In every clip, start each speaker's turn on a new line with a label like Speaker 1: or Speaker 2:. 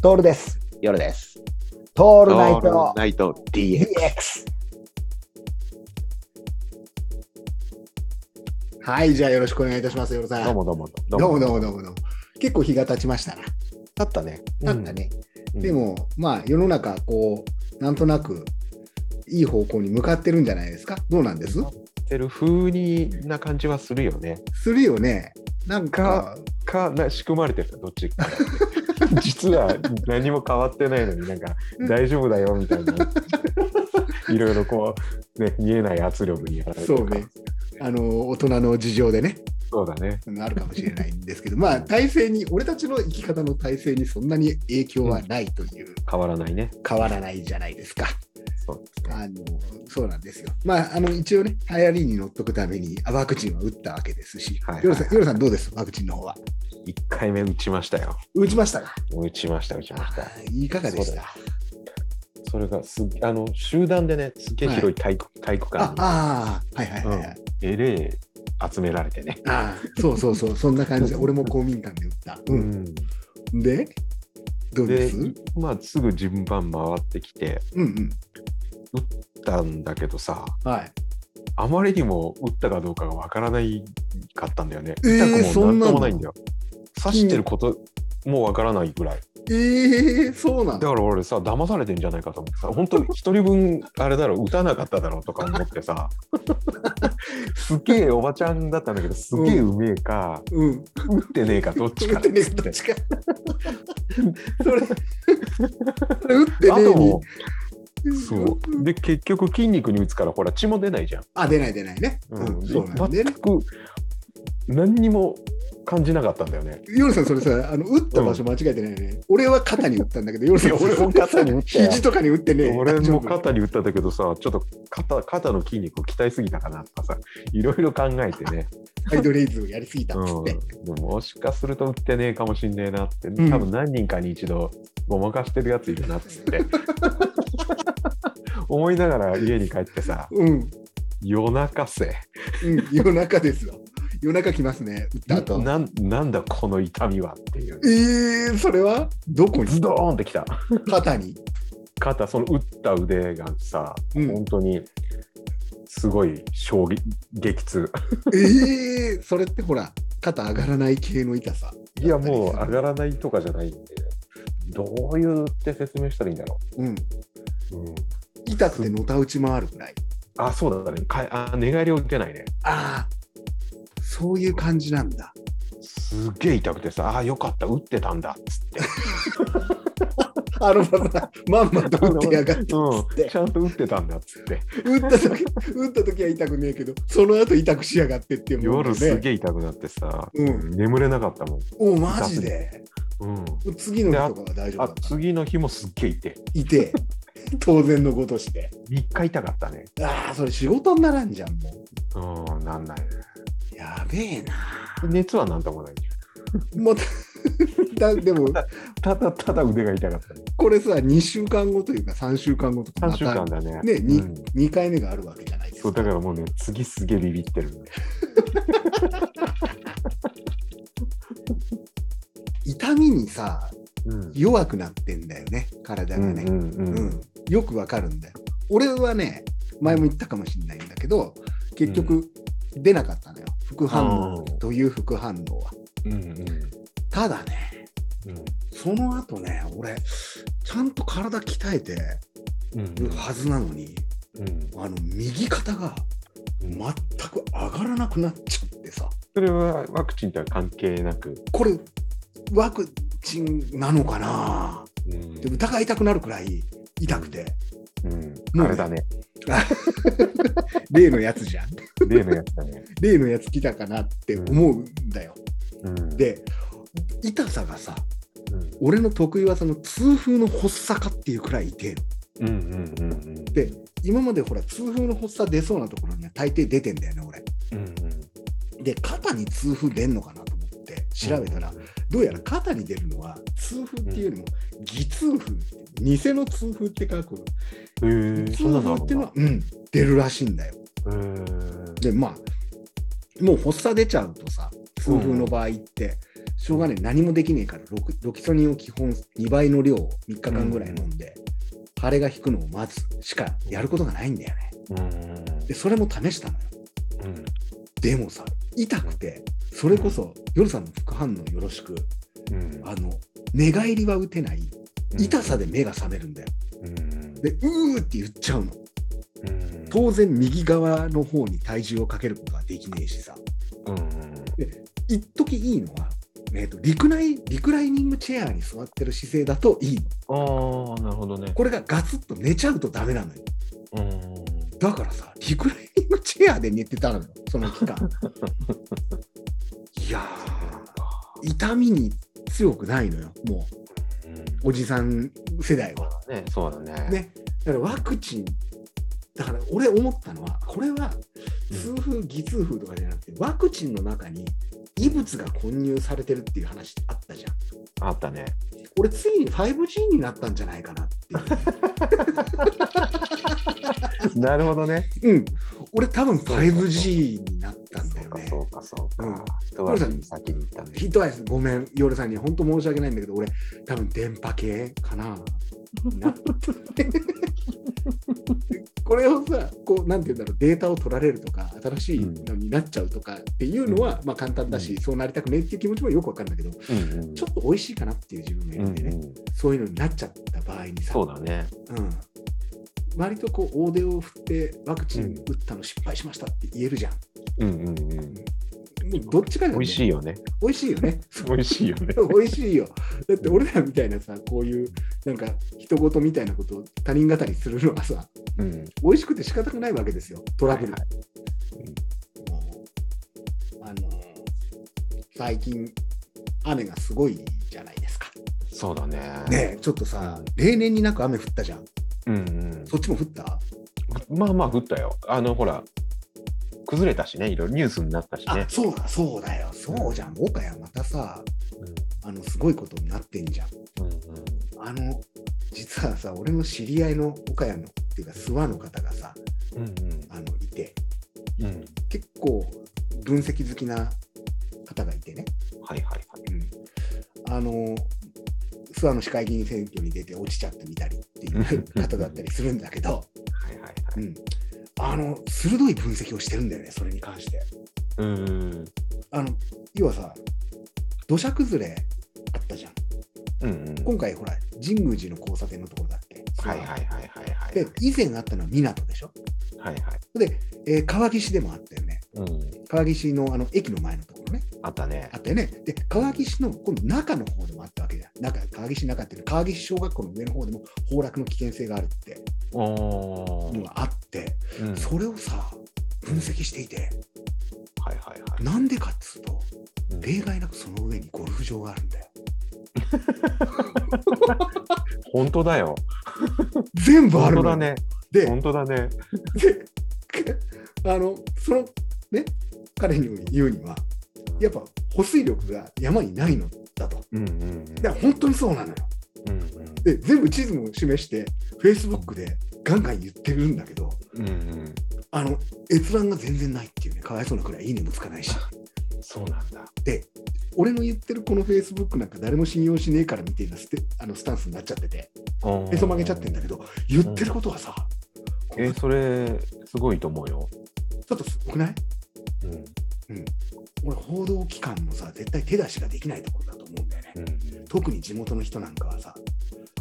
Speaker 1: トールです。
Speaker 2: 夜です。
Speaker 1: ト
Speaker 2: オ
Speaker 1: ールナイト
Speaker 2: ナイト DX。
Speaker 1: DX。はい、じゃあよろしくお願いいたします、よろさん。
Speaker 2: どうもどうもど
Speaker 1: どうもどうもどうもどうも結構日が経ちましたな。
Speaker 2: だったね。
Speaker 1: 経ったね。
Speaker 2: うん。
Speaker 1: でも、まあ世の中、こう、なんとなく、いい方向に向かってるんじゃないですかどうなんです
Speaker 2: 向かってる風にな感じはするよね。
Speaker 1: するよね。なんか、
Speaker 2: かな仕組まれてるどっちか。 実は何も変わってないのになんか大丈夫だよみたいな。いろいろこうね見えない圧力にやられてる
Speaker 1: そうね。あの、大人の事情でね、
Speaker 2: そうだね。
Speaker 1: あるかもしれないんですけど、まあ体制に、俺たちの生き方の体制にそんなに影響はないという、
Speaker 2: 変わらないね。
Speaker 1: 変わらないじゃないですか。
Speaker 2: そうですね。
Speaker 1: あのそうなんですよ。まあ、あの一応ね、流行りに乗っとくためにあワクチンは打ったわけですし、
Speaker 2: はいはい
Speaker 1: ヨロさんヨロさん、どうです、ワクチンの方は。
Speaker 2: 一回目打ちましたよ。
Speaker 1: 打ちましたか
Speaker 2: 打ちました打ちました。
Speaker 1: いかがでした
Speaker 2: それがすっあの集団でねすっげえ広い体育、体育
Speaker 1: あ
Speaker 2: 館に
Speaker 1: あー、はいはいはいはい。
Speaker 2: えれえ集められてね。
Speaker 1: ああそうそうそう、そんな感じで、俺も公民館で打った。うん
Speaker 2: ん
Speaker 1: で、どうで
Speaker 2: です
Speaker 1: うん
Speaker 2: まあ、すぐ順番回ってきて
Speaker 1: うん。
Speaker 2: 打ったんだけどさ
Speaker 1: はい。
Speaker 2: あまりにも打ったかどうかがわからないかったんだよね。
Speaker 1: えー
Speaker 2: 痛くもなんと
Speaker 1: そんなの
Speaker 2: もないんだよ。刺してることもわからないぐらい。
Speaker 1: ええそうなん
Speaker 2: だから俺さ騙されてんじゃないかと思ってさ本当一人分あれだろ打たなかっただろうとか思っ てさすげえおばちゃんだったんだけどすげえうめえか、
Speaker 1: うん。
Speaker 2: 打ってねえかどっち
Speaker 1: 打
Speaker 2: か
Speaker 1: ってねえ、 どっちか。それ、それ打って
Speaker 2: あ
Speaker 1: ねえ
Speaker 2: と
Speaker 1: に
Speaker 2: も。そうで結局筋肉に打つからほら血も出ないじゃん。
Speaker 1: あ、出ない出ないね。
Speaker 2: う
Speaker 1: うんん、そうなんでね
Speaker 2: 全。く何にも感じなかったんだよね。
Speaker 1: ヨルさん、それさ、あの打った場所間違えてないよね。俺は肩に打ったんだけど、ヨルさん、
Speaker 2: いや俺も肩に打ったよ
Speaker 1: 肘とかに打ってね。
Speaker 2: 俺も
Speaker 1: 大丈
Speaker 2: 肩に打ったんだけどさ、ちょっと肩肩の筋肉を鍛えすぎたかなとかさ、いろいろ考えて ね、
Speaker 1: 夫ハイドレイズをやりすぎたっつ
Speaker 2: う
Speaker 1: っ
Speaker 2: ん、
Speaker 1: て。
Speaker 2: でももしかすると打ってねえかもしんねえなって、
Speaker 1: うん
Speaker 2: 多分何人かに一度ごまかしてるやついるなっつって、 思いながら家に帰ってさ、
Speaker 1: うん、うん、
Speaker 2: 夜中せ、
Speaker 1: 夜中ですよ。夜中来ますね、打った後。
Speaker 2: なんなんだこの痛みはっていう、
Speaker 1: えー、それはどこに
Speaker 2: ズドーンってきた。
Speaker 1: 肩に。
Speaker 2: 肩その打った腕がさ、
Speaker 1: うん
Speaker 2: 本当にすごい衝撃激痛
Speaker 1: えー、それってほら、肩上がらない系の痛さ。
Speaker 2: いやもう上がらないとかじゃないんでどういうって説明したらいいんだろ
Speaker 1: うん。
Speaker 2: う、うん、
Speaker 1: 痛くてのたうち回るぐらい。
Speaker 2: あそうだねかあ寝返りを打てないね
Speaker 1: ああ、そういう感じなんだ。
Speaker 2: すっげえ痛くてさあーよかった打ってたんだっつって
Speaker 1: あのまま、まんまと打ってやがってっつって。
Speaker 2: うん、ちゃんと打ってたんだっつって
Speaker 1: 打った時打った時は痛くねえけどその後痛くしやがってって思う
Speaker 2: 夜
Speaker 1: の
Speaker 2: す
Speaker 1: ね
Speaker 2: げえ痛くなってさ、
Speaker 1: うん
Speaker 2: 眠れなかったも
Speaker 1: おうマジで
Speaker 2: ん、うん、
Speaker 1: 次の日とかは大丈夫
Speaker 2: あ
Speaker 1: だった
Speaker 2: 次の日もすっげえ痛い
Speaker 1: いて当然のごとして
Speaker 2: 3日痛かったね
Speaker 1: ああそれ仕事にならんじゃんもう
Speaker 2: うんなんないね
Speaker 1: やべえな
Speaker 2: 熱はなんともない
Speaker 1: また だでも
Speaker 2: ただただ腕が痛かった、ね。
Speaker 1: これさ2週間後というか3週間後とか
Speaker 2: 3
Speaker 1: ま
Speaker 2: 週間
Speaker 1: た
Speaker 2: だね。
Speaker 1: ねに
Speaker 2: うん
Speaker 1: 2回目があるわけじゃないです
Speaker 2: そう、
Speaker 1: か
Speaker 2: だからもうね、次すげえビビってる。
Speaker 1: 痛みにさ
Speaker 2: うん。
Speaker 1: 弱くなってんだよね体
Speaker 2: う
Speaker 1: が
Speaker 2: ん
Speaker 1: ね
Speaker 2: うんう
Speaker 1: うんん、よくわかるんだよ。俺はね、前も言ったかもしれないんだけど、結局出なかったのよ、副反応
Speaker 2: あー
Speaker 1: という副反応は。
Speaker 2: うんうん
Speaker 1: ただね、
Speaker 2: うん
Speaker 1: その後ね、俺、ちゃんと体鍛えて
Speaker 2: うん
Speaker 1: るはずなのに、
Speaker 2: うん
Speaker 1: あの右肩が
Speaker 2: うん
Speaker 1: 全く上がらなくなっちゃってさ、
Speaker 2: それはワクチンとは関係なく、
Speaker 1: これ、ワクチンなのかな
Speaker 2: うん
Speaker 1: で疑いたくなるくらい痛くて、
Speaker 2: うん、あれだね。
Speaker 1: 例のやつじゃん。
Speaker 2: 例のやつだね。
Speaker 1: 例のやつ来たかなって思うんだよ。
Speaker 2: うん、
Speaker 1: で痛さがさ
Speaker 2: うん
Speaker 1: 俺の得意技の痛風の発作かっていうくらい痛えの
Speaker 2: うんうんうんうん。
Speaker 1: で今までほら痛風の発作出そうなところには大抵出てんだよね俺
Speaker 2: うんうん、
Speaker 1: で肩に痛風出んのかなと思って調べたら、どうやら肩に出るのは痛風っていうよりも偽痛風偽の痛風って書く
Speaker 2: うん、へえ
Speaker 1: 痛
Speaker 2: そんなの
Speaker 1: 風
Speaker 2: あ
Speaker 1: って
Speaker 2: る
Speaker 1: いうんのは、う
Speaker 2: だ
Speaker 1: ん、出るらしいんだよ
Speaker 2: へ
Speaker 1: でまあもう発作出ちゃうとさ痛風の場合って、しょうがない何もできねえからロキロキソニンを基本2倍の量を3日間ぐらい飲んで、腫れが引くのを待つしかやることがないんだよね
Speaker 2: うん
Speaker 1: でそれも試したのよ
Speaker 2: うん
Speaker 1: でもさ痛くてそれこそ夜さんの副反応よろしく
Speaker 2: うん
Speaker 1: あの寝返りは打てない痛さで目が覚めるんだよ
Speaker 2: うん
Speaker 1: でうーって言っちゃうの
Speaker 2: うん
Speaker 1: 当然右側の方に体重をかけることはできねえしさ
Speaker 2: うん
Speaker 1: 一時いいのは、えー、とリクライリクライニングチェアに座ってる姿勢だといいの
Speaker 2: ああなるほどね
Speaker 1: これがガツッと寝ちゃうとダメなのよ
Speaker 2: うん
Speaker 1: だからさリクライニングチェアで寝てたのよその期間いやー痛みに強くないのよも
Speaker 2: うん
Speaker 1: うおじさん世代は
Speaker 2: ねそうだね
Speaker 1: ねだからワクチンだから俺思ったのはこれは痛風偽痛風とかじゃなくてワクチンの中に異物が混入されてるっていう話あったじゃん
Speaker 2: あったね
Speaker 1: 俺ついに 5G になったんじゃないかなって
Speaker 2: なるほどね
Speaker 1: いう、うん、俺多分 5G になったんだよね
Speaker 2: そうかそうかそうか、
Speaker 1: うん
Speaker 2: 一足先に行ったね
Speaker 1: ヒットアイスごめんヨルさんに本当申し訳ないんだけど俺多分電波系かななこれをさこうなんて言うんだろうデータを取られるとか新しいのになっちゃうとかっていうのは、まあ簡単だし、そうなりたくねえっていう気持ちもよくわかるんだけどち
Speaker 2: うんうん
Speaker 1: ょっと美味しいかなっていう自分がいるんでね、
Speaker 2: うんうん
Speaker 1: そういうのになっちゃった場合にさ
Speaker 2: そうだね
Speaker 1: うん、割とこう大手を振ってワクチン打ったの失敗しましたって言えるじゃん。
Speaker 2: うんうんうん
Speaker 1: もうどっちかが、ね、
Speaker 2: 美味しいよね
Speaker 1: 美味しいよね。
Speaker 2: 美味しいよね
Speaker 1: 美味しいよ。だって俺らみたいなさ、こういうなんか人事みたいなことを他人語りするのはさ、
Speaker 2: うん
Speaker 1: 美味しくて仕方がないわけですよ、トラブル。
Speaker 2: はい
Speaker 1: もうあのー最近、雨がすごいじゃないですか。
Speaker 2: そうだね
Speaker 1: ねえちょっとさ、例年になく雨降ったじゃん。
Speaker 2: うんうん
Speaker 1: そっちも降った
Speaker 2: まあまあ降ったよあのほら崩れたしねいろいろニュースになったし
Speaker 1: あ
Speaker 2: ね、
Speaker 1: そうだ、そうだよ、そうじゃん、岡谷またさ、あの、すごいことになってんじゃん。
Speaker 2: うんうん
Speaker 1: あの、実はさ、俺の知り合いの岡谷の、っていうか、諏訪の方がさ、
Speaker 2: うん
Speaker 1: あの、いて、
Speaker 2: うんうん
Speaker 1: 結構、分析好きな方がいてね、
Speaker 2: はいはいはい
Speaker 1: うんあの、諏訪の市会議員選挙に出て落ちちゃってみたりっていう方だったりするんだけ ど、
Speaker 2: はいはいは
Speaker 1: う
Speaker 2: い
Speaker 1: ん、あの、鋭い分析をしてるんだよね、それに関して。
Speaker 2: うん
Speaker 1: あの、要はさ、土砂崩れあったじゃん。
Speaker 2: うんうん
Speaker 1: 今回ほら神宮寺の交差点のところだっけ
Speaker 2: はいはいはいはいはい
Speaker 1: で以前あったのは港でしょ
Speaker 2: はいはい
Speaker 1: で、えー川岸でもあったよね
Speaker 2: うん
Speaker 1: 川岸のあの駅の前のところね
Speaker 2: あったね
Speaker 1: あったよねで川岸の今度中の方でもあったわけじゃん中川岸中っていうのは川岸小学校の上の方でも崩落の危険性があるって
Speaker 2: おお
Speaker 1: のがあって
Speaker 2: うん
Speaker 1: それをさ分析していて
Speaker 2: はいはいはい
Speaker 1: なんでかっつうと
Speaker 2: うん
Speaker 1: 例外なくその上にゴルフ場があるんだよ
Speaker 2: 本当だよ
Speaker 1: 全部あ
Speaker 2: 本
Speaker 1: る
Speaker 2: 当
Speaker 1: の
Speaker 2: だ
Speaker 1: よ
Speaker 2: ね
Speaker 1: で
Speaker 2: 本当だね
Speaker 1: であのそのね彼に言うにはやっぱ保水力が山にないのだと
Speaker 2: うんうんうん
Speaker 1: だから本当にそうなのよ
Speaker 2: うん
Speaker 1: で全部地図も示してフェイスブックでガンガン言ってるんだけど
Speaker 2: うんうん
Speaker 1: あの閲覧が全然ないっていうねかわいそうなくらいいいねもつかないし
Speaker 2: そうなんだ
Speaker 1: 俺の言ってるこのフェイスブックなんか誰も信用しねえからみたいなステあのスタンスになっちゃっててへそ曲げちゃってんだけど言ってることはさ、こう
Speaker 2: えそれすごいと思うよ
Speaker 1: ちょっとすごくない
Speaker 2: うん
Speaker 1: 俺報道機関もさ絶対手出しができないところだと思うんだよね
Speaker 2: うん
Speaker 1: 特に地元の人なんかはさ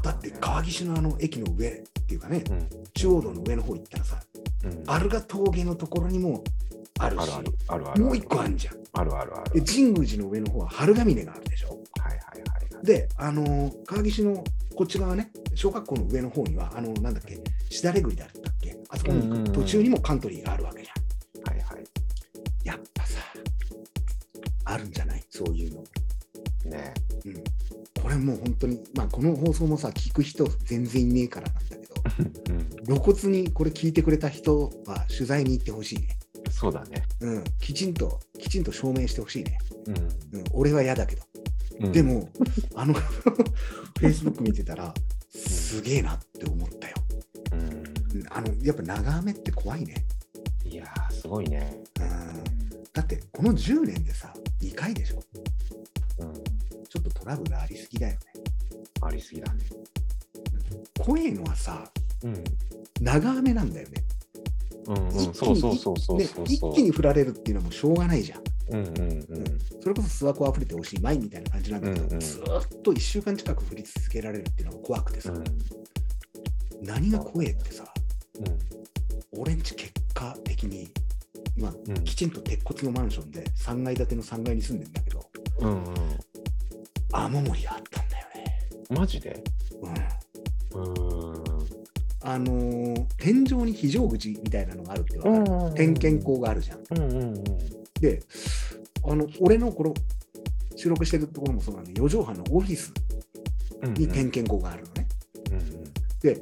Speaker 1: だって川岸のあの駅の上っていうかね
Speaker 2: うん
Speaker 1: 中央道の上の方行ったらさ
Speaker 2: うん
Speaker 1: アルガ峠のところにもある
Speaker 2: あ
Speaker 1: し
Speaker 2: るあるあるある
Speaker 1: もう一個あるじゃん
Speaker 2: あるあるあ
Speaker 1: で
Speaker 2: る
Speaker 1: 神宮寺の上の方は春ヶ峰があるでしょ
Speaker 2: はいはいはいはい
Speaker 1: であのー川岸のこっち側ね小学校の上の方にはあのなんだっけしだれ栗だったっけあそこに行く途中にもカントリーがあるわけじゃん
Speaker 2: はいはい
Speaker 1: やっぱさあるんじゃないそういうの
Speaker 2: ね
Speaker 1: うん、これもう本当に、まあ、この放送もさ聞く人全然いねえからなんだけど
Speaker 2: うん
Speaker 1: 露骨にこれ聞いてくれた人は取材に行ってほしいね、
Speaker 2: そうだね
Speaker 1: うん、きちんときちんと証明してほしいね、
Speaker 2: う
Speaker 1: うん、俺は嫌だけど、
Speaker 2: ん
Speaker 1: でもあの Facebook 見てたらすげえなって思ったよ
Speaker 2: うん
Speaker 1: うんあのやっぱ長雨って怖いね、
Speaker 2: いやーすごいね
Speaker 1: うん、だってこの10年でさ2回でしょ
Speaker 2: うん
Speaker 1: ラブルありすぎだよね。
Speaker 2: ありすぎだね。
Speaker 1: 怖いのはさ、
Speaker 2: うん。
Speaker 1: 長雨なんだよね。
Speaker 2: うん
Speaker 1: 一気
Speaker 2: うん。
Speaker 1: に
Speaker 2: そうそうそうそう
Speaker 1: ね
Speaker 2: そう。
Speaker 1: 一気に振られるっていうのはもうしょうがないじゃん。
Speaker 2: うんうんうん。
Speaker 1: それこそ諏訪湖あふれてほしい舞みたいな感じなんだけど、
Speaker 2: うんうん
Speaker 1: ずーっと1週間近く降り続けられるっていうのが怖くてさ、
Speaker 2: うん
Speaker 1: 何が怖えってさ、
Speaker 2: うん
Speaker 1: 俺んち結果的に、まあ、
Speaker 2: うん
Speaker 1: きちんと鉄骨のマンションで3階建ての3階に住んでんだけど、
Speaker 2: うんう
Speaker 1: 雨漏りがあったんだよね。
Speaker 2: ん。マジで
Speaker 1: うん。
Speaker 2: うーん。
Speaker 1: あのー天井に非常口みたいなのがあるってわか
Speaker 2: う
Speaker 1: る。
Speaker 2: んうんうん
Speaker 1: 点検口があるじゃん。
Speaker 2: うんうんうん。
Speaker 1: で、あの、俺のこの収録してるところもそうなんで、四畳半のオフィス
Speaker 2: うん
Speaker 1: に点検口があるのね。
Speaker 2: うんうん
Speaker 1: で、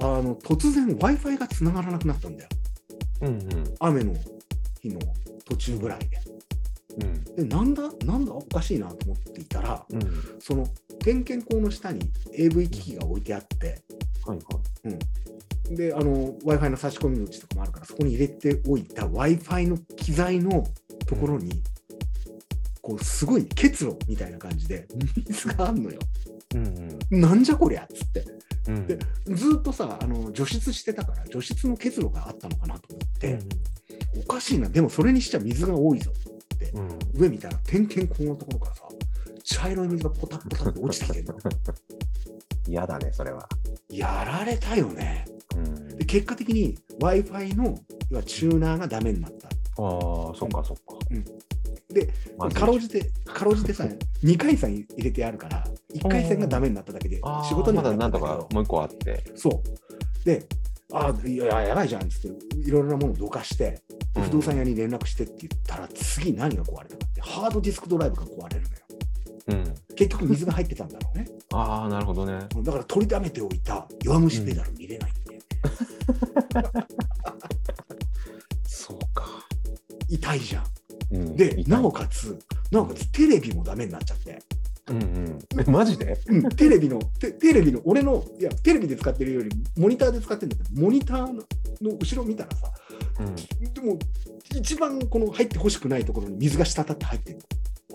Speaker 1: あの、突然 Wi-Fi が繋がらなくなったんだよ。
Speaker 2: うんうん
Speaker 1: 雨の日の途中ぐらいで。
Speaker 2: うん
Speaker 1: で、なんだなんだおかしいなと思っていたら、
Speaker 2: うん
Speaker 1: その点検口の下に AV 機器が置いてあって、
Speaker 2: はいはい
Speaker 1: で、あの、Wi-Fi の差し込み口とかもあるから、そこに入れておいた Wi-Fi の機材のところに、こう、すごい結露みたいな感じで、水があんのよ。
Speaker 2: うんうん
Speaker 1: なんじゃこりゃっつって。
Speaker 2: うん
Speaker 1: でずっとさ、あの、除湿してたから、除湿の結露があったのかなと思って、おかしいな、でもそれにしちゃ水が多いぞ。
Speaker 2: うんうん
Speaker 1: 上見たら、点検口のところからさ、茶色い水がポタッポタって落ちてきてるの。
Speaker 2: 嫌だねそれは
Speaker 1: やられたよね。
Speaker 2: うん
Speaker 1: で、結果的に Wi-Fi の、要はチューナーがダメになった。
Speaker 2: あーそっかそっか
Speaker 1: うんで
Speaker 2: まずい
Speaker 1: かろうじて、かろうじてさ、2回線入れてあるから、1回線がダメになっただけで
Speaker 2: あ、ー
Speaker 1: 仕事に
Speaker 2: ま
Speaker 1: は
Speaker 2: だ
Speaker 1: な
Speaker 2: な
Speaker 1: っ
Speaker 2: ん
Speaker 1: た
Speaker 2: と
Speaker 1: んだけ
Speaker 2: か
Speaker 1: ど、
Speaker 2: もう一個あって
Speaker 1: そう。で、ああ、いや、やばいじゃんっつって、いろいろなものをどかして、
Speaker 2: うん
Speaker 1: 不動産屋に連絡してって言ったら、次何が壊れたかって、ハードディスクドライブが壊れるのよ。
Speaker 2: うん
Speaker 1: 結局水が入ってたんだろうね。
Speaker 2: ああなるほどね
Speaker 1: だから取りためておいた弱虫ペダル見れないんで、
Speaker 2: そうか
Speaker 1: 痛いじゃん。
Speaker 2: うん
Speaker 1: で、
Speaker 2: 痛い
Speaker 1: なおかつ、なおかつテレビもダメになっちゃって、
Speaker 2: うんうんえマジで
Speaker 1: うん、テレビの、テテレビの、俺の、いや、テレビで使ってるより、モニターで使ってるんだけど、モニターの後ろ見たらさ、
Speaker 2: うん
Speaker 1: でも、一番この入ってほしくないところに水が滴って入ってる。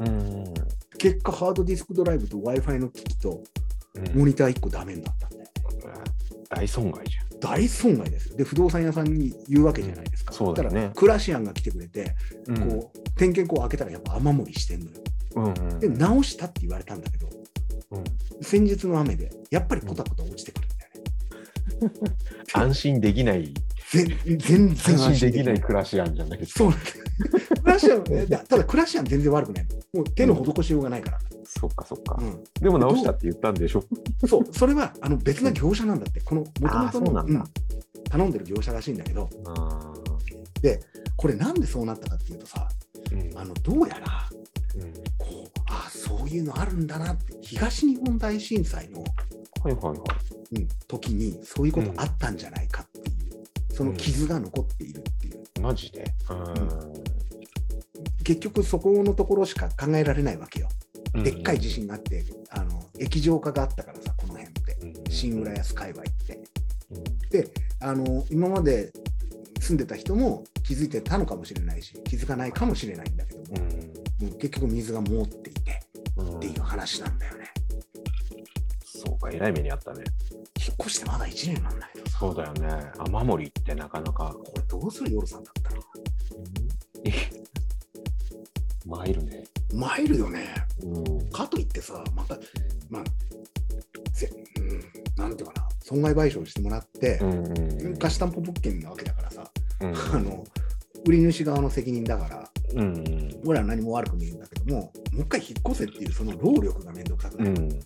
Speaker 2: うんうん
Speaker 1: 結果、ハードディスクドライブと Wi-Fi の機器と
Speaker 2: うん
Speaker 1: モニター1個ダメになったんで、
Speaker 2: 大損害じ
Speaker 1: 大損害ですよ。で、不動産屋さんに言うわけじゃないですか。
Speaker 2: うんそうだよね
Speaker 1: ら、クラシアンが来てくれて、
Speaker 2: ゃんうん
Speaker 1: こう、点検口を開けたらやっぱ雨漏りしてんのよ。
Speaker 2: うんうん
Speaker 1: で、直したって言われたんだけど、
Speaker 2: うん
Speaker 1: 先日の雨で、やっぱりポタポタ落ちてくるんだよね。
Speaker 2: 安心できない
Speaker 1: 全全然
Speaker 2: 安
Speaker 1: 安
Speaker 2: 心
Speaker 1: 心
Speaker 2: でき
Speaker 1: き
Speaker 2: な
Speaker 1: ない
Speaker 2: い暮らしやんじゃないですか
Speaker 1: そうなんです。クラシアン、えだただクラシアン全然悪くないの。もう手の施しようがないから。
Speaker 2: そっかそっか
Speaker 1: うん
Speaker 2: でも直したって言ったんでしょ
Speaker 1: そう、それはあの別な業者なんだって、この
Speaker 2: あー
Speaker 1: 元
Speaker 2: そう
Speaker 1: 々
Speaker 2: な
Speaker 1: の
Speaker 2: んだ
Speaker 1: うん頼んでる業者らしいんだけど、
Speaker 2: あ
Speaker 1: これなんでそうなったかっていうとさ、
Speaker 2: ーうん
Speaker 1: あのどうやら
Speaker 2: うん
Speaker 1: こうあーそういうのあるんだなって東日本大震災の、
Speaker 2: はいはいはい
Speaker 1: うん、時にそういうことあったんじゃないかっていう、その傷が残っているっていう、
Speaker 2: マジで
Speaker 1: 結局そこのところしか考えられないわけよ。
Speaker 2: うん
Speaker 1: でっかい地震があって、あの液状化があったからさこの辺って新浦
Speaker 2: や
Speaker 1: 安界隈って。であの今まで住んでた人も気づいてたのかもしれないし気づかないかもしれないんだけども、もう結局水が凍っていてっていう話なんだよね。
Speaker 2: そうか、えらい目にあったね。
Speaker 1: 引っ越してまだ1年なんだけどさ、
Speaker 2: そうだよね。雨漏りってなかなか。
Speaker 1: これどうする夜さんだったら。
Speaker 2: 参るね。
Speaker 1: 参るよね。
Speaker 2: うん。
Speaker 1: かといってさ、また、まあ、せうん、なんていうかな、損害賠償してもらって
Speaker 2: う、んうん。
Speaker 1: 貸し担保物件なわけだからさ、
Speaker 2: うん
Speaker 1: あの、売り主側の責任だから、
Speaker 2: うん
Speaker 1: 俺ら何も悪くねえんだけども、もう一回引っ越せっていうその労力がめんどくさく
Speaker 2: う。
Speaker 1: なん
Speaker 2: う
Speaker 1: る。
Speaker 2: ん。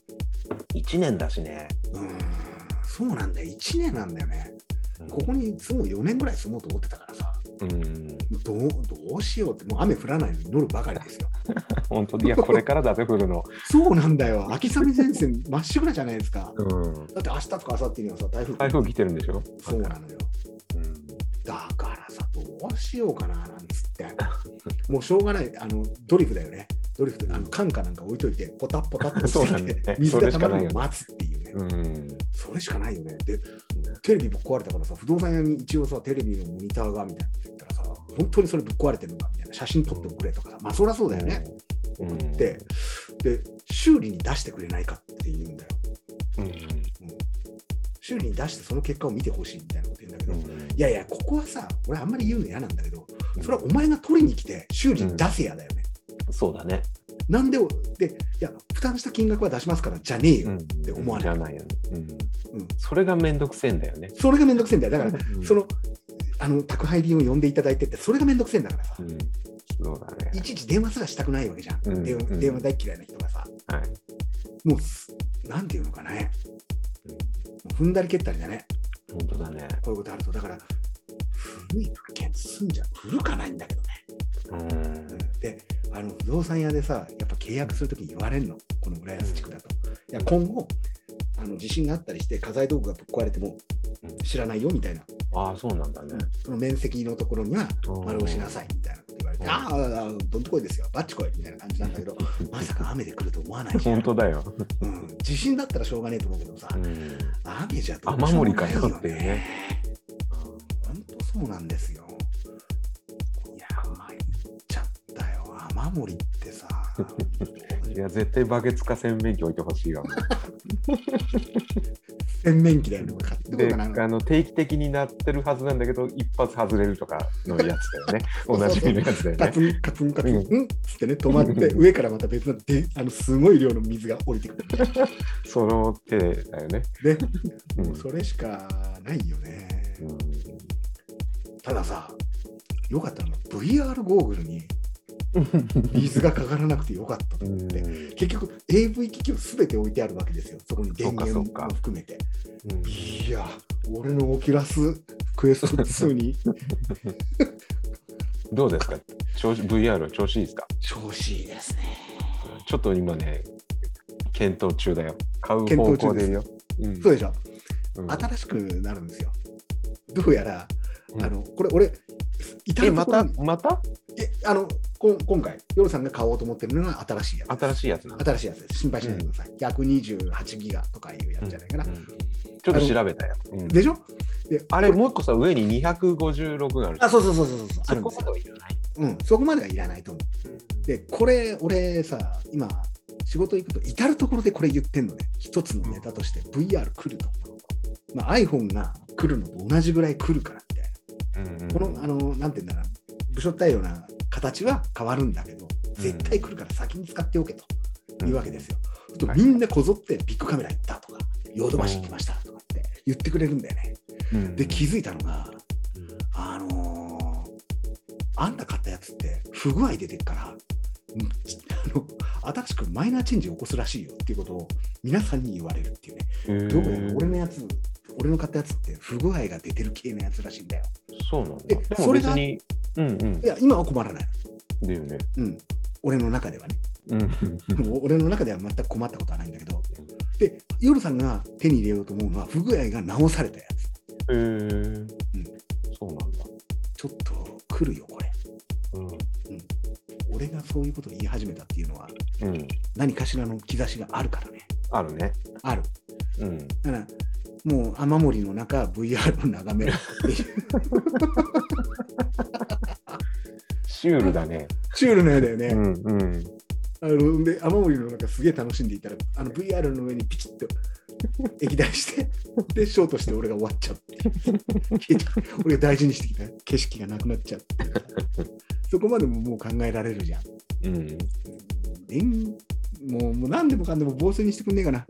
Speaker 2: 一年だしね。
Speaker 1: うん、そうなんだよ、1年なんだよね。ここに住む4年ぐらい住もうと思ってたからさ、
Speaker 2: うん。
Speaker 1: どうどうしようって、もう雨降らないのに乗るばかりですよ。
Speaker 2: 本当いや、これからだぜ、降るの。
Speaker 1: そうなんだよ、秋雨前線、まっしぐらじゃないですか。
Speaker 2: うん。
Speaker 1: だって明日とか明後日にはさ、台風
Speaker 2: 台風来てるんでしょ
Speaker 1: そうなのよ。
Speaker 2: うん。
Speaker 1: だからさ、どうしようかななんつって、もうしょうがない、あのドリフだよね。ドリフってあの缶かなんか置いといて、ポタッポタッと
Speaker 2: そう
Speaker 1: 落
Speaker 2: なん
Speaker 1: ちて
Speaker 2: だ
Speaker 1: きて、
Speaker 2: よね
Speaker 1: 水が
Speaker 2: それしか
Speaker 1: 溜ま
Speaker 2: ない
Speaker 1: る
Speaker 2: よ
Speaker 1: のを
Speaker 2: ね
Speaker 1: 待つっていうね、
Speaker 2: うん。
Speaker 1: それしかないよね。で、テレビぶっ壊れたからさ、不動産屋に一応さ、テレビのモニターがみたいなこと言ったらさ、本当にそれぶっ壊れてるのかみたいな、写真撮ってくれとかさ、まあそりゃそうだよね。送って、で修理に出してくれないかって言うんだよ修理に出してその結果を見てほしいみたいなこと言うんだけど、いやいやここはさ俺あんまり言うの嫌なんだけどそれはお前が取りに来て修理に出せやだよね、
Speaker 2: そうだね。
Speaker 1: なんででいや負担した金額は出しますからじゃねえよ、
Speaker 2: って
Speaker 1: 思わない
Speaker 2: じゃないよね。うん
Speaker 1: うん
Speaker 2: それがめんどくせえんだよね。
Speaker 1: それがめんどくせえんだよだから、
Speaker 2: うん
Speaker 1: そのあの宅配便を呼んでいただいてってそれがめんどくせえんだからさ、
Speaker 2: うんそうだね。
Speaker 1: いちいち電話すらしたくないわけじゃん、
Speaker 2: うん
Speaker 1: 電話
Speaker 2: うん
Speaker 1: 電話大嫌いな人がさ
Speaker 2: はい。
Speaker 1: もうすなんていうのかね
Speaker 2: うん
Speaker 1: もう踏んだり蹴ったりだね
Speaker 2: 本当だね。
Speaker 1: こういうことあるとだから古い物件住んじゃ古かないんだけどね、
Speaker 2: うん。
Speaker 1: であの不動産屋でさやっぱ契約するときに言われるのこの浦安地区だといや今後あの地震があったりして家財道具がぶっ壊れても
Speaker 2: うん
Speaker 1: 知らないよみたいな
Speaker 2: ああ、そうなんだね。
Speaker 1: その面積のところには
Speaker 2: うん
Speaker 1: 丸をしなさいみたいなこと言われて、
Speaker 2: うん
Speaker 1: ああああ、どんとこいですよ、バッチこいみたいな感じなんだけ ど、まさか雨で来ると思わないじゃん
Speaker 2: 本当だよ。
Speaker 1: うん、地震だったらしょうがねえと思うけどさ、
Speaker 2: うん。
Speaker 1: 雨じゃどうしようもないよ
Speaker 2: 雨漏りかよっていうね。
Speaker 1: 本当そうなんですよ。いや、参っちゃったよ、雨漏りって さ。
Speaker 2: いや、絶対バケツか洗面器置いてほしいわ。
Speaker 1: 洗面器だよね、買ってこよう
Speaker 2: で、
Speaker 1: かな。
Speaker 2: あの定期的になってるはずなんだけど、一発外れるとかのやつだよ ね。おなじみのやつだよ
Speaker 1: カ
Speaker 2: ね。
Speaker 1: ツンカツンカツン、
Speaker 2: うん
Speaker 1: うんっつってね、止まって、上からまた別のであのすごい量の水が降りてくる。
Speaker 2: その手だよね。
Speaker 1: ね、
Speaker 2: うん
Speaker 1: もうそれしかないよね。
Speaker 2: うん
Speaker 1: たださ、よかったのが VR ゴーグルに水がかからなくてよかったと
Speaker 2: う
Speaker 1: 思っ
Speaker 2: ん
Speaker 1: て、結局 AV 機器を全て置いてあるわけですよ、そこに電源
Speaker 2: そうかそうか
Speaker 1: も含めて。
Speaker 2: うん
Speaker 1: いや、俺のオキュラスクエスト2に
Speaker 2: どうですか調子 ?VR は調子いいですか
Speaker 1: 調子いいですね。
Speaker 2: ちょっと今ね、検討中だよ。買う
Speaker 1: 検
Speaker 2: 方
Speaker 1: 討中
Speaker 2: 向
Speaker 1: です
Speaker 2: でよ。うん
Speaker 1: そうでしょ、
Speaker 2: うん
Speaker 1: 新しくなるんですよ。どうやら、
Speaker 2: うん
Speaker 1: あのこれ、俺、至
Speaker 2: え、
Speaker 1: る
Speaker 2: ま
Speaker 1: 所
Speaker 2: た、
Speaker 1: に
Speaker 2: また
Speaker 1: えあのこん今回、ヨルさんが買おうと思ってるのが新しいやつです。
Speaker 2: 新しいやつなの
Speaker 1: 新しいやつです。心配しないでください。128ギガとかいうやつじゃないかな。
Speaker 2: うんうんちょっと調べたよ。うん
Speaker 1: でしょで
Speaker 2: あれ、もう一個さ、上に256があるじゃ
Speaker 1: あ、
Speaker 2: ん。
Speaker 1: そうそうそうそうそうそう。あるんで
Speaker 2: そこ
Speaker 1: す
Speaker 2: ま
Speaker 1: よ
Speaker 2: ではいらない。
Speaker 1: うん、そこまではいらないと思う。で、これ、俺さ、今、仕事行くと、至る所でこれ言ってんのね。一つのネタとして、VR 来ると。まあ、iPhone が来るのと同じぐらい来るからみたいな。
Speaker 2: うんうん
Speaker 1: この、あの、なんて言うんだろう。部署対応な形は変わるんだけど、絶対来るから先に使っておけというわけですよ。と
Speaker 2: はい
Speaker 1: みんなこぞってビッグカメラ行ったとか、ヨドバシ行きましたとかって言ってくれるんだよね。
Speaker 2: うん
Speaker 1: で、気づいたのが、
Speaker 2: うん
Speaker 1: あのーあんた買ったやつって不具合出てるから、うんあの新しくマイナーチェンジを起こすらしいよっていうことを皆さんに言われるっていうね、
Speaker 2: へー
Speaker 1: どうやら俺のやつ、俺の買ったやつって不具合が出てる系のやつらしいんだよ。
Speaker 2: そうなんだ。
Speaker 1: え
Speaker 2: でも
Speaker 1: それ
Speaker 2: 別
Speaker 1: が
Speaker 2: に、うんうん
Speaker 1: い。や、今は困らない。
Speaker 2: だよね。
Speaker 1: うん、俺の中ではね。
Speaker 2: うん
Speaker 1: もう俺の中では全く困ったことはないんだけど、で、夜さんが手に入れようと思うのは、不具合が直されたやつ。
Speaker 2: へーそうなんだ。
Speaker 1: ちょっと来るよ、これ。
Speaker 2: うん
Speaker 1: 俺がそういうことを言い始めたっていうのは、
Speaker 2: うん。
Speaker 1: 何かしらの兆しがあるからね。
Speaker 2: あるね。
Speaker 1: ある。
Speaker 2: うん。
Speaker 1: だから、もう雨漏りの中、VR を眺めるっていう。
Speaker 2: シュールだね。
Speaker 1: シュールな絵だよ
Speaker 2: う
Speaker 1: ね。
Speaker 2: んうん。
Speaker 1: あので、雨漏りの中、すげえ楽しんでいたら、あの VR の上にピチッと液体して、で、ショートして俺が終わっちゃうっていう。俺が大事にしてきた景色がなくなっちゃうっていう。そこまでももう考えられるじゃん。
Speaker 2: うん。
Speaker 1: 電もうもう何でもかんでも防水にしてくんねえかな。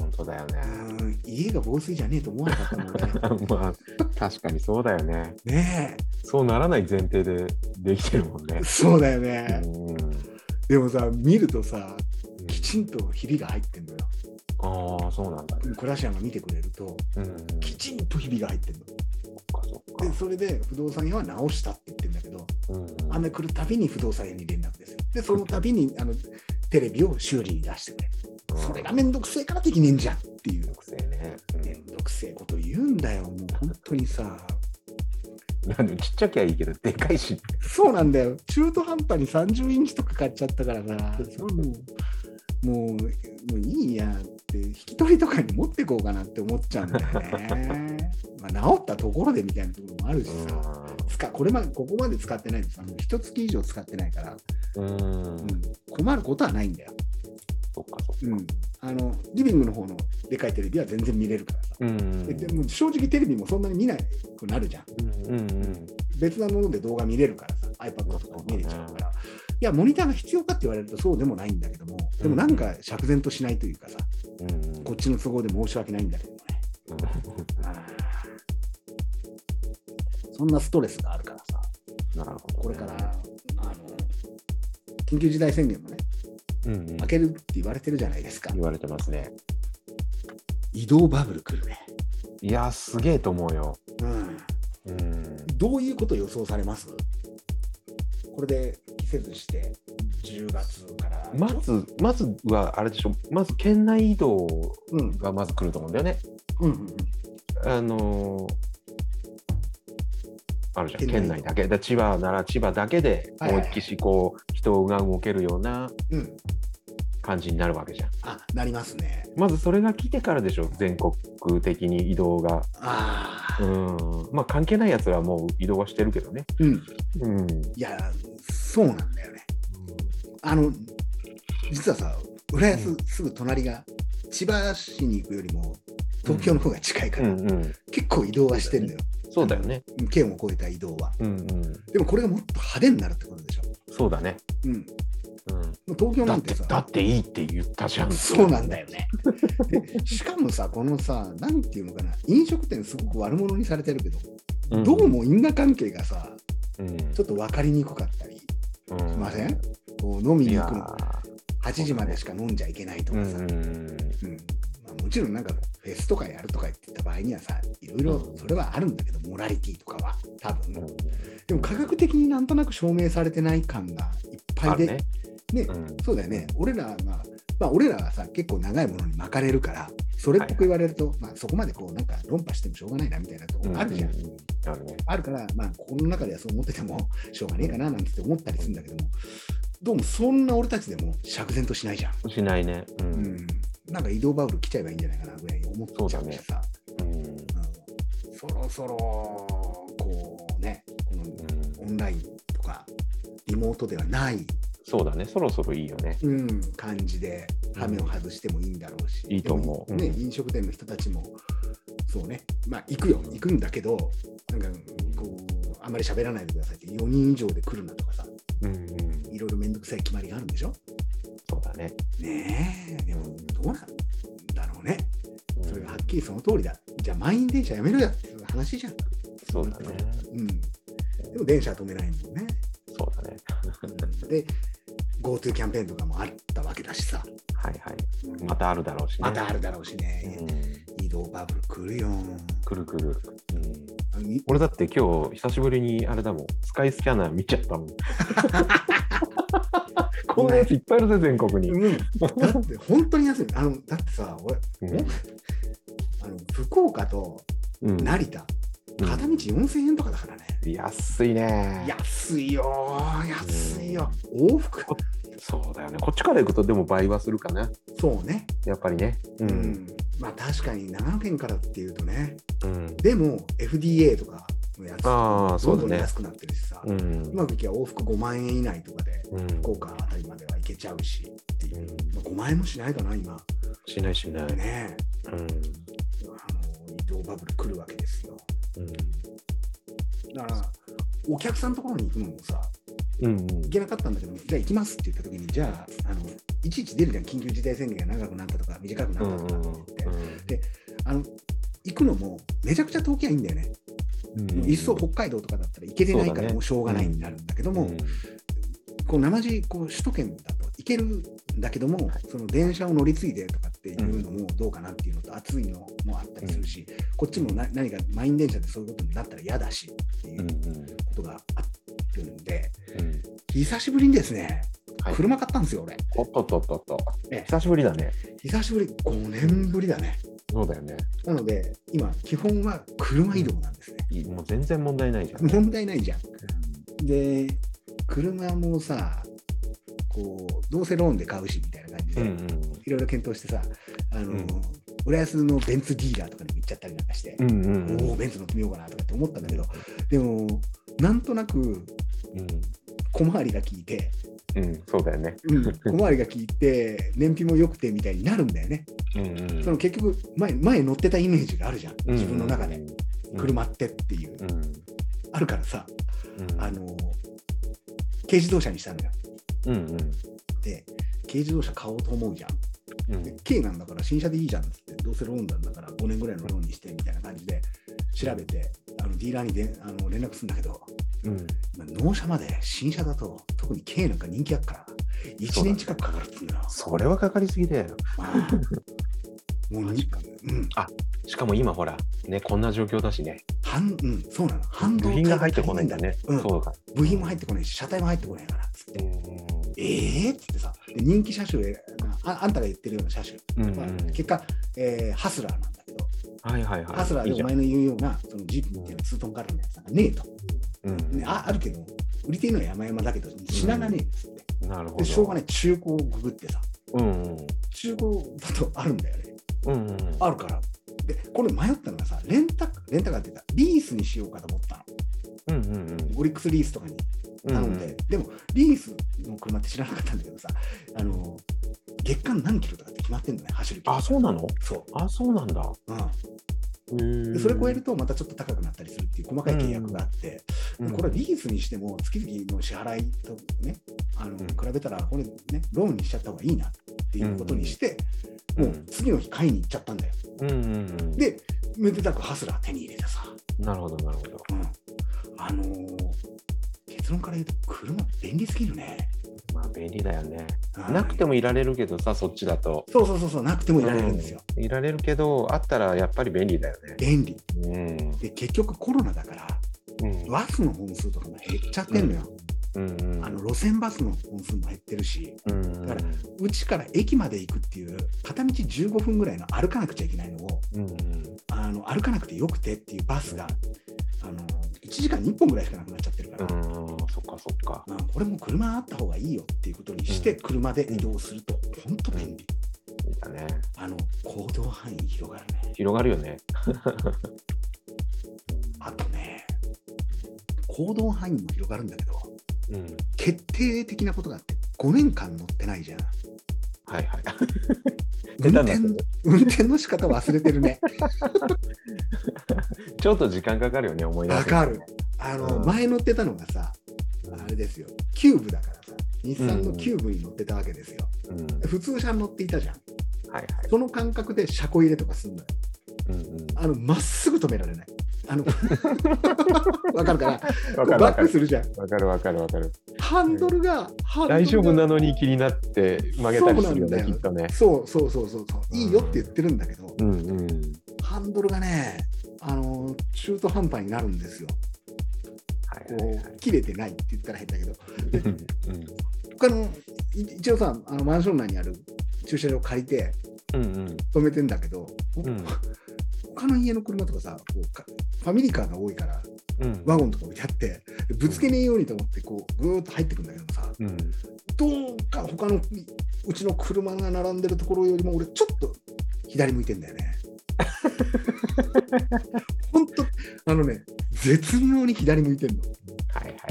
Speaker 2: 本当だよね。
Speaker 1: うん家が防水じゃねえと思わなかったもんね。
Speaker 2: まあ、確かにそうだよね。
Speaker 1: ね
Speaker 2: そうならない前提でできてるもんね
Speaker 1: え、。そうだよね。
Speaker 2: うん
Speaker 1: でもさ、見るとさ、きちんとひびが入ってんのよ。
Speaker 2: ああ、そうなんだね。
Speaker 1: クラシアンが見てくれると、
Speaker 2: うん。
Speaker 1: きちんとひびが入ってんの。
Speaker 2: そっかそっ
Speaker 1: で、
Speaker 2: か。
Speaker 1: それで不動産屋は直したって言ってんだけど、
Speaker 2: うん
Speaker 1: 雨来るたびに不動産屋に連絡ですよ。で、そのたびにあのテレビを修理に出してくれる。それがめんどくせえからできねえんじゃんっていう。
Speaker 2: くせえね。うん
Speaker 1: めんどくせえこと言うんだよ、もう本当にさ。
Speaker 2: なんでちっちゃきゃいいけど、でかいし。
Speaker 1: そうなんだよ。中途半端に30インチとか買っちゃったからさ、それもう、もう、もういいやって、引き取りとかに持ってこ うかなって思っちゃうんだよね。まあ、治ったところでみたいなところもあるし
Speaker 2: うん
Speaker 1: さ、使これまでここまで使ってないんですあの一月以上使ってないから、
Speaker 2: うん
Speaker 1: う。ん、困ることはないんだよ、
Speaker 2: そっかそっ
Speaker 1: う
Speaker 2: か。
Speaker 1: ん、あのリビングの方のでかいテレビは全然見れるからさ、
Speaker 2: うん
Speaker 1: ででも正直テレビもそんなに見なくなるじゃん
Speaker 2: うんうん
Speaker 1: 別なもので動画見れるからさ iPad とかで見れちゃうから、いやモニターが必要かって言われるとそうでもないんだけどもでもなんか釈然としないというかさ
Speaker 2: うん
Speaker 1: こっちの都合で申し訳ないんだけどねそんなストレスがあるからさ
Speaker 2: なるほど。
Speaker 1: これから、あの緊急事態宣言もね、
Speaker 2: うんうん
Speaker 1: 開けるって言われてるじゃないですか
Speaker 2: 言、われてますね。
Speaker 1: 移動バブル来るね、
Speaker 2: いや、すげえと思うよ。
Speaker 1: うん、
Speaker 2: うん。
Speaker 1: どういうこと予想されますこれで季節して、10月から、
Speaker 2: まず、まずはあれでしょ、まず県内移動
Speaker 1: うん、うん
Speaker 2: がまず来ると思うんだよね。
Speaker 1: うんうん、
Speaker 2: あのーあるじゃん
Speaker 1: 県
Speaker 2: 県
Speaker 1: 内移動
Speaker 2: 内だけで千葉なら千葉だけで
Speaker 1: はい
Speaker 2: 思
Speaker 1: はい
Speaker 2: いっきしこう人が動けるような
Speaker 1: うん、
Speaker 2: 感じになるわけじゃん
Speaker 1: あなりますね。
Speaker 2: まずそれが来てからでしょ全国的に移動が
Speaker 1: あ
Speaker 2: う
Speaker 1: あ、
Speaker 2: んまあ関係ないやつはもう移動はしてるけどね
Speaker 1: うん、
Speaker 2: うん
Speaker 1: いや、そうなんだよね。あの実はさ、浦安すぐ隣が、千葉市に行くよりも、東京の方が近いか
Speaker 2: う
Speaker 1: ら、
Speaker 2: んうん
Speaker 1: 結構移動はしてるのよ、
Speaker 2: そうだよね
Speaker 1: 県を越えた移動は。
Speaker 2: うんうん
Speaker 1: でもこれがもっと派手になるってことでしょ。
Speaker 2: そうだね
Speaker 1: うん、
Speaker 2: うん
Speaker 1: もう東京
Speaker 2: だ
Speaker 1: な
Speaker 2: っ
Speaker 1: んて
Speaker 2: て
Speaker 1: さ、
Speaker 2: だっていいって言ったじゃん
Speaker 1: そうなんだよね。でしかもさ、このさ、なんていうのかな、飲食店すごく悪者にされてるけど、
Speaker 2: うん
Speaker 1: どうも因果関係がさ、
Speaker 2: うん
Speaker 1: ちょっと分かりにくかったりし
Speaker 2: うん
Speaker 1: ません、こう飲み
Speaker 2: い
Speaker 1: に
Speaker 2: や
Speaker 1: 行くの、8時までしか飲んじゃいけないと
Speaker 2: ーう
Speaker 1: か
Speaker 2: ん
Speaker 1: さ、
Speaker 2: う
Speaker 1: うんん
Speaker 2: うん
Speaker 1: まあ、もちろんなんかフェスとかやるとか言ってた場合にはさ、いろいろそれはあるんだけど、モラリティとかは、多分、
Speaker 2: うん
Speaker 1: でも科学的になんとなく証明されてない感がいっぱ
Speaker 2: あ
Speaker 1: い
Speaker 2: る
Speaker 1: で、
Speaker 2: ね
Speaker 1: ね
Speaker 2: うん
Speaker 1: そうだよね、俺らが、まあ、俺らはさ、結構長いものに巻かれるから、それっぽく言われると、まあ、そこまでこう、なんか論破してもしょうがないなみたいなとこあるじゃん。
Speaker 2: ううあるね
Speaker 1: あるから、まあ、心の中ではそう思ってても、 しょうがねえかななんて思ったりするんだけども、どうもそんな俺たちでも釈然としないじゃん。
Speaker 2: しないねう
Speaker 1: うんん、なんか移動バブル来ちゃえばいいんじゃないかなぐらい思ってちゃうしさ、
Speaker 2: うん
Speaker 1: うんそろそろ、こうね、この
Speaker 2: うん
Speaker 1: オンラインとか、リモートではない
Speaker 2: そうだねそろそろいいよね
Speaker 1: うん、感じで羽目を外してもいいんだろうし、
Speaker 2: うんいいと思う
Speaker 1: でもね、
Speaker 2: うん
Speaker 1: 飲食店の人たちも、そうね、まあ、行くよ、行くんだけど、なんかこう、あんまり喋らないでくださいって、4人以上で来るなとかさ、
Speaker 2: うんうん
Speaker 1: いろいろめんどくさい決まりがあるんでしょ。
Speaker 2: そうだね
Speaker 1: ねえ、でも、どうなんだろうね。
Speaker 2: うん
Speaker 1: それがはっきりその通りだ。じゃあ、満員電車やめろやっていう話じゃん。
Speaker 2: そうだね
Speaker 1: うん。でも、電車は止めないもんね。
Speaker 2: そうだね
Speaker 1: で、GoTo キャンペーンとかもあったわけだしさ、
Speaker 2: はいはいまたあるだろうしね
Speaker 1: またあるだろうしね。
Speaker 2: うん
Speaker 1: 移動バブル来るよ。
Speaker 2: くるくるうん
Speaker 1: い
Speaker 2: 俺だって今日久しぶりにあれだもんスカイスキャナー見ちゃった もんこんなやついっぱいいるぜ全国に、
Speaker 1: うん、だって本当に安い。あのだってさ、俺
Speaker 2: うん
Speaker 1: あの福岡と
Speaker 2: うん
Speaker 1: 成田、
Speaker 2: うん
Speaker 1: 片道4000円とかだからね。
Speaker 2: 安いね
Speaker 1: 安いよー、安いよ。往復
Speaker 2: そうだよねこっちから行くとでも倍はするかな
Speaker 1: そうね。
Speaker 2: やっぱりねう
Speaker 1: うんん。まあ確かに長野県からっていうとね、
Speaker 2: うん
Speaker 1: でも FDA とかのやつ、
Speaker 2: ああそ
Speaker 1: どん
Speaker 2: う
Speaker 1: ど
Speaker 2: だ
Speaker 1: ん
Speaker 2: ね
Speaker 1: 安くなってるしさ、う
Speaker 2: う
Speaker 1: んまくいけば往復5万円以内とかで、
Speaker 2: うん
Speaker 1: 福岡あたりまでは行けちゃうしっていうう。
Speaker 2: ん
Speaker 1: まあ、5万円もしないかな、今。
Speaker 2: しないしない
Speaker 1: ねえ
Speaker 2: うん
Speaker 1: あの移動バブル来るわけですよ。だからお客さんのところに行くのもさ
Speaker 2: うんうん
Speaker 1: 行けなかったんだけどじゃあ行きますって言った時にじゃああのいちいち出るじゃん緊急事態宣言が長くなったとか短くな
Speaker 2: う
Speaker 1: った
Speaker 2: ん
Speaker 1: とかって言って、
Speaker 2: う
Speaker 1: あの行くのもめちゃくちゃ遠きゃいいんだよね、
Speaker 2: ん
Speaker 1: いっそ北海道とかだったら行けてないか
Speaker 2: そうだ
Speaker 1: ら
Speaker 2: ね
Speaker 1: もうしょうがないになるんだけども、こうなまじこう首都圏だと行けるんだけども、その電車を乗り継いでとかっていうのもどうかなっていうのと、暑いのもあったりするし、こっちもな何か満員電車でそういうことになったら嫌だしっていう
Speaker 2: うん
Speaker 1: こ
Speaker 2: うん
Speaker 1: とがあるんで、
Speaker 2: うん
Speaker 1: 久しぶりにですね、
Speaker 2: はい
Speaker 1: 車買ったんですよ、俺。
Speaker 2: おっとっとっとっと
Speaker 1: ええ
Speaker 2: 久しぶりだね
Speaker 1: 久しぶり、5年ぶりだね。
Speaker 2: そうだよね
Speaker 1: なので、今、基本は車移動なんですね。
Speaker 2: いいもう全然問題ないじゃん
Speaker 1: 問題ないじゃん。で、車もさ、こう、どうせローンで買うしみたいな感じ
Speaker 2: う
Speaker 1: で、
Speaker 2: ん
Speaker 1: いろいろ検討してさ、あの、
Speaker 2: うん
Speaker 1: 浦安のベンツディーラーとかにも行っちゃったりなんかして
Speaker 2: う、んうんうん
Speaker 1: おお、ベンツ乗ってみようかなとかって思ったんだけど、でも、なんとなく小回りが効いて、
Speaker 2: うん、うん、そうだよね。
Speaker 1: うん、小回りが効いて燃費も良くてみたいになるんだよね。
Speaker 2: うんうん
Speaker 1: その結局前前乗ってたイメージがあるじゃん
Speaker 2: うん
Speaker 1: 自分の中で、車ってっていう、
Speaker 2: うんうん
Speaker 1: あるからさ
Speaker 2: うん
Speaker 1: あの軽自動車にしたのよ。
Speaker 2: うんうん
Speaker 1: で軽自動車買おうと思うじゃん。
Speaker 2: うん
Speaker 1: で軽なんだから新車でいいじゃんっつってどうせローンなんだから5年ぐらいのローンにしてみたいな感じで調べてあのディーラーにであの連絡するんだけど
Speaker 2: うん
Speaker 1: まあ納車まで新車だと特に軽なんか人気やっから1年近くかかるっつうんだよ。
Speaker 2: それはかかりすぎだよ。
Speaker 1: まあもうにうん
Speaker 2: しかも今ほら、ね、こんな状況だしね、
Speaker 1: 半うんそうなの半導
Speaker 2: 部
Speaker 1: 体
Speaker 2: 品が入ってこないんだね。
Speaker 1: うん
Speaker 2: そうか。
Speaker 1: 部品も入ってこないし車体も入ってこないからっつってええっつってさで人気車種を選ぶああんたが言ってるような車種、
Speaker 2: うんうん
Speaker 1: まあ、結果、えーハスラーなんだけど、
Speaker 2: はいはいはい。
Speaker 1: ハスラー
Speaker 2: い
Speaker 1: で
Speaker 2: いじ
Speaker 1: お
Speaker 2: ゃん
Speaker 1: 前の言うようなそのジープみたいなツートンカラーのやつなんかねえと、
Speaker 2: うん
Speaker 1: ねああるけど売りてえのは山々だけど品がねえっつって、
Speaker 2: なるほど。
Speaker 1: でしょうがない中古をググってさ
Speaker 2: うんうん
Speaker 1: 中古だとあるんだよね
Speaker 2: うんうん
Speaker 1: あるからでこれ迷ったのがさレンタカーレンタカーっていうかリースにしようかと思ったの
Speaker 2: うんうんうん
Speaker 1: オリックスリースとかに
Speaker 2: うん
Speaker 1: なので、でもリースの車って知らなかったんだけどさあの月間何キロとかって決まってんのね走る距離
Speaker 2: あ、そうなの
Speaker 1: そ
Speaker 2: あ、そうなんだ。
Speaker 1: う、う
Speaker 2: へー
Speaker 1: ん、でそれ超えるとまたちょっと高くなったりするっていう細かい契約があって、
Speaker 2: うん
Speaker 1: これリースにしても月々の支払いとねあの
Speaker 2: ん
Speaker 1: 比べたらこれねローンにしちゃった方がいいなっていうことにして、
Speaker 2: うん
Speaker 1: もう次の日買いに行っちゃったんだよ
Speaker 2: うんうんうん。
Speaker 1: でめでたくハスラー手に入れてさ、
Speaker 2: なるほど、なるほど。
Speaker 1: うん、あのー結論から言うと車便利すぎるね、
Speaker 2: まあ、便利だよね。
Speaker 1: うん
Speaker 2: なくてもいられるけどさ、そっちだと。
Speaker 1: そうそうそうそう、なくてもいられるんですよ。
Speaker 2: うんいられるけど、あったらやっぱり便利だよね。
Speaker 1: 便利。
Speaker 2: うん。
Speaker 1: で、結局コロナだから、
Speaker 2: うん
Speaker 1: バスの本数とかも減っちゃってんのよ。
Speaker 2: うんうん
Speaker 1: あの路線バスの本数も減ってるし、
Speaker 2: うんうん
Speaker 1: だからうちから駅まで行くっていう、片道15分ぐらいの歩かなくちゃいけないのを、
Speaker 2: うんうん
Speaker 1: あの歩かなくてよくてっていうバスが、あの1時間に1本ぐらいしかなくなっちゃってるか
Speaker 2: う
Speaker 1: ら。
Speaker 2: ん、そっかそっか。
Speaker 1: まあ、これも車あった方がいいよっていうことにして、
Speaker 2: う
Speaker 1: 車で移動すると、本当便利。
Speaker 2: いいだね。
Speaker 1: あの、行動範囲広がるね。
Speaker 2: 広がるよね。
Speaker 1: あとね、行動範囲も広がるんだけど、
Speaker 2: うん。
Speaker 1: 決定的なことがあって5年間乗ってないじゃん
Speaker 2: はいはい。
Speaker 1: 運
Speaker 2: 下手になって
Speaker 1: 転
Speaker 2: る
Speaker 1: 運転の仕方忘れてるね
Speaker 2: ちょっと時間かかるよね、思い 出す
Speaker 1: わか
Speaker 2: の
Speaker 1: るあの、
Speaker 2: うん
Speaker 1: 前乗ってたのがさあれですよキューブだからさ日産のキューブに乗ってたわけですよ、
Speaker 2: うん。
Speaker 1: 普通車に乗っていたじゃん
Speaker 2: はいはい。
Speaker 1: その感覚で車庫入れとかすんのよ
Speaker 2: うんうん。
Speaker 1: あのまっすぐ止められないあの わかるから
Speaker 2: わか
Speaker 1: バ
Speaker 2: るわ
Speaker 1: ッ
Speaker 2: か
Speaker 1: ク
Speaker 2: る。
Speaker 1: するじゃん
Speaker 2: わかるわかるわかる。
Speaker 1: ハンドルが、ハンドルが
Speaker 2: 大丈夫なのに気になって曲げたりするよ
Speaker 1: そうな
Speaker 2: ね、
Speaker 1: んだ
Speaker 2: き
Speaker 1: よ
Speaker 2: っとね。
Speaker 1: そうそうそうそうそういいよって言ってるんだけど、
Speaker 2: うんうん。
Speaker 1: ハンドルがねあの中途半端になるんですよ
Speaker 2: はいはい
Speaker 1: こ
Speaker 2: は
Speaker 1: う切れてないって言ったら変だけど、
Speaker 2: い。うん
Speaker 1: 他のい一応さ、あのマンション内にある駐車場借りて
Speaker 2: うんうんうん
Speaker 1: 止めてんだけど、ほ
Speaker 2: うん
Speaker 1: 他の家の車とかさこうか、ファミリーカーが多いから、
Speaker 2: うん。
Speaker 1: ワゴンとか置いてあって、ぶつけねえようにと思ってこう、ぐーっと入ってくんだけどさ、
Speaker 2: うん。
Speaker 1: どうか他のうちの車が並んでるところよりも、俺、ちょっと左向いてんだよ ね。本当あのね、絶妙に左向いてんの。
Speaker 2: はいはいは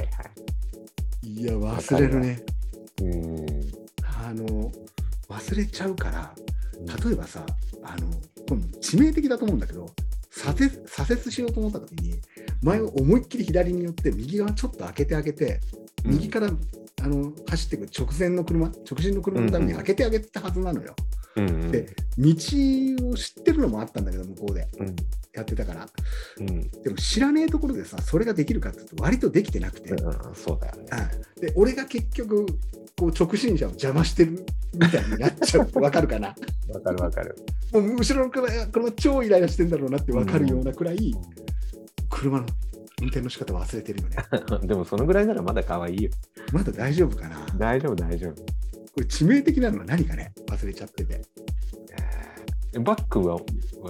Speaker 2: い。
Speaker 1: いや、忘れるね。
Speaker 2: うん。
Speaker 1: あの忘れちゃうから例えばさあのこれ致命的だと思うんだけど左折左折しようと思った時に前を思いっきり左に寄って右側ちょっと開けて開けて
Speaker 2: うん
Speaker 1: 右から、あの走ってくる直前の車直進の車のため
Speaker 2: う
Speaker 1: に
Speaker 2: んうん
Speaker 1: 開けてあげてたはずなのよ、
Speaker 2: うんうん
Speaker 1: で道を知ってるのもあったんだけど向こうで
Speaker 2: うん
Speaker 1: やってたから
Speaker 2: うん
Speaker 1: でも知らねえところでさそれができるかって言うと割とできてなくて、
Speaker 2: うんそうだよね。
Speaker 1: うんで俺が結局こう直進車を邪魔してるみたいになっちゃう わかるかな
Speaker 2: わかるわかる。
Speaker 1: もう後ろの車車超イライラしてんだろうなってわかるようなくらい車の運転の仕方忘れてるよね
Speaker 2: でもそのぐらいならまだ可愛いよ。
Speaker 1: まだ大丈夫かな
Speaker 2: 大丈夫大丈夫。
Speaker 1: これ致命的なのは何かね忘れちゃってて
Speaker 2: えバックは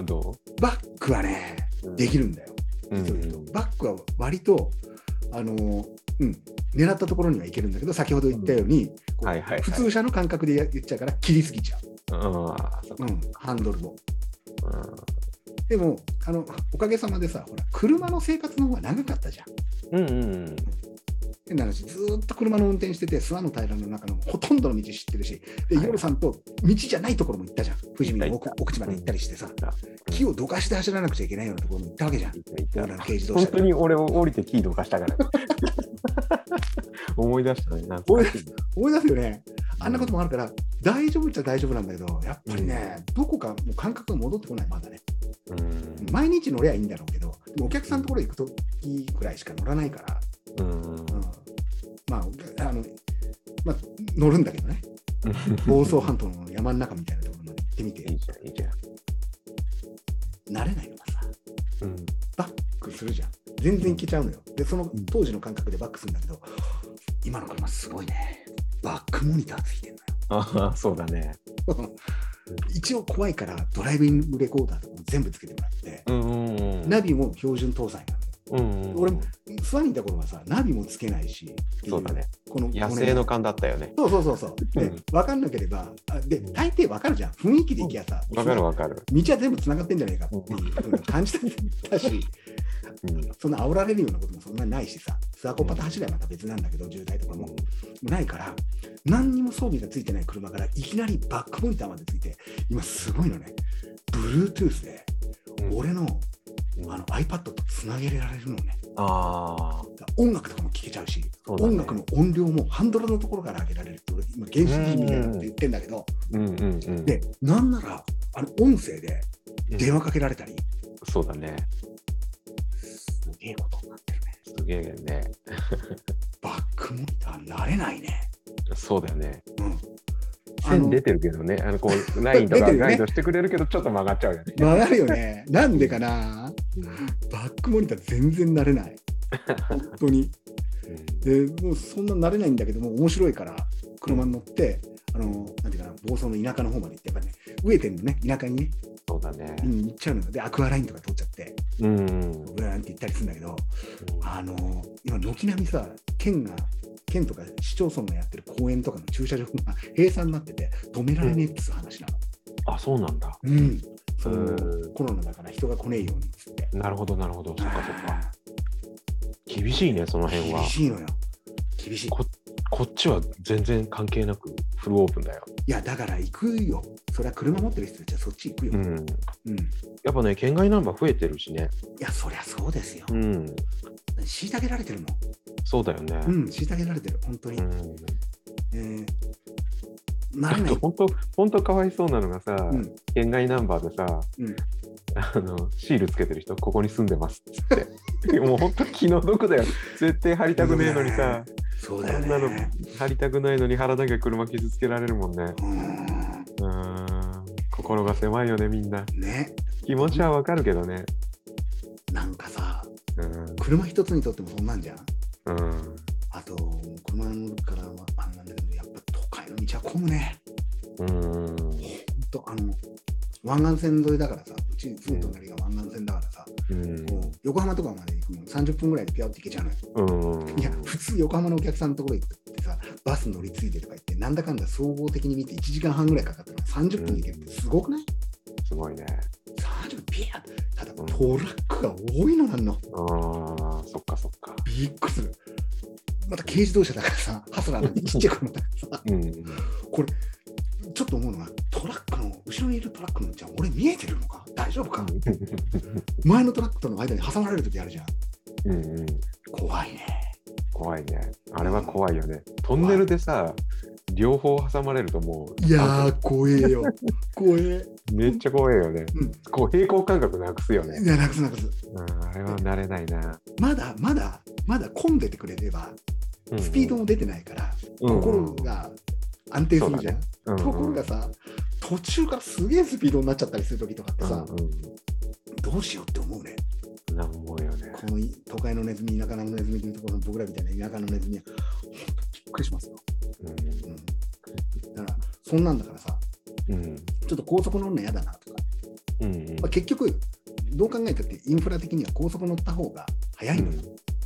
Speaker 2: ど
Speaker 1: バックはね
Speaker 2: う
Speaker 1: できるんだよ
Speaker 2: うん
Speaker 1: 実を言うとバックは割とあのうん狙ったところにはいけるんだけど先ほど言ったように、こう
Speaker 2: はいはいはい
Speaker 1: 普通車の感覚でや言っちゃうから切りすぎちゃう、
Speaker 2: うんあーそっ
Speaker 1: う
Speaker 2: か
Speaker 1: ん、ハンドルも
Speaker 2: うん
Speaker 1: でもあのおかげさまでさほら車の生活の方が長かったじゃん
Speaker 2: うんうん
Speaker 1: 変な話、ずーっと車の運転してて、諏訪の平の中のほとんどの道知ってるし、で、
Speaker 2: はい
Speaker 1: 夜さんと道じゃないところも行ったじゃん、富士見の奥奥地まで行ったりしてさ、木をどかして走らなくちゃいけないようなところも行ったわけじゃん、オーラの軽自動
Speaker 2: 本
Speaker 1: 車
Speaker 2: 当
Speaker 1: で。
Speaker 2: に俺を降りてキーどかしたから。思い出したね。なんか
Speaker 1: 思い出す思い出すよね、あんなこともあるから、大丈夫っちゃ大丈夫なんだけど、やっぱりね、どこかもう感覚が戻ってこない、まだね。
Speaker 2: うん
Speaker 1: 毎日乗りゃいいんだろうけど、でもお客さんのところ行くときぐらいしか乗らないから、
Speaker 2: うん
Speaker 1: うんまあ、あの、まあ、乗るんだけどね、房総半島の山の中みたいなところまで行ってみて
Speaker 2: い、いじゃん、いいじゃん。
Speaker 1: 慣れないのがさ。
Speaker 2: うん
Speaker 1: バックするじゃん。全然いけちゃうのよ。で、その当時の感覚でバックするんだけど、今の車すごいね。バックモニターついてん
Speaker 2: ああ、そうだね。
Speaker 1: のよ。 一応怖いから、ドライビングレコーダーとかも全部つけてもらって、
Speaker 2: うんうんうん。
Speaker 1: ナビも標準搭載なのよ。
Speaker 2: うんうんうん
Speaker 1: 俺も諏訪にいた頃はさ、ナビもつけないし、ってい
Speaker 2: そうだね。。
Speaker 1: この
Speaker 2: 野生の
Speaker 1: こ
Speaker 2: 勘だったよね。
Speaker 1: そうそうそうそう。で
Speaker 2: うん、
Speaker 1: 分かんなければ、あで、大抵分かるじゃん。雰囲気でいきゃさ、
Speaker 2: わかるわかる。
Speaker 1: 道は全部つながってんじゃねえかっていうふうに感じたし。
Speaker 2: うん
Speaker 1: そんな煽られるようなこともそんなにないしさ、スワコパと走ればまた別なんだけど、渋滞とかもないから、何にも装備がついてない車からいきなりバックモニターまでついて、今すごいのね、Bluetooth で
Speaker 2: うん
Speaker 1: 俺の
Speaker 2: うん
Speaker 1: あの iPad とつなげられるのね、
Speaker 2: ああ、
Speaker 1: 音楽とかも聴けちゃうし、
Speaker 2: そうだね
Speaker 1: 音楽の音量もハンドルのところから上げられるって、俺、今、原始人みたいなって言ってんだけど、
Speaker 2: うんうんうん。
Speaker 1: で、なんなら、あの音声で電話かけられたり、
Speaker 2: そうだね。
Speaker 1: すげえことになってるね。
Speaker 2: すげえね。
Speaker 1: バックモニター慣れないね。
Speaker 2: そうだよね。
Speaker 1: うんあの
Speaker 2: 線出てるけどね、あのこ うラインと
Speaker 1: 出
Speaker 2: か
Speaker 1: てるね
Speaker 2: ガイドしてくれるけど、ちょっと曲がっちゃうよね。
Speaker 1: 曲がるよ ね。なんでかなバックモニター全然慣れない。本当に。で、もうそんな慣れないんだけども、面白いから、車に乗って、あの、なんていうかな、房総の田舎の方まで行って、やっぱね、植えてんのね、田舎にね、
Speaker 2: そうだね
Speaker 1: う。ん、行っちゃうのよ。で、アクアラインとか通っちゃって、
Speaker 2: うん。
Speaker 1: ブラーンって行ったりするんだけど、あの、今、軒並みさ、県が、県とか市町村がやってる公園とかの駐車場が 閉鎖になってて、止められねえっつう話なの。
Speaker 2: あ、そうなんだ。
Speaker 1: うん。そ
Speaker 2: うん
Speaker 1: のコロナだから人が来ねえようにっつって。
Speaker 2: なるほど、なるほど。そっかそっか。厳しいね、その辺は
Speaker 1: 厳。しいのよ。厳しい。い
Speaker 2: こっちは全然関係なくフルオープンだよ。
Speaker 1: や、だから行くよ。それは車持ってる人たちはそっち行くよ。
Speaker 2: うん。
Speaker 1: うん。い
Speaker 2: やっぱね、県外ナンバー増えてるしね。
Speaker 1: や、そりゃそうですよ。
Speaker 2: うん。
Speaker 1: 虐げられてるも
Speaker 2: そうだよね。
Speaker 1: ん。うん、虐げられてる、本当に。
Speaker 2: うん
Speaker 1: えーなれない。
Speaker 2: 本当本当かわいそうなのがさ、
Speaker 1: うん、
Speaker 2: 県外ナンバーでさ、
Speaker 1: うん
Speaker 2: あのシールつけてる人ここに住んでますっつって もう本当気の毒だよ絶対貼りたくねえのにさ
Speaker 1: そう
Speaker 2: こ
Speaker 1: だよ
Speaker 2: んなの
Speaker 1: ね。
Speaker 2: 貼りたくないのに貼らなきゃ車傷つけられるもんね
Speaker 1: うー
Speaker 2: うーん心が狭いよねみんなん
Speaker 1: ね、
Speaker 2: 気持ちはわかるけどね
Speaker 1: なんかさ、
Speaker 2: うん
Speaker 1: 車一つにとってもそんなんじゃん。
Speaker 2: うん
Speaker 1: あと、車乗るからはあれなんだけど、やっぱ都会の道は混むね。
Speaker 2: うん
Speaker 1: ほんと、あの、湾岸線沿いだからさ、うちすぐ隣が湾岸線だからさ、
Speaker 2: うん
Speaker 1: もう横浜とかまで行くのに30分ぐらいでピャーって行けちゃうのよ。
Speaker 2: うん
Speaker 1: いや、普通横浜のお客さんのところ行くってさ、バス乗り継いでとか言って、なんだかんだ総合的に見て1時間半ぐらいかかったら30分で行けるってすごくない、
Speaker 2: すごいね
Speaker 1: ?30 分ピャーただ
Speaker 2: う
Speaker 1: ト
Speaker 2: ん
Speaker 1: ラックが多いのなんの。
Speaker 2: あーそっかそっか
Speaker 1: びっくりする。また軽自動車だからさ、ハスラーなんてちっちゃい車だからさ、
Speaker 2: うん
Speaker 1: これ、ちょっと思うのが、トラックの、後ろにいるトラックの、じゃあ俺見えてるのか大丈夫か前のトラックとの間に挟まれる時あるじゃん。
Speaker 2: うんうん
Speaker 1: 怖いね。
Speaker 2: 怖いねあれは怖いよねトンネルでさ両方挟まれるともう
Speaker 1: いやー、怖えよ。怖え。
Speaker 2: めっちゃ怖いよね
Speaker 1: うん。
Speaker 2: こう平行感覚なくすよね
Speaker 1: いや、なくすなくす。
Speaker 2: うんあれは慣れないな
Speaker 1: まだまだまだ混んでてくれれば
Speaker 2: うん
Speaker 1: スピードも出てないから、
Speaker 2: うん
Speaker 1: 心が安定するじゃん、
Speaker 2: うん
Speaker 1: ところがさ途中からすげえスピードになっちゃったりする時とかってさ、
Speaker 2: うんうん
Speaker 1: どうしようって思うね
Speaker 2: な思うよね
Speaker 1: この都会のネズミ田舎のネズミというところの僕らみたいな田舎のネズミはほんとびっくりしますよ、
Speaker 2: う
Speaker 1: うん、だからそんなんだからさ
Speaker 2: んうん
Speaker 1: ちょっと高速乗るの嫌だなとか、
Speaker 2: うん
Speaker 1: まあ、結局どう考えたってインフラ的には高速乗った方が早いのよ、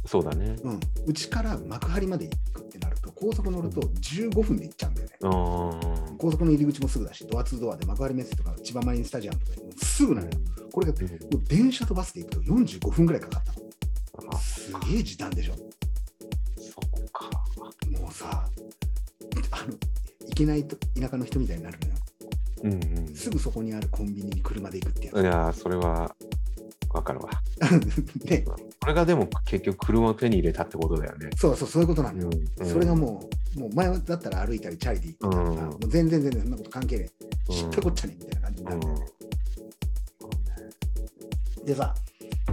Speaker 2: そうだね
Speaker 1: うん、うちから幕張まで行くってなると、高速乗ると15分で行っちゃうんだよね。
Speaker 2: あー
Speaker 1: 高速の入り口もすぐだし、ドアツードアで幕張メッセとか千葉マリンスタジアムとかもうすぐなのよ。これがもう電車とバスで行くと45分ぐらいかかったの。
Speaker 2: あ
Speaker 1: すげえ時短でしょ。
Speaker 2: そこか。
Speaker 1: もうさ、あの、行けないと田舎の人みたいになるのよ。
Speaker 2: うんうん。
Speaker 1: すぐそこにあるコンビニに車で行くってや
Speaker 2: いやー、それはわかるわ。
Speaker 1: つ。ね、
Speaker 2: これがでも結局車を手に入れたってことだよね。
Speaker 1: そうそう、そういうことなんだよ。
Speaker 2: うん
Speaker 1: それがもう、もう前だったら歩いたりチャリで行ってたのが、
Speaker 2: うん
Speaker 1: もう全然全然そんなこと関係ねえ。
Speaker 2: うん
Speaker 1: 知ってこっちゃねえみたいな感じにな
Speaker 2: う
Speaker 1: る
Speaker 2: ん。
Speaker 1: でさ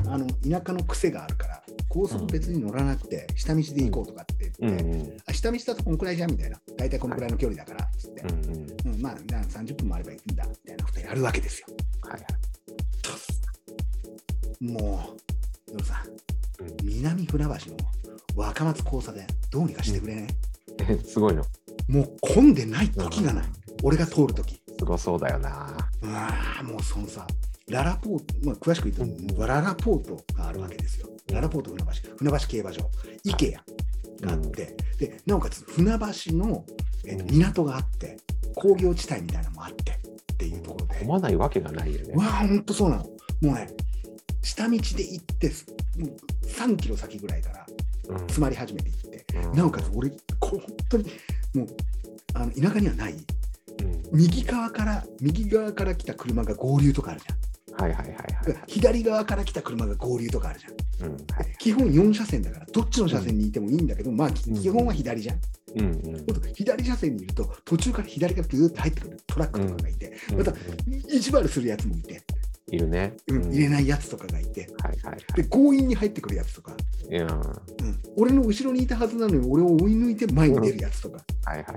Speaker 1: あの田舎の癖があるから高速別に乗らなくて下道で行こうとかって
Speaker 2: う
Speaker 1: 言っ
Speaker 2: ん
Speaker 1: て、
Speaker 2: うん
Speaker 1: あ下道だとこんくらいじゃんみたいな大体こんくらいの距離だからっつって、
Speaker 2: うんうん。
Speaker 1: うん、まあな30分もあれば行くんだみたいなことやるわけですよ
Speaker 2: はいはい。
Speaker 1: もうでもさ、
Speaker 2: うん
Speaker 1: 南船橋の若松交差点どうにかしてくれね、
Speaker 2: えすごい の。
Speaker 1: もう混んでない時がない、俺が通る時
Speaker 2: すごそうだよな。
Speaker 1: うわーもうそのさララポート、まあ、詳しく言うと、ララポートがあるわけですよ。
Speaker 2: うん
Speaker 1: ララポート船橋、船橋競馬場、池谷があって、でなおかつ船橋の、えっと
Speaker 2: うん
Speaker 1: 港があって工業地帯みたいなのもあってっていうところで、
Speaker 2: 混まないわけがないよね
Speaker 1: うわ。あほんとそうなのもうね下道で行ってすもう3キロ先ぐらいから
Speaker 2: うん
Speaker 1: 詰まり始めていって、
Speaker 2: うん
Speaker 1: なおかつ俺こう本当にもうあの田舎にはない
Speaker 2: うん
Speaker 1: 右側から右側から来た車が合流とかあるじゃん
Speaker 2: はいはいはいはいはい。
Speaker 1: 左側から来た車が合流とかあるじゃん
Speaker 2: うんはい
Speaker 1: 基本4車線だからどっちの車線にいてもいいんだけど、まあき
Speaker 2: うん
Speaker 1: 基本は左じゃん、
Speaker 2: うんうん
Speaker 1: 今度左車線にいると途中から左からずっと入ってくるトラックとかがいて、
Speaker 2: うん
Speaker 1: また意地悪するやつもいて、
Speaker 2: いるね。
Speaker 1: うん
Speaker 2: うん
Speaker 1: 入れないやつとかがいて
Speaker 2: はいはいはい。
Speaker 1: で強引に入ってくるやつとか、
Speaker 2: いやーは
Speaker 1: うん俺の後ろにいたはずなのに俺を追い抜いて前に出るやつとか、
Speaker 2: いはいはいはい。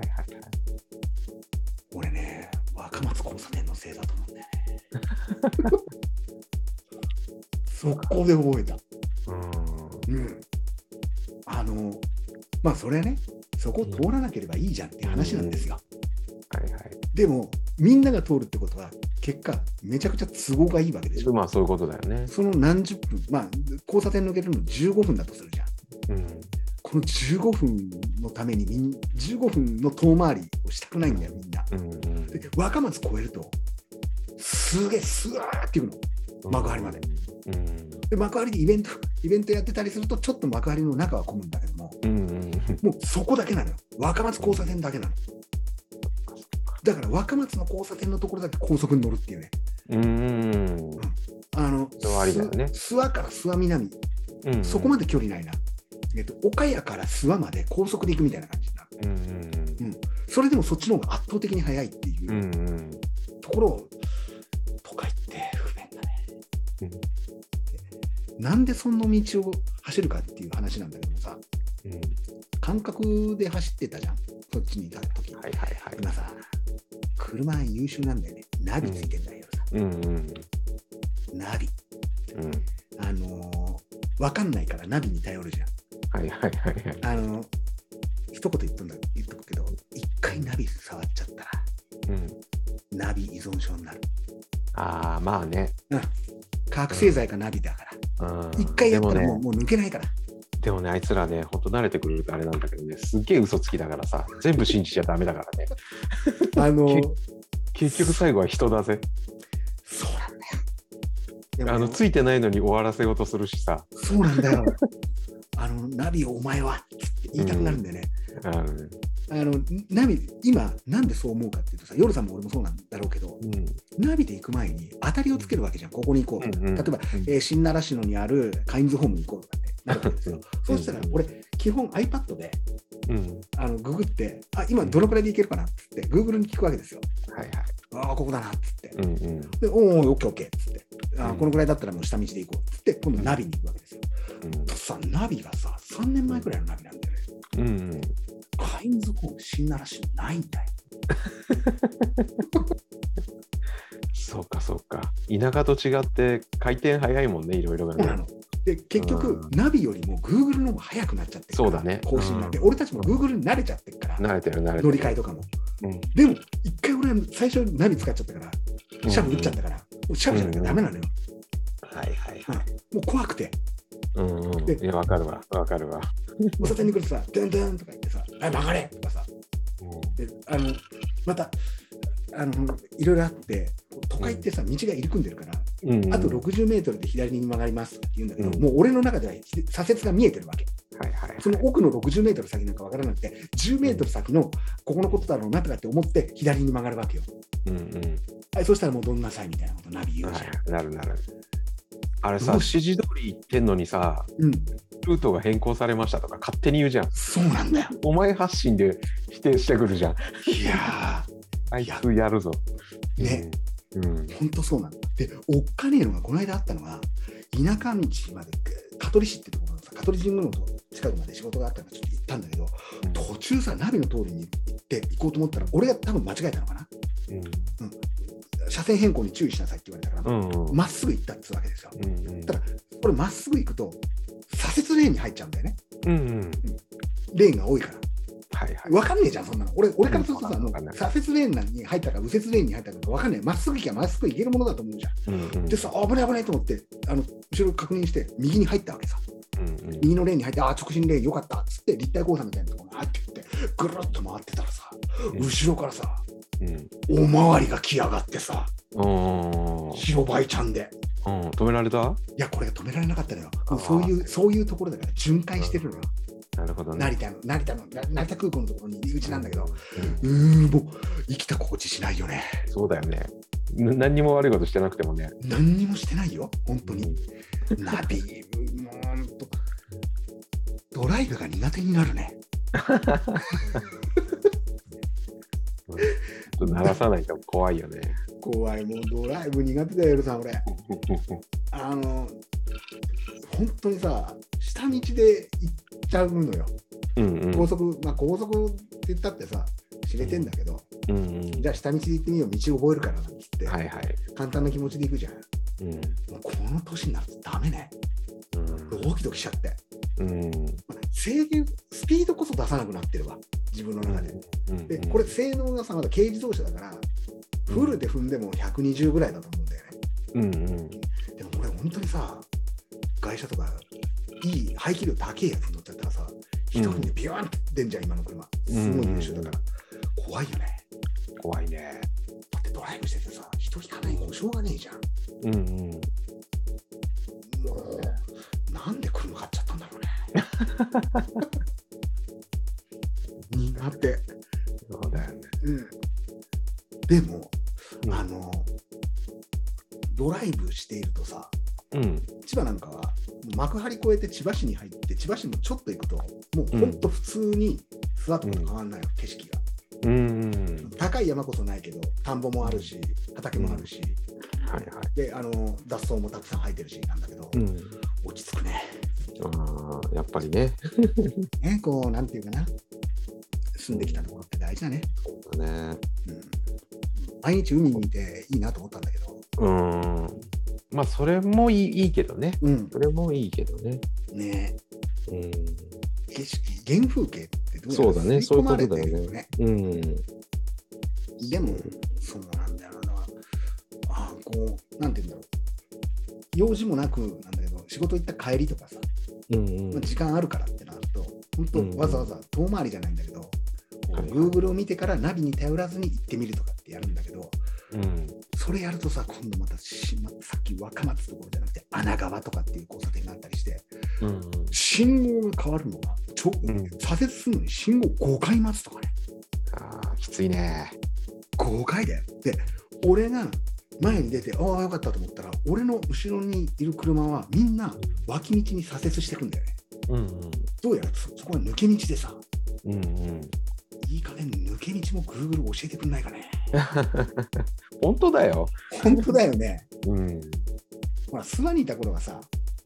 Speaker 1: 俺ね若松交差点のせいだと思うんだよね速攻で覚えた
Speaker 2: う
Speaker 1: うん、あのまあそれはねそこを通らなければいいじゃんって話なんですよ、
Speaker 2: んはいはい。
Speaker 1: でもみんなが通るってことは結果めちゃくちゃ都合がいいわけでしょ
Speaker 2: まあそういうことだよね。
Speaker 1: その何十分まあ交差点抜けるの15分だとするじゃん
Speaker 2: うん。
Speaker 1: この15分のためにみん15分の遠回りをしたくないんだよみんな
Speaker 2: うんうん
Speaker 1: で若松越えるとすげえスワーっていうの幕張まで。で幕張でイベントイベントやってたりするとちょっと幕張の中は混むんだけども
Speaker 2: うんうんうん。
Speaker 1: もうそこだけなのよ。若松交差点だけなの。だから若松の交差点のところだけ高速に乗るっていうね。
Speaker 2: うん
Speaker 1: あの、
Speaker 2: それはありだよね
Speaker 1: す諏訪から諏訪南、
Speaker 2: うん。
Speaker 1: そこまで距離ないな。えっと、岡谷から諏訪まで高速で行くみたいな感じになる。
Speaker 2: で。うん
Speaker 1: それでもそっちの方が圧倒的に速いってい
Speaker 2: うんう。
Speaker 1: うん
Speaker 2: うんうん。
Speaker 1: ところを、都会って不便だね。
Speaker 2: うん
Speaker 1: でなんでその道を走るかっていう話なんだけどさ、
Speaker 2: うん
Speaker 1: 感覚で走ってたじゃん、そっちにいた時
Speaker 2: はいはいはい。
Speaker 1: 今さ、車優秀なんだよね。ナビついてんだよさ、
Speaker 2: うんうん
Speaker 1: ナビ。
Speaker 2: うん。
Speaker 1: あのー、わかんないからナビに頼るじゃん。
Speaker 2: はいはいはいはい。
Speaker 1: あのー、一言言っとんだ言っとくけど、一回ナビ触っちゃったら、
Speaker 2: うん。
Speaker 1: ナビ依存症になる。
Speaker 2: ああまあね。
Speaker 1: 覚醒剤かナビだから。
Speaker 2: うん
Speaker 1: 一、回やったら
Speaker 2: で
Speaker 1: もう
Speaker 2: もね
Speaker 1: もう抜けないから。
Speaker 2: でもねあいつらねほんと慣れてくるとあれなんだけどねすっげえ嘘つきだからさ全部信じちゃダメだから ね
Speaker 1: あのー、
Speaker 2: 結局最後は人だぜ
Speaker 1: そうなんだよ。でもね
Speaker 2: あのついてないのに終わらせようとするしさ、
Speaker 1: そうなんだよ。あの、ナビをお前はって言いたくなるんだよね。
Speaker 2: うん
Speaker 1: あの、ナビ、今、なんでそう思うかっていうとさ、夜さんも俺もそうなんだろうけど、
Speaker 2: うん
Speaker 1: ナビで行く前に当たりをつけるわけじゃん、ここに行こうと。
Speaker 2: うんうん
Speaker 1: 例えば、えー新習志野にあるカインズホームに行こうとかってなるわけですよ。そうしたら、俺、基本 iPad で
Speaker 2: うん、
Speaker 1: あのググって、あ今どのくらいで行けるかなっつって、Google に聞くわけですよ。
Speaker 2: はいはい
Speaker 1: ああ、ここだなっつって。
Speaker 2: うんうん
Speaker 1: で、おーおー、OKOK っつって、あ
Speaker 2: う
Speaker 1: ー
Speaker 2: ん
Speaker 1: このくらいだったらもう下道で行こうっつって、今度ナビに行くわけですよ。
Speaker 2: うん
Speaker 1: とさ、ナビがさ、3年前くらいのナビなんだよね。
Speaker 2: うんうん
Speaker 1: カインズホーム、新習志野ないんだよ。
Speaker 2: そうかそうか田舎と違って回転早いもんねいろいろが
Speaker 1: そうな
Speaker 2: ね
Speaker 1: ので結局、
Speaker 2: う
Speaker 1: ナビよりも Google の方が早くなっちゃってるから
Speaker 2: そうだね
Speaker 1: 更新になって、
Speaker 2: う
Speaker 1: 俺たちも Google に慣れちゃってるから、
Speaker 2: 慣れてる慣れてる
Speaker 1: 乗り換えとかも。
Speaker 2: うん
Speaker 1: でも、一回俺、最初、ナビ使っちゃったから、シャブ打っちゃったから、もうシャブじゃなきゃダメなのよ。
Speaker 2: はいはいはい
Speaker 1: もう怖くて、
Speaker 2: うんうん
Speaker 1: で
Speaker 2: いやわかるわわかるわ
Speaker 1: おさてに来るとさ、 ドゥンドゥンとか言ってさ、あ、曲がれとかさ、
Speaker 2: うん
Speaker 1: であのまた、あのいろいろあって、都会ってさ、道が入り組んでるから、
Speaker 2: うん
Speaker 1: あと60メートルで左に曲がりますって言うんだけど、
Speaker 2: うん
Speaker 1: もう俺の中では左折が見えてるわけ。
Speaker 2: はいはい
Speaker 1: その奥の60メートル先なんかわからなくて、10メートル先のここのことだろうなとかって思って左に曲がるわけよ。
Speaker 2: うんうん
Speaker 1: はい、そしたらもうどんなさいみたいなことナビ言うじゃん。
Speaker 2: はいなるなるあれさ
Speaker 1: どう
Speaker 2: 指示通り行ってんのにさ
Speaker 1: うん、
Speaker 2: ルートが変更されましたとか勝手に言うじゃん
Speaker 1: そうなんだよ。
Speaker 2: お前発信で否定してくるじゃん
Speaker 1: いや
Speaker 2: あいつやるぞ
Speaker 1: ね
Speaker 2: うんうん
Speaker 1: ー、ほんとそうなんだ。で、おっかねえのが、この間あったのが、田舎道まで、香取市ってところのさ、香取神宮のと近くまで仕事があったからちょっと行ったんだけど、途中さ、ナビの通りに行って行こうと思ったら、俺が多分間違えたのかな。車線変更に注意しなさいって言われたか
Speaker 2: う
Speaker 1: ら、
Speaker 2: んうん
Speaker 1: まっすぐ行ったっつうわけですよ。
Speaker 2: うんうん
Speaker 1: ただこれまっすぐ行くと左折レーンに入っちゃうんだよね
Speaker 2: うんうん
Speaker 1: レーンが多いから
Speaker 2: はいはい
Speaker 1: 分かんねえじゃんそんなの俺俺からするとさ、
Speaker 2: うん
Speaker 1: もう
Speaker 2: わかんない
Speaker 1: 左折レーンなんに入ったか右折レーンに入ったか分かんないまっすぐ行きゃまっすぐ行けるものだと思うじゃん、
Speaker 2: うんうん
Speaker 1: でさあ危ない危ないと思ってあの後ろ確認して右に入ったわけさ
Speaker 2: うんうん
Speaker 1: 右のレーンに入ってあー直進レーンよかったっつって立体交差みたいなところに入っていってぐるっと回ってたらさ
Speaker 2: うん
Speaker 1: 後ろからさ
Speaker 2: うん
Speaker 1: おまわりが来やがってさ
Speaker 2: うん
Speaker 1: 白バイちゃんで
Speaker 2: うん止められた
Speaker 1: いやこれが止められなかったのよ
Speaker 2: あー
Speaker 1: そういうそういうところだから巡回してるのよ
Speaker 2: なるほどね
Speaker 1: 成田の成田のな成田空港のところに入り口なんだけど、
Speaker 2: うん
Speaker 1: うーん、もう生きた心地しないよね。
Speaker 2: そうだよねな何にも悪いことしてなくてもね
Speaker 1: 何にもしてないよ、本当に。ナビ、もうほんとドライブが苦手になるね。
Speaker 2: ちょっと鳴らさないと怖いよ ね。
Speaker 1: 怖い、もうドライブ苦手だよ、エルさん、俺。あの、本当にさ、下道で行っちゃうのよ。
Speaker 2: うんうん。
Speaker 1: 高速、まあ高速って言ったってさ、知れてんだけど、
Speaker 2: うんうん
Speaker 1: じゃあ下道で行ってみよう、道覚えるからなんて言って、
Speaker 2: はいはい。
Speaker 1: 簡単な気持ちで行くじゃん。
Speaker 2: うん
Speaker 1: もうこの年になるとダメね。ドキドキしちゃって。
Speaker 2: うん。うん。
Speaker 1: まあ制限スピードこそ出さなくなってるわ自分の中で。
Speaker 2: うん
Speaker 1: でこれ性能がさまだ軽自動車だからフルで踏んでも120ぐらいだと思うんだよね。
Speaker 2: うんうん。
Speaker 1: でも俺本当にさ外車とかいい排気量高いやつ乗っちゃったらさ一人でビューンって出んじゃん今の車すごい優秀だから、怖いよね
Speaker 2: 怖いね。
Speaker 1: だってドライブしててさ人引かない保証がねえじゃん
Speaker 2: うんうん。
Speaker 1: もうなんで車買っちゃったんだろうね苦手
Speaker 2: そうだよね。
Speaker 1: うんでも、
Speaker 2: うん
Speaker 1: あのドライブしているとさ
Speaker 2: うん。
Speaker 1: 千葉なんかはもう幕張越えて千葉市に入って千葉市もちょっと行くともうほんと普通に諏訪とかと変わんないよ、景色が
Speaker 2: うんうん。
Speaker 1: 高い山こそないけど田んぼもあるし畑もあるし、
Speaker 2: はいはい。
Speaker 1: であの雑草もたくさん生えてるしなんだけど、
Speaker 2: うん。
Speaker 1: 落ち着くね
Speaker 2: ああ、やっぱりね。
Speaker 1: ねこうなんていうかな住んできたところって大事だね、
Speaker 2: そうだね。
Speaker 1: うん、毎日海にいていいなと思ったんだけど
Speaker 2: うん。まあ、それもいいいいけどね。
Speaker 1: うん
Speaker 2: それもいいけどね。
Speaker 1: ねえ
Speaker 2: うん。
Speaker 1: 景色原風景ってど
Speaker 2: そうだね。そういうこ
Speaker 1: 刷り
Speaker 2: と
Speaker 1: 込まれ
Speaker 2: だ
Speaker 1: てる
Speaker 2: よね。うん。
Speaker 1: でもそうなんだよなだからああこうなんて言うんだろう用事もなくなんだけど仕事行った帰りとかさ、
Speaker 2: うんう
Speaker 1: まあ
Speaker 2: ん。
Speaker 1: 時間あるからってなると本当、
Speaker 2: うん
Speaker 1: わざわざ遠回りじゃないんだけど、こう
Speaker 2: はい
Speaker 1: Google を見てからナビに頼らずに行ってみるとかってやるんだけど
Speaker 2: うん。
Speaker 1: それやるとさ今度またしまさっき若松ところじゃなくて穴川とかっていう交差点になったりして
Speaker 2: うん
Speaker 1: 信号が変わるのがちょ、
Speaker 2: ん
Speaker 1: 左折するのに信号5回待つとかね
Speaker 2: ああ、きついね。
Speaker 1: 5回だよ。で、俺が前に出て、ああ、よかったと思ったら、俺の後ろにいる車はみんな脇道に左折してくんだよね。
Speaker 2: うん
Speaker 1: どうやらそそこは抜け道でさ、
Speaker 2: うん。うんうん。
Speaker 1: いい加減抜け道も Google 教えてくんないかね。
Speaker 2: 本当だよ。
Speaker 1: 本当だよね。
Speaker 2: うん。
Speaker 1: ほら、諏訪にいた頃はさ、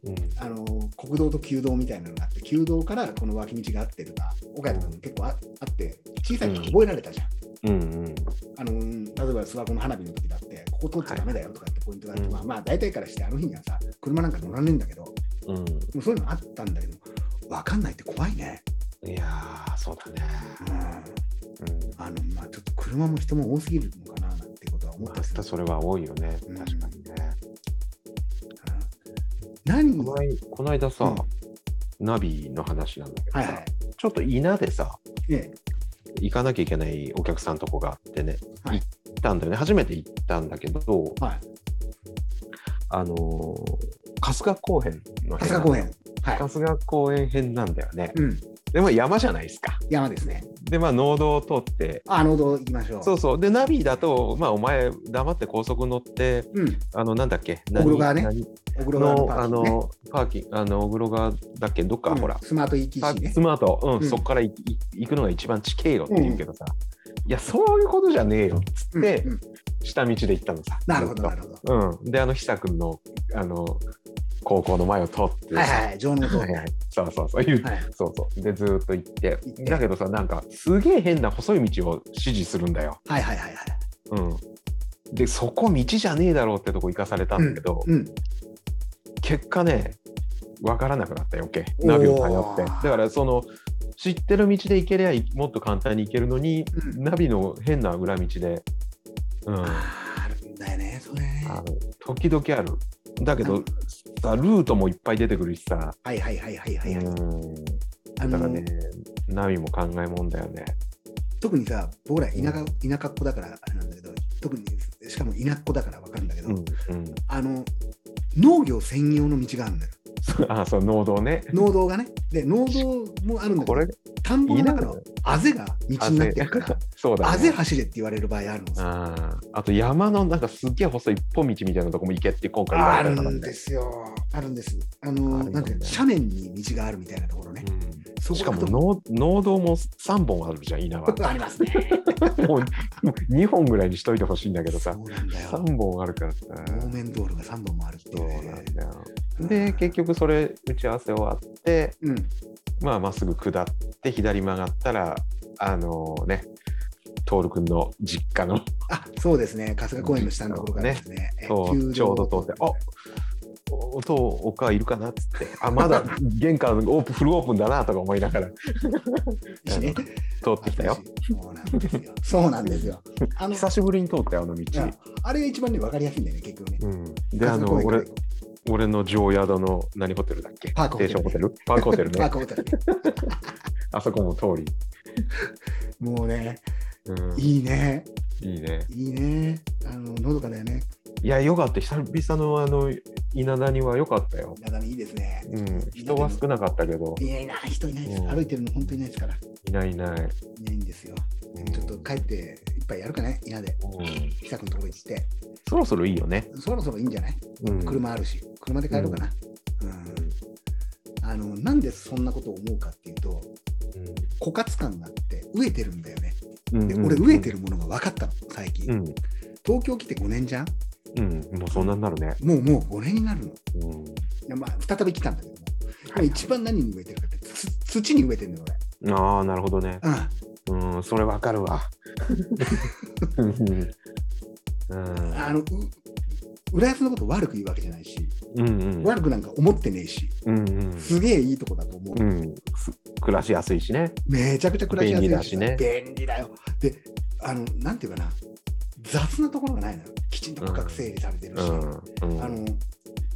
Speaker 2: うん。
Speaker 1: あのー国道と旧道みたいなのがあって、旧道からこの脇道があってとか、岡山とかも結構ああって、小さい時覚えられたじゃん。
Speaker 2: うんうん。
Speaker 1: あのー例えば諏訪湖の花火の時だって、ここ通っちゃダメだよとかってポイントがあって、
Speaker 2: はい
Speaker 1: まあまあ大体からしてあの日にはさ、車なんか乗らねえんだけど、
Speaker 2: う
Speaker 1: そういうのあったんだけど、分かんないって怖いね。
Speaker 2: ん。いやー、そうだね。うん。
Speaker 1: あのまあ、ちょっと車も人も多すぎるのかななんてことは思
Speaker 2: ま
Speaker 1: った
Speaker 2: あ、
Speaker 1: りする、
Speaker 2: それは多いよね。
Speaker 1: うん
Speaker 2: 確かにね。
Speaker 1: うん何
Speaker 2: この
Speaker 1: はい
Speaker 2: 間この間さ、ナビの話なんだけどさ、
Speaker 1: はい。
Speaker 2: ちょっと稲でさ、
Speaker 1: ね
Speaker 2: 行かなきゃいけないお客さんとこがあってね、
Speaker 1: はい
Speaker 2: ったんだよね初めて行ったんだけど、
Speaker 1: はい
Speaker 2: あのー春日公園の
Speaker 1: 春日公園。はい。
Speaker 2: 春日公園編なんだよね、
Speaker 1: うん。
Speaker 2: でも山じゃないですか
Speaker 1: 山ですね。
Speaker 2: でまあ農道を通って
Speaker 1: あ、農道行きましょう。
Speaker 2: そうそうでナビだとまあお前黙って高速乗って
Speaker 1: うん。
Speaker 2: あのなんだっけ
Speaker 1: 小黒川ね
Speaker 2: 何
Speaker 1: 小黒川の
Speaker 2: の
Speaker 1: パー
Speaker 2: あ
Speaker 1: キングね
Speaker 2: のパーキングあの小黒川だっけどっか、
Speaker 1: うん
Speaker 2: ほら
Speaker 1: スマート ETC ね
Speaker 2: ス。マート、うん
Speaker 1: うん
Speaker 2: そこからいい行くのが一番近えよって言うけどさ、いやそういうことじゃねえよっつ
Speaker 1: う
Speaker 2: っ
Speaker 1: ん
Speaker 2: て、
Speaker 1: うん
Speaker 2: 下道で行ったのさ
Speaker 1: なるほど、な
Speaker 2: ずっ
Speaker 1: るほど。
Speaker 2: とうん、であの久君のあの高校の前を通ってさ
Speaker 1: はいはいはい、情熱を。は
Speaker 2: はい
Speaker 1: い。
Speaker 2: はいそうそうそういう、そうそうでずーっと行ってだけどさなんかすげえ変な細い道を指示するんだよ、
Speaker 1: はいはいはいはい。
Speaker 2: うん、でそこ道じゃねえだろうってとこ行かされたんだけど、
Speaker 1: うん。
Speaker 2: 結果ね分からなくなったよ余計
Speaker 1: おー
Speaker 2: ナビを頼ってだからその知ってる道で行けりゃもっと簡単に行けるのに、
Speaker 1: うん
Speaker 2: ナビの変な裏道で、うん、あ
Speaker 1: あーあるんだよね、それね。
Speaker 2: の時々あるだけ
Speaker 1: う
Speaker 2: ど
Speaker 1: ん
Speaker 2: さルートもいっぱい出てくるしさ、
Speaker 1: はいはいはいはいはい。
Speaker 2: う
Speaker 1: は
Speaker 2: ん
Speaker 1: あ
Speaker 2: だか
Speaker 1: の
Speaker 2: らねナビも考えもんだよね
Speaker 1: 特にさ、僕ら田舎田舎っ子だからあれなんだけど、特にしかも田舎っ子だからわかるんだけど
Speaker 2: うん、うん
Speaker 1: あの農業専用の道があるんだよ。
Speaker 2: あそう農道ね
Speaker 1: 農道がね。で、農道もあるんだ
Speaker 2: こ
Speaker 1: け
Speaker 2: れ
Speaker 1: ど、田んぼの中のあぜが道になってるから、
Speaker 2: そうだ、ね、
Speaker 1: あぜ走れって言われる場合あるのさ。
Speaker 2: あーあと山のなんかすっげえ細い一本道みたいなとこも行けって今回言わ
Speaker 1: あ
Speaker 2: れ
Speaker 1: る
Speaker 2: たから
Speaker 1: ん
Speaker 2: ね
Speaker 1: ですよ。あるんです。あ
Speaker 2: あ
Speaker 1: の、
Speaker 2: るよね
Speaker 1: なんていうか、斜面に道があるみたいなところね。
Speaker 2: うん
Speaker 1: そこ
Speaker 2: し
Speaker 1: だ
Speaker 2: か
Speaker 1: と
Speaker 2: も農農道も3本あるじゃん稲 葉
Speaker 1: ありますね。
Speaker 2: もう2本ぐらいにしといてほしいんだけどさ
Speaker 1: そうなんだよ。
Speaker 2: 3本あるからさ
Speaker 1: 方面道路が3本もあるってい
Speaker 2: そうう
Speaker 1: ね、
Speaker 2: なんだよで結局それ打ち合わせ終わって
Speaker 1: うん、
Speaker 2: まあまっすぐ下って左曲がったらあのね徹君の実家の
Speaker 1: あそうですね、春日公園の下のところからですね。え
Speaker 2: そ
Speaker 1: 旧道
Speaker 2: うちょうど通って「あおお父お母いるかな?」っつって「あまだ玄関オープンフルオープンだな」とか思いながら通
Speaker 1: しね
Speaker 2: ってきたよ
Speaker 1: そうなんですよ。そうなんですよ。あの、
Speaker 2: 久しぶりに通ったよあの
Speaker 1: い
Speaker 2: 道
Speaker 1: やあれが一番ね、分かりやすいんだよね、結局ね。
Speaker 2: うん、であ
Speaker 1: 春
Speaker 2: の
Speaker 1: 日公園から
Speaker 2: 俺俺の常宿の何ホテルだっけ
Speaker 1: パークホテル
Speaker 2: 定食ホテルパークホテ ル
Speaker 1: パー
Speaker 2: ね
Speaker 1: クホテルね
Speaker 2: あそこも通り、
Speaker 1: もうね、
Speaker 2: うん、い
Speaker 1: いいね、
Speaker 2: いね
Speaker 1: いいね、あの、のどかだよね。
Speaker 2: いやよかった久々のあの稲田にはよかったよ、
Speaker 1: なだいいですね。
Speaker 2: うん、人は少なかったけど
Speaker 1: いやいない人いないです。
Speaker 2: うん
Speaker 1: 歩いてるの本当にいないですから。い
Speaker 2: いないいない、
Speaker 1: ないんですよ。
Speaker 2: うん
Speaker 1: ちょっと帰って、いっぱいやるかね、稲で。
Speaker 2: うん
Speaker 1: 久くんのところ行って。
Speaker 2: そろそろいいよね、
Speaker 1: そろそろいいんじゃない
Speaker 2: うん、
Speaker 1: 車あるし、車で帰ろうかな。うんあのなんでそんなことを思うかっていうと、枯渇感があって、飢えてるんだよね。
Speaker 2: うん
Speaker 1: で、
Speaker 2: うん
Speaker 1: 俺、飢えてるものが分かったの、最近。
Speaker 2: うん
Speaker 1: 東京来て5年じゃん
Speaker 2: うん、もうそんなになるね。
Speaker 1: もうもう5年になるの。い
Speaker 2: うん
Speaker 1: やまあ、再び来たんだけども、今一番何に飢えてるかって、つ土に飢えてるんだよ、
Speaker 2: ああ、なるほどね。
Speaker 1: 俺。あ
Speaker 2: うん、それわかるわ。うんうん
Speaker 1: あのう浦安のこと悪く言うわけじゃないし、
Speaker 2: うんうん
Speaker 1: 悪くなんか思ってねえし、
Speaker 2: うんうん
Speaker 1: すげえいいとこだと思う。
Speaker 2: うん、す暮らしやすいしね。
Speaker 1: めちゃくちゃ暮らしやすい
Speaker 2: 便利だし
Speaker 1: 便利だよ。で、あの、なんていうかな、雑なところがないのよ。きちんと区画整理されてる
Speaker 2: う
Speaker 1: し、
Speaker 2: んうん、
Speaker 1: あの、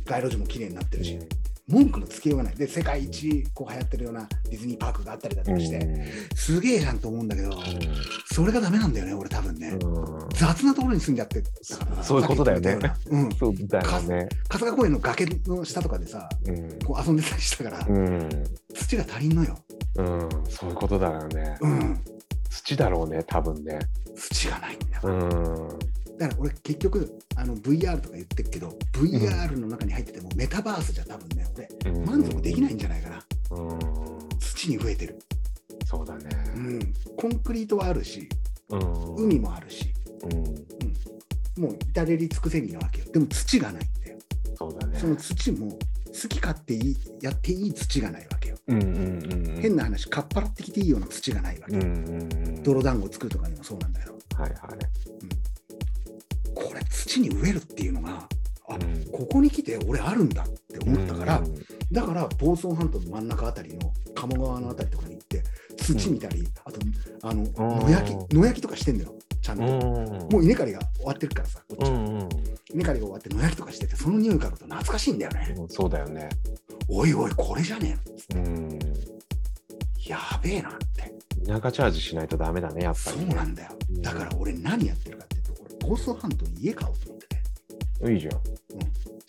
Speaker 1: 街路樹も綺麗になってるし、
Speaker 2: うん
Speaker 1: 文句のつけようがない。で、世界一こう流行ってるようなディズニーパークがあったりだとかして、すげえじゃんと思うんだけど、それがダメなんだよね、俺多分ね。
Speaker 2: うんうん
Speaker 1: 雑なところに住んじゃってたから
Speaker 2: そういうことだよね
Speaker 1: さっき言ったみたいなうん、
Speaker 2: そうだよね。
Speaker 1: 春日公園の崖の下とかでさ、
Speaker 2: うん
Speaker 1: こう遊んでたりしたから、
Speaker 2: うん
Speaker 1: 土が足りんのよ。
Speaker 2: うん、そういうことだよね。
Speaker 1: うん、
Speaker 2: 土だろうね、多分ね。
Speaker 1: 土がないんだよ。
Speaker 2: うん、
Speaker 1: だから俺結局あの VR とか言ってるけど VR の中に入っててもメタバースじゃ多分ね俺満足できないんじゃないかな
Speaker 2: うん、
Speaker 1: 土に増えてる、
Speaker 2: そうだね。
Speaker 1: うん、コンクリートはあるし
Speaker 2: うん、
Speaker 1: 海もあるし
Speaker 2: うん、
Speaker 1: もう至れり尽くせりなわけよでも土がないんだよ
Speaker 2: そうだね。
Speaker 1: その土も好き勝手いいやっていい土がないわけよ
Speaker 2: うんうんうん、
Speaker 1: 変な話かっぱらってきていいような土がないわけ
Speaker 2: う
Speaker 1: よ、
Speaker 2: んうんうん、
Speaker 1: 泥団子作るとかでもそうなんだけど
Speaker 2: はいはい、
Speaker 1: これ土に植えるっていうのがあ
Speaker 2: うん
Speaker 1: ここに来て俺あるんだって思ったから、
Speaker 2: うん
Speaker 1: だから房総半島の真ん中あたりの鴨川のあたりとかに行って土見たり、あとあの
Speaker 2: ー
Speaker 1: 野焼き野焼きとかしてんだよちゃんと、
Speaker 2: うん
Speaker 1: もう稲刈りが終わってるからさこっ
Speaker 2: う
Speaker 1: ちは、
Speaker 2: ん
Speaker 1: 稲刈りが終わって野焼きとかしててその匂い嗅ぐと懐かしいんだよね
Speaker 2: うん、そうだよね、
Speaker 1: おいおいこれじゃねえの
Speaker 2: うん、
Speaker 1: やべえなって
Speaker 2: 田舎チャージしないとダメだねやっぱ
Speaker 1: そ
Speaker 2: り
Speaker 1: う
Speaker 2: ね、
Speaker 1: なんだよ
Speaker 2: うん
Speaker 1: だから俺何やってるかっていうと俺房総半島に家買おうと思ってね。
Speaker 2: いいじゃ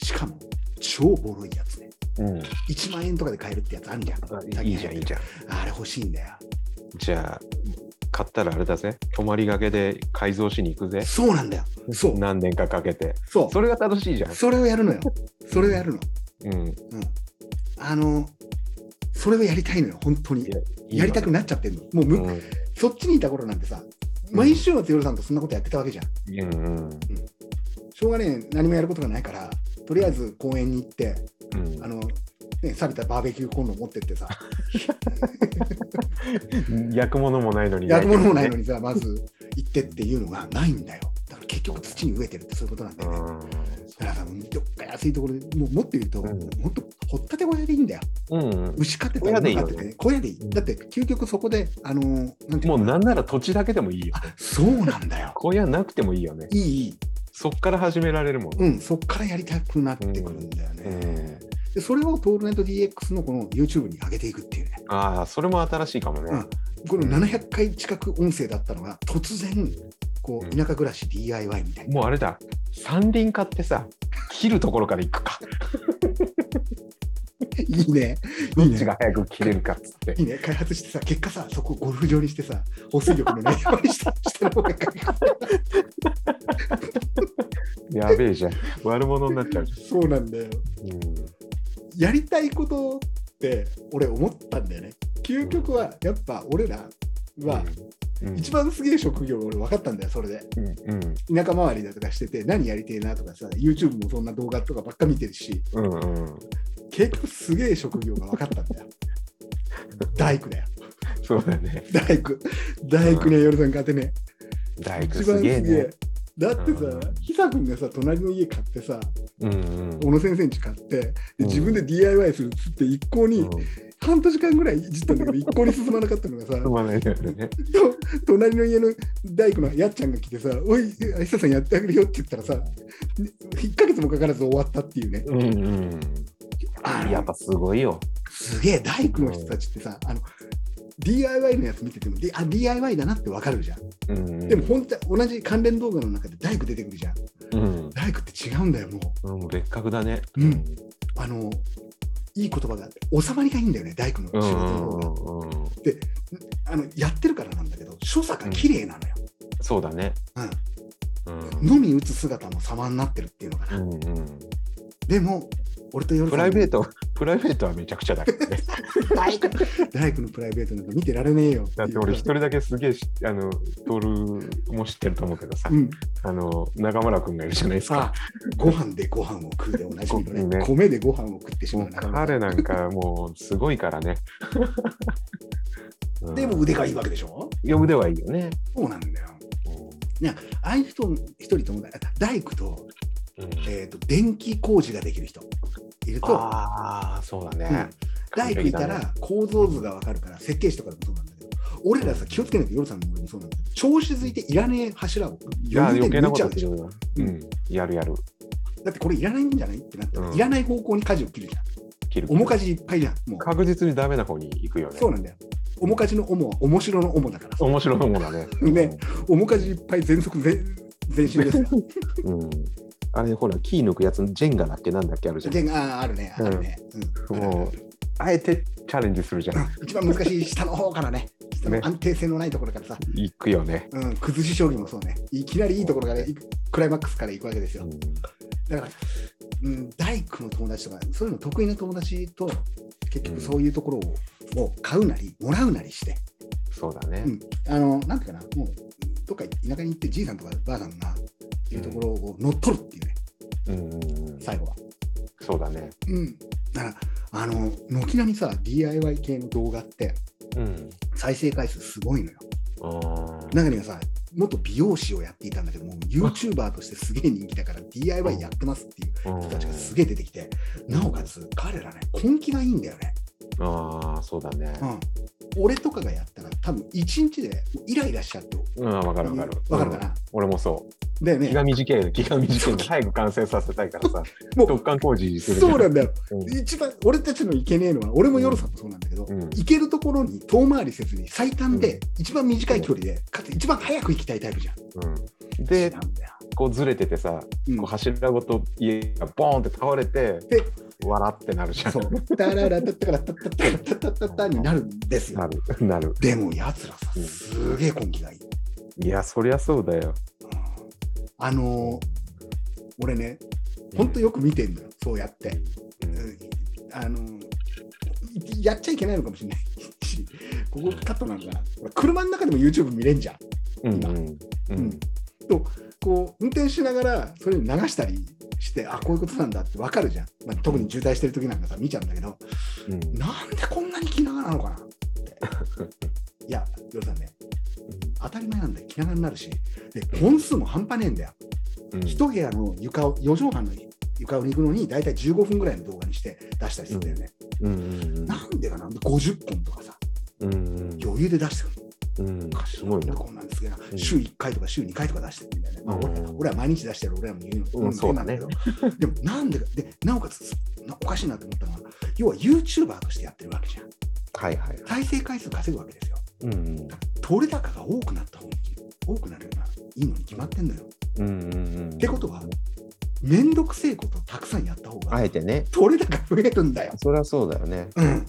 Speaker 1: しかも、超ボロいやつね。
Speaker 2: ん。うん。
Speaker 1: 1万円とかで買えるってやつあるじゃん。
Speaker 2: あいいじゃん、いいじゃん。
Speaker 1: あれ欲しいんだよ。
Speaker 2: じゃあ、買ったらあれだぜ。泊まりがけで改造しに行くぜ。
Speaker 1: そうなんだよ。そう。
Speaker 2: 何年かかけて。
Speaker 1: そう。
Speaker 2: それが楽しいじゃん。
Speaker 1: それをやるのよ。それをやるの。
Speaker 2: うん。
Speaker 1: うん。あの、それをやりたいのよ、本当に。やりたくなっちゃってんの。もうむ、
Speaker 2: うん
Speaker 1: そっちにいた頃なんてさ、毎週末夜さんとそんなことやってたわけじゃん。
Speaker 2: うんうん
Speaker 1: しょうがねえ、何もやることがないから、とりあえず公園に行って、
Speaker 2: うん
Speaker 1: あの、ね、錆びたバーベキューコンロ持ってってさ、
Speaker 2: 焼くものもないのに
Speaker 1: やるもの もない
Speaker 2: の
Speaker 1: のにさ、まず行ってっていうのがないんだよ。だから結局土に植えてるってそういうことなんだよね。だからさ、どっか安いところで、もうもっと言うと、
Speaker 2: うん
Speaker 1: ほんと、ほったて小屋でいいんだよ。
Speaker 2: うんうん
Speaker 1: 牛飼ってたら
Speaker 2: 小屋でいいよ
Speaker 1: 馬飼ってたらね小屋でいい。だって、究極そこで、あのーなんてい
Speaker 2: も
Speaker 1: う
Speaker 2: う
Speaker 1: の
Speaker 2: なんなら土地だけでもいいよ
Speaker 1: そうなんだよ。
Speaker 2: 小屋なくてもいいよね
Speaker 1: いい、いい。
Speaker 2: そっから始められるもん、
Speaker 1: うん、そっからやりたくなってくるんだよね。
Speaker 2: ええ
Speaker 1: で、それをトールネット DX のこの YouTube に上げていくっていうね。
Speaker 2: ああそれも新しいかもね、
Speaker 1: うんこの
Speaker 2: うん
Speaker 1: 700回近く音声だったのが、突然、こ
Speaker 2: う
Speaker 1: う、
Speaker 2: ん
Speaker 1: 田舎暮らし DIY み たいな。
Speaker 2: もうあれだ山林買ってさ切るところから行くか
Speaker 1: いいね。い
Speaker 2: ど
Speaker 1: い
Speaker 2: っち
Speaker 1: ね。
Speaker 2: が早く切れるかっつって
Speaker 1: いいね。開発してさ、結果さ、そこゴルフ場にしてさ、放水力のないようにした、してる方が開発
Speaker 2: やべ えじゃん悪者になっ ちゃうじ
Speaker 1: そうなんだよ。
Speaker 2: ゃん、うん
Speaker 1: やりたいことって、俺思ったんだよね。究極は、やっぱ俺らは、
Speaker 2: うん
Speaker 1: 一番すげえ職業が俺分かったんだよ、それで。
Speaker 2: うん
Speaker 1: 田舎回りだとかしてて、何やりてえなとかさ、YouTube もそんな動画とかばっか見てるし、
Speaker 2: うんうんうん
Speaker 1: 結局すげえ職業が分かったんだよ。大工だよ。
Speaker 2: そうだね
Speaker 1: 大工。大工ね、夜さん勝てね。
Speaker 2: 大工
Speaker 1: 一
Speaker 2: す
Speaker 1: 番す
Speaker 2: げ
Speaker 1: げ
Speaker 2: え
Speaker 1: え。
Speaker 2: ね
Speaker 1: だってさ
Speaker 2: うん、
Speaker 1: ひさくんがさ、隣の家買ってさ、
Speaker 2: うんうん
Speaker 1: 小野先生んち買って、で
Speaker 2: うん
Speaker 1: 自分で DIY するっつって、一向に、
Speaker 2: うん
Speaker 1: 半年間ぐらいいじったんだけど、一向に進まなかったのがさ、
Speaker 2: すまないよね。
Speaker 1: と隣の家の大工のやっちゃんが来てさ、おい、ひささんやってあげるよって言ったらさ、1ヶ月もかからず終わったっていうね。
Speaker 2: うんうん。
Speaker 1: あ
Speaker 2: やっぱすごいよ。
Speaker 1: すげえ大工の人たちってさ、あの DIY のやつ見ててもであ DIY だなってわかるじゃん、
Speaker 2: うんうん、
Speaker 1: でも本当同じ関連動画の中で大工出てくるじゃん
Speaker 2: うん、
Speaker 1: 大工って違うんだよもう
Speaker 2: うん、別格だね。
Speaker 1: うんあのいい言葉があって収まりがいいんだよね大工の仕
Speaker 2: うんう
Speaker 1: 事の
Speaker 2: ん
Speaker 1: 方
Speaker 2: う
Speaker 1: が、
Speaker 2: んうん。
Speaker 1: あのやってるからなんだけど所作が綺麗なのよ、
Speaker 2: そうだね。
Speaker 1: う
Speaker 2: うん
Speaker 1: んのみ打つ姿も様になってるっていうのかな、
Speaker 2: うんうん。
Speaker 1: でも俺と夜
Speaker 2: プ
Speaker 1: さん
Speaker 2: ライベート、 プライベートはめちゃくちゃだけどね。
Speaker 1: 大工大工のプライベートなんか見てられねえよ
Speaker 2: だって俺一人だけすげえし、あの、トールも知ってると思うけどさ
Speaker 1: う、ん、
Speaker 2: あの、中村くんがいるじゃないです
Speaker 1: あ
Speaker 2: か。
Speaker 1: ご飯でご飯を食うでおなじみのね
Speaker 2: ごね
Speaker 1: 米でご飯を食ってしま
Speaker 2: も
Speaker 1: う
Speaker 2: う
Speaker 1: なかなか
Speaker 2: 彼なんかもうすごいからね。 うん
Speaker 1: でも、腕がいいわけでしょ
Speaker 2: 呼ぶではいいよね。
Speaker 1: そうなんだよ。ああいう人一人とも大工と,、
Speaker 2: うん
Speaker 1: えー、と電気工事ができる人いると
Speaker 2: ああ、そうだ
Speaker 1: う
Speaker 2: ね
Speaker 1: ん。大工いたら構造図が分かるから設計士とかでもそうなんだけど俺らさ気をつけないと夜さんもそうなんだけど調子づいていらねえ柱を
Speaker 2: いや、余計
Speaker 1: 抜
Speaker 2: な
Speaker 1: い
Speaker 2: こ
Speaker 1: ちゃ
Speaker 2: と
Speaker 1: うでし
Speaker 2: す
Speaker 1: ょ
Speaker 2: るな。うん。やるやる。
Speaker 1: だってこれいらないんじゃないってなったら、
Speaker 2: うん
Speaker 1: いらない方向に舵を切るじゃん
Speaker 2: 切る。
Speaker 1: 面舵いっぱいじゃんもう
Speaker 2: 確実にダメな方に行くよね。
Speaker 1: そうなんだよ面舵の主は面白の主だから
Speaker 2: 面白いものだね。
Speaker 1: ね面舵いっぱい全速全全身ですよ
Speaker 2: うん。あれ、ほら、キー抜くやつ、ジェンガだっけなんだっけあるじ ゃ
Speaker 1: 全あーあるねあるね、うん
Speaker 2: ん。もう、あえてチャレンジするじゃん。
Speaker 1: 一番難しい下の方からね、下の
Speaker 2: ね
Speaker 1: 安定性のないところからさ、
Speaker 2: 行くよね。
Speaker 1: うん、崩し将棋もそうね、いきなりいいところから、いクライマックスから行くわけです
Speaker 2: う
Speaker 1: よ。
Speaker 2: ん
Speaker 1: だから、うん、大工の友達とか、そういうの得意な友達と、結局そういうところを,、を買うなり、もらうなりして、
Speaker 2: そうだね
Speaker 1: う。ん、あの、なんていうかな、もう、どっか田舎に行って、じいさんとかばあさんが、いうところを乗っ取るっていうね、
Speaker 2: うん。うん
Speaker 1: 最後は。
Speaker 2: そうだね。
Speaker 1: うん、だから、あの、軒並みさ、DIY 系の動画って、
Speaker 2: うん。
Speaker 1: 再生回数すごいのよ。
Speaker 2: あー
Speaker 1: 中にはさ元美容師をやっていたんだけども YouTuber としてすげえ人気だから DIY やってますっていう
Speaker 2: うん
Speaker 1: 人たちがすげえ出てきてなおかつ彼らね根気がいいんだよね、
Speaker 2: あー、そうだね。
Speaker 1: うん、俺とかがやったら多分1日でイライラしちゃって
Speaker 2: うん、わかるわかる。
Speaker 1: わかるかな、
Speaker 2: 俺もそう。
Speaker 1: だよ
Speaker 2: 気
Speaker 1: ね
Speaker 2: が短い、気が短い。早く完成させたいからさ、
Speaker 1: もう
Speaker 2: 突貫工事するじゃん。
Speaker 1: そうなんだよ
Speaker 2: うん
Speaker 1: 一番俺たちのいけねえのは俺も夜さんもそうなんだけど、
Speaker 2: うん
Speaker 1: 行けるところに遠回りせずに最短で一番短い距離でかつ一番早く行きたいタイプじゃん
Speaker 2: うんで
Speaker 1: 違、うんだよ
Speaker 2: こうずれててさ、
Speaker 1: うん
Speaker 2: こう柱ごと家がボーンって倒れて
Speaker 1: で、
Speaker 2: 笑ってなるじゃん。
Speaker 1: そう、タララタタラタタタタタタタになるんです
Speaker 2: な
Speaker 1: よ。
Speaker 2: る、なる。
Speaker 1: でもやつらさ、
Speaker 2: うん
Speaker 1: すげえ根気がいい。うん
Speaker 2: いや、そりゃそうだよ。
Speaker 1: あのー俺ね、ほんとよく見てんのよ、そうやって。
Speaker 2: うん
Speaker 1: うんあのーいやっちゃいけないのかもしれないし、ここカットなのかな。ほら車の中でも YouTube 見れんじゃん。
Speaker 2: うんうんう
Speaker 1: うん
Speaker 2: ん
Speaker 1: とこう運転しながらそれに流したりしてあこういうことなんだって分かるじゃん、まあ、特に渋滞してる時なんかさ見ちゃうんだけど
Speaker 2: うん
Speaker 1: なんでこんなに気長なのかなって いやヨルさんね当たり前なんだよ気長になるしで本数も半端ねえんだよ
Speaker 2: うん
Speaker 1: 一部屋の床を4畳半の床に行くのに大体15分ぐらいの動画にして出したりするんだよね、
Speaker 2: うんうん
Speaker 1: なんでかな50本とかさ
Speaker 2: うんうん
Speaker 1: 余裕で出してくる
Speaker 2: うんすごいな。
Speaker 1: こんなんですけど、
Speaker 2: うん
Speaker 1: 週1回とか週2回とか出してるんだよね、まあ、俺
Speaker 2: うん
Speaker 1: 俺は毎日出してる俺らも言うのと
Speaker 2: うんそうだ
Speaker 1: だ
Speaker 2: ね
Speaker 1: けど、 でもなんでかでなおかつなおかしいなと思ったのは要は YouTuber としてやってるわけじゃん
Speaker 2: はいはい。
Speaker 1: 再生回数稼ぐわけですよ
Speaker 2: うん
Speaker 1: 取れ高が多くなった方が多くなるようないいのに決まってんのよ
Speaker 2: うんうんうん。
Speaker 1: ってことはめんどくせえことをたくさんやった方が
Speaker 2: あえてね、
Speaker 1: 取れ高増えるんだよ、
Speaker 2: そりゃそうだよね。
Speaker 1: うん、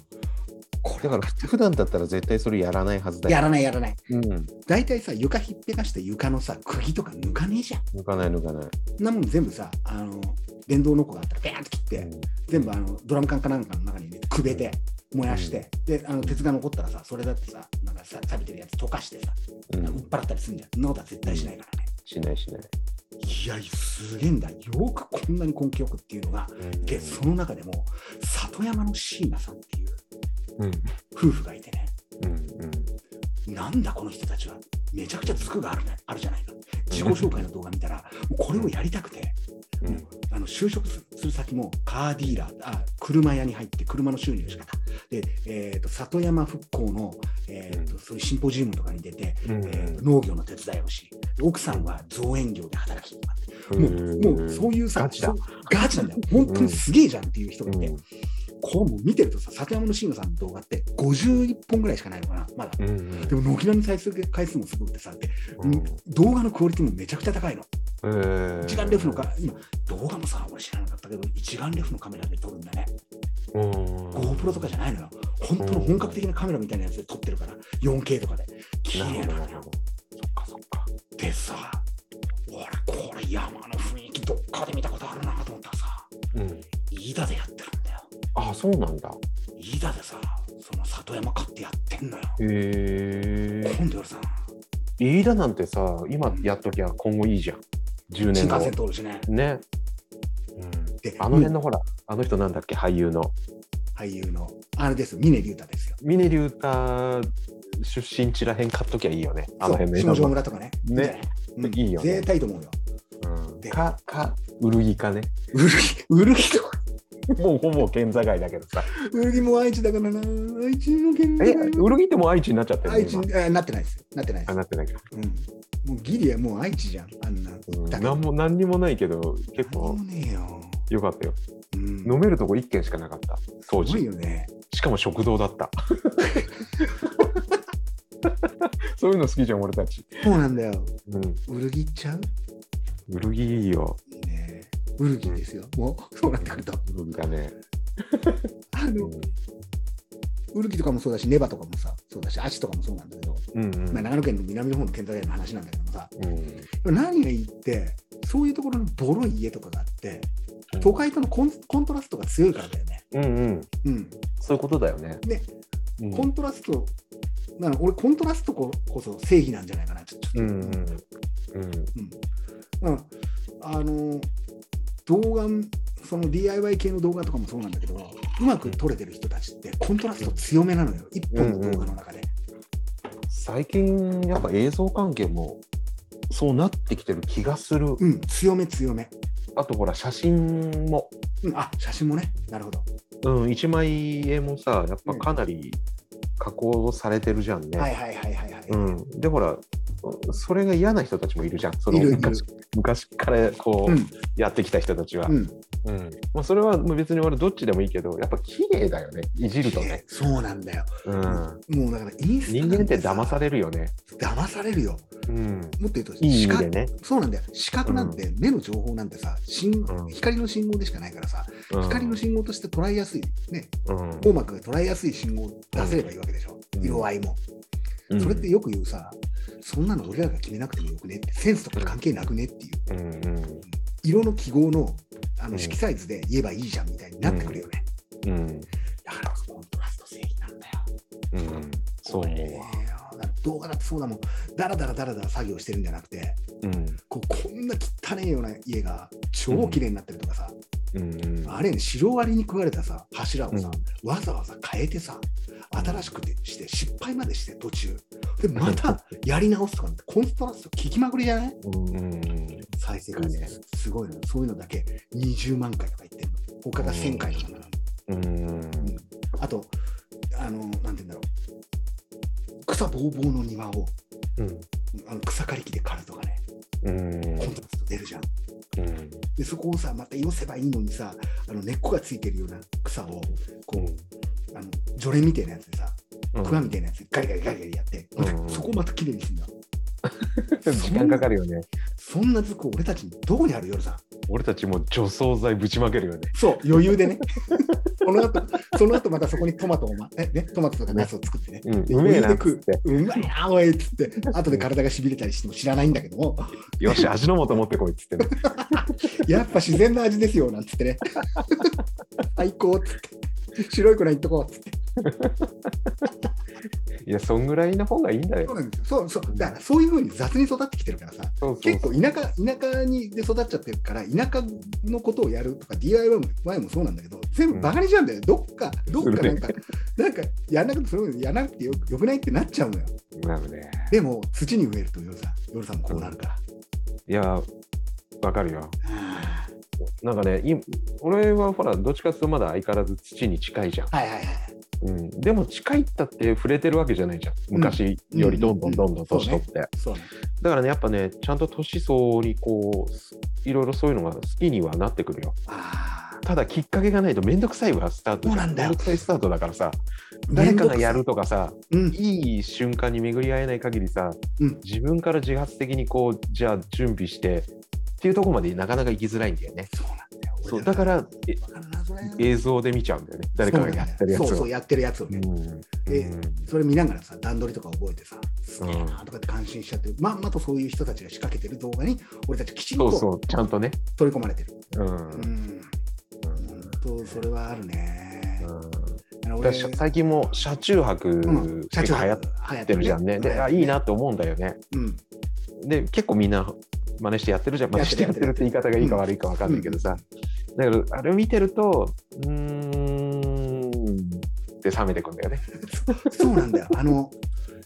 Speaker 1: こ
Speaker 2: だから普段だったら絶対それやらないはずだ
Speaker 1: れや
Speaker 2: よ。
Speaker 1: らないやらない
Speaker 2: うん。
Speaker 1: 大体さ床ひっぺがして床のさ釘とか抜かねえじゃん
Speaker 2: 抜かない抜かない。
Speaker 1: そんなもん全部さ、あの電動ノコがあったら、ペーンと切って、全部あのドラム缶かなんかの中に入れて、くべて、燃やして、であの鉄が残ったらさ、それだってさ、なんかさ錆びてるやつ溶かしてさ、
Speaker 2: う
Speaker 1: 売
Speaker 2: ん
Speaker 1: っ払ったりするんじゃん。そんなことは絶対しないからね。
Speaker 2: しないしない。
Speaker 1: いや、すげえんだ。よくこんなに根気よくっていうのが、で、その中でも、里山の椎名さんっていう
Speaker 2: うん
Speaker 1: 夫婦がいてね、
Speaker 2: うん
Speaker 1: なんだこの人たちは、めちゃくちゃつくがある,、ね、あるじゃないか。自己紹介の動画見たら、もうこれをやりたくて、
Speaker 2: うんうん
Speaker 1: あの就職する先もカーディーラーあ車屋に入って車の修理の仕方で、えー、と里山復興の、えーとそういうシンポジウムとかに出て、
Speaker 2: うん
Speaker 1: えーと農業の手伝いをし奥さんは造園業で働きとかって
Speaker 2: う
Speaker 1: も
Speaker 2: ん
Speaker 1: うもうそういうさ
Speaker 2: ガチだ
Speaker 1: そうガチなんだよ本当にすげえじゃんっていう人がいて、こうもう見てるとさ里山の椎野さんの動画って51本ぐらいしかないのかなまだ。
Speaker 2: うんうん
Speaker 1: でも軒並み再生回数もすごくてさで、
Speaker 2: うん
Speaker 1: 動画のクオリティもめちゃくちゃ高いの。
Speaker 2: えー
Speaker 1: 一眼レフのか、今、動画もさ、俺知らなかったけど、一眼レフのカメラで撮るんだね。
Speaker 2: うん
Speaker 1: GoPro とかじゃないのよ。本当の本格的なカメラみたいなやつで撮ってるから、4K とかで。綺
Speaker 2: なる
Speaker 1: 麗
Speaker 2: ほど
Speaker 1: な
Speaker 2: な
Speaker 1: の
Speaker 2: る
Speaker 1: よ
Speaker 2: ほ。どそっかそっか
Speaker 1: でさ、俺、これ山の雰囲気どっかで見たことあるなと思ったらさ、
Speaker 2: うん
Speaker 1: 飯田でやってるんだよ。
Speaker 2: あそうなんだ
Speaker 1: 飯田でさ、その里山買ってやってんのよ。
Speaker 2: へえ
Speaker 1: 今度よりさ、
Speaker 2: 飯田なんてさ今やっときゃ今後いいじゃん10
Speaker 1: 新
Speaker 2: 年
Speaker 1: 幹線
Speaker 2: 後
Speaker 1: 通るしね。
Speaker 2: ねうん
Speaker 1: で、
Speaker 2: あの辺のほらあの人なんだっけ俳優の
Speaker 1: 俳優の、あれです、峰竜太ですよ。
Speaker 2: 峰竜太出身地らへん買っときゃいいよねあの辺の
Speaker 1: そう下
Speaker 2: 今
Speaker 1: 條
Speaker 2: の
Speaker 1: 村とかね。
Speaker 2: ね
Speaker 1: うん
Speaker 2: いいよね
Speaker 1: 絶対いいと思うよ。
Speaker 2: うんかか古着かね
Speaker 1: うるぎ、うるぎと
Speaker 2: もうほぼ県境だけどさ
Speaker 1: 古着も愛知だからな。愛知の県だ
Speaker 2: え
Speaker 1: から
Speaker 2: 古着ってもう愛知になっちゃってるの
Speaker 1: 愛知
Speaker 2: 今
Speaker 1: あなってないです。なってないで
Speaker 2: あ
Speaker 1: す。
Speaker 2: なってないか
Speaker 1: うん、もうギリはもう愛知じゃん。あんな。
Speaker 2: うん
Speaker 1: だけど
Speaker 2: なんも何にもないけど結
Speaker 1: 何
Speaker 2: 構
Speaker 1: もねえよ。
Speaker 2: 良かったよ
Speaker 1: うん、
Speaker 2: 飲めるとこ1軒しかなかった当
Speaker 1: すごい
Speaker 2: 時
Speaker 1: よね。
Speaker 2: しかも食堂だった そういうの好きじゃん俺たち、
Speaker 1: そうなんだよ。
Speaker 2: うん、
Speaker 1: 古着行っちゃう
Speaker 2: 古着いいよ
Speaker 1: いいね。古着ですよ。もう、そうなってくると。
Speaker 2: 古着だね、
Speaker 1: あ
Speaker 2: う
Speaker 1: の
Speaker 2: ん、
Speaker 1: 古着とかもそうだし、ネバとかもさ、そうだし、足とかもそうなんだけど、
Speaker 2: うんうん
Speaker 1: まあ、長野県の南の方の県境の話なんだけどさ、
Speaker 2: うん
Speaker 1: でも何がいいって、そういうところのボロい家とかがあって、都会とのコンコントラストが強いからだよね。
Speaker 2: うんうん
Speaker 1: うん。
Speaker 2: そういうことだよね
Speaker 1: ね
Speaker 2: うん
Speaker 1: コントラスト、なの俺、コントラストここそ正義なんじゃないかな、ちょちょっと。
Speaker 2: うんうんうん
Speaker 1: うんだからあの動画、その DIY 系の動画とかもそうなんだけど、うまく撮れてる人たちって、コントラスト強めなのよ、一本の動画の中で。
Speaker 2: 最近やっぱ映像関係もそうなってきてる気がする、
Speaker 1: うん、強め、強め。
Speaker 2: あとほら写真も
Speaker 1: うん、あ写真もね、なるほど。
Speaker 2: うん、一枚絵もさ、やっぱかなり加工されてるじゃんね。
Speaker 1: はいはいはいはいはい。
Speaker 2: うん、で、ほら、それが嫌な人たちもいるじゃん。その
Speaker 1: いるいる
Speaker 2: 昔昔からこう、
Speaker 1: うん
Speaker 2: やってきた人たちは、
Speaker 1: うん
Speaker 2: うんまあ、それはもう別に俺どっちでもいいけどやっぱ綺麗だよねいじるとね
Speaker 1: ね、そうなんだよ。
Speaker 2: うん、
Speaker 1: もうだからインスタ
Speaker 2: 人間って騙されるよね、
Speaker 1: 騙されるよ。
Speaker 2: う
Speaker 1: も
Speaker 2: ん、
Speaker 1: っと言うと
Speaker 2: いい意
Speaker 1: 視
Speaker 2: 味
Speaker 1: 覚
Speaker 2: でね、
Speaker 1: そうなんだよ視覚なんて目の情報なんてさ、信光の信号でしかないからさ、
Speaker 2: うん、
Speaker 1: 光の信号として捉えやすい、ね、
Speaker 2: うん
Speaker 1: 網膜が捉えやすい信号を出せればいいわけでしょ、
Speaker 2: うん
Speaker 1: 色合いも、
Speaker 2: うん
Speaker 1: それってよく言うさ、そんなの俺らが決めなくてもよくねって、センスとか関係なくねっていう、
Speaker 2: うんうん
Speaker 1: 色の記号のあ
Speaker 2: う
Speaker 1: の
Speaker 2: ん
Speaker 1: 色彩図で言えばいいじゃんみたいになってくるよね。
Speaker 2: うん
Speaker 1: だからコントラスト正義なんだよ。
Speaker 2: うんそう思うわ、
Speaker 1: いやーだから動画だってそうだもん、だらだらだらだら作業してるんじゃなくて、
Speaker 2: うん
Speaker 1: こうこんな汚いような家が超綺麗になってるとかさ、
Speaker 2: うんうん、
Speaker 1: あれね、シロアリに食われたさ、柱をさ、
Speaker 2: う
Speaker 1: わざわざ変えてさ、新しくてして、失敗までして、途中。で、またやり直すとか、コントラスト聞きまくりじゃない
Speaker 2: うんうんうん
Speaker 1: 再生回数、
Speaker 2: ね
Speaker 1: すごいの。そういうのだけ20万回とか言ってんの。他が1000回とかなの。
Speaker 2: うん
Speaker 1: うんあと、あの、なんて言うんだろう。草ぼうぼうの庭を
Speaker 2: うん
Speaker 1: あの草刈り機で刈るとかね、
Speaker 2: うん
Speaker 1: コントラスト出るじゃん。
Speaker 2: うん
Speaker 1: で、そこをさ、また寄せばいいのにさ、あの根っこがついてるような草を、こう、あの、ジョレみたいなやつでさ、
Speaker 2: うん
Speaker 1: クワみたいなやつガリガリガリガリやって、
Speaker 2: うん
Speaker 1: そこをまた綺麗にすんだ
Speaker 2: 時間かかるよね
Speaker 1: そんな図工俺たちどこにある夜さん
Speaker 2: 俺たちも除草剤ぶちまけるよね
Speaker 1: そう余裕でねこの後その後またそこにトマトをまえねトマトとかナスを作ってね
Speaker 2: うん
Speaker 1: で
Speaker 2: うめえな
Speaker 1: 余
Speaker 2: っ
Speaker 1: 裕で食
Speaker 2: つ
Speaker 1: う
Speaker 2: って
Speaker 1: うまいなおいっつって後で体がしびれたりしても知らないんだけど も
Speaker 2: よし味の素持ってこいっつってね
Speaker 1: やっぱ自然な味ですよなんつってね 最高っつって白いくらいっとこうっつって
Speaker 2: いやそんぐらいの方がいいんだ
Speaker 1: そう
Speaker 2: よ
Speaker 1: なんですよそうそうだからそういうふうに雑に育ってきてるからさ
Speaker 2: そうそう
Speaker 1: 結構田舎田舎にで育っちゃってるから田舎のことをやるとか DIY も前もそうなんだけど全部バカにしちゃうんだよ、どっかどっかなんか、なんかやらなくてそれもやらなくてよよくないってなっちゃうのよ
Speaker 2: なのね
Speaker 1: でも土に植えると夜さん夜さんもこうなるから、
Speaker 2: いやわかるよなんかねい俺はほらどっちかっていうとまだ相変わらず土に近いじゃん、
Speaker 1: はいはいはい
Speaker 2: うん、でも近いったって触れてるわけじゃないじゃん昔よりどんどんどんどん年取って、
Speaker 1: そうね
Speaker 2: だからねやっぱねちゃんと年相応にこういろいろそういうのが好きにはなってくるよ
Speaker 1: あ
Speaker 2: ただきっかけがないと面倒くさいわスタート
Speaker 1: そうなんだよ
Speaker 2: めんどくさいスタートだからさ
Speaker 1: ー
Speaker 2: 誰かがやるとかさ
Speaker 1: うん
Speaker 2: いい瞬間に巡り合えない限りさ、
Speaker 1: うん
Speaker 2: 自分から自発的にこうじゃあ準備してっていうところまでなかなか行きづらいんだよね
Speaker 1: そうなんだよ
Speaker 2: そうだからえ
Speaker 1: 分かるなそれ
Speaker 2: 映像で見ちゃうんだよね誰かがやってるやつ
Speaker 1: そうそ
Speaker 2: を
Speaker 1: う。やってるやつを
Speaker 2: う
Speaker 1: ね、
Speaker 2: ん
Speaker 1: で
Speaker 2: うん
Speaker 1: それ見ながらさ段取りとか覚えてさすげえなとかって感心しちゃってる、まんまとそういう人たちが仕掛けてる動画に俺たちきちん
Speaker 2: そう
Speaker 1: と
Speaker 2: そうちゃんとね、
Speaker 1: 取り込まれてる
Speaker 2: うん
Speaker 1: うん、本当それはあるね。あの
Speaker 2: うん、だから最近も車中泊
Speaker 1: うん社
Speaker 2: 結
Speaker 1: 長
Speaker 2: 構流行っ
Speaker 1: 流行って
Speaker 2: るじゃんね、であいいな。って思うんだよね
Speaker 1: うん、
Speaker 2: で結構みんな真似してやってるじゃん真似してやってるって言い方がいいか悪いか分かんないけどさ、だけどあれを見てるとうーんって冷めてくんだよね、
Speaker 1: そうなんだよ。あの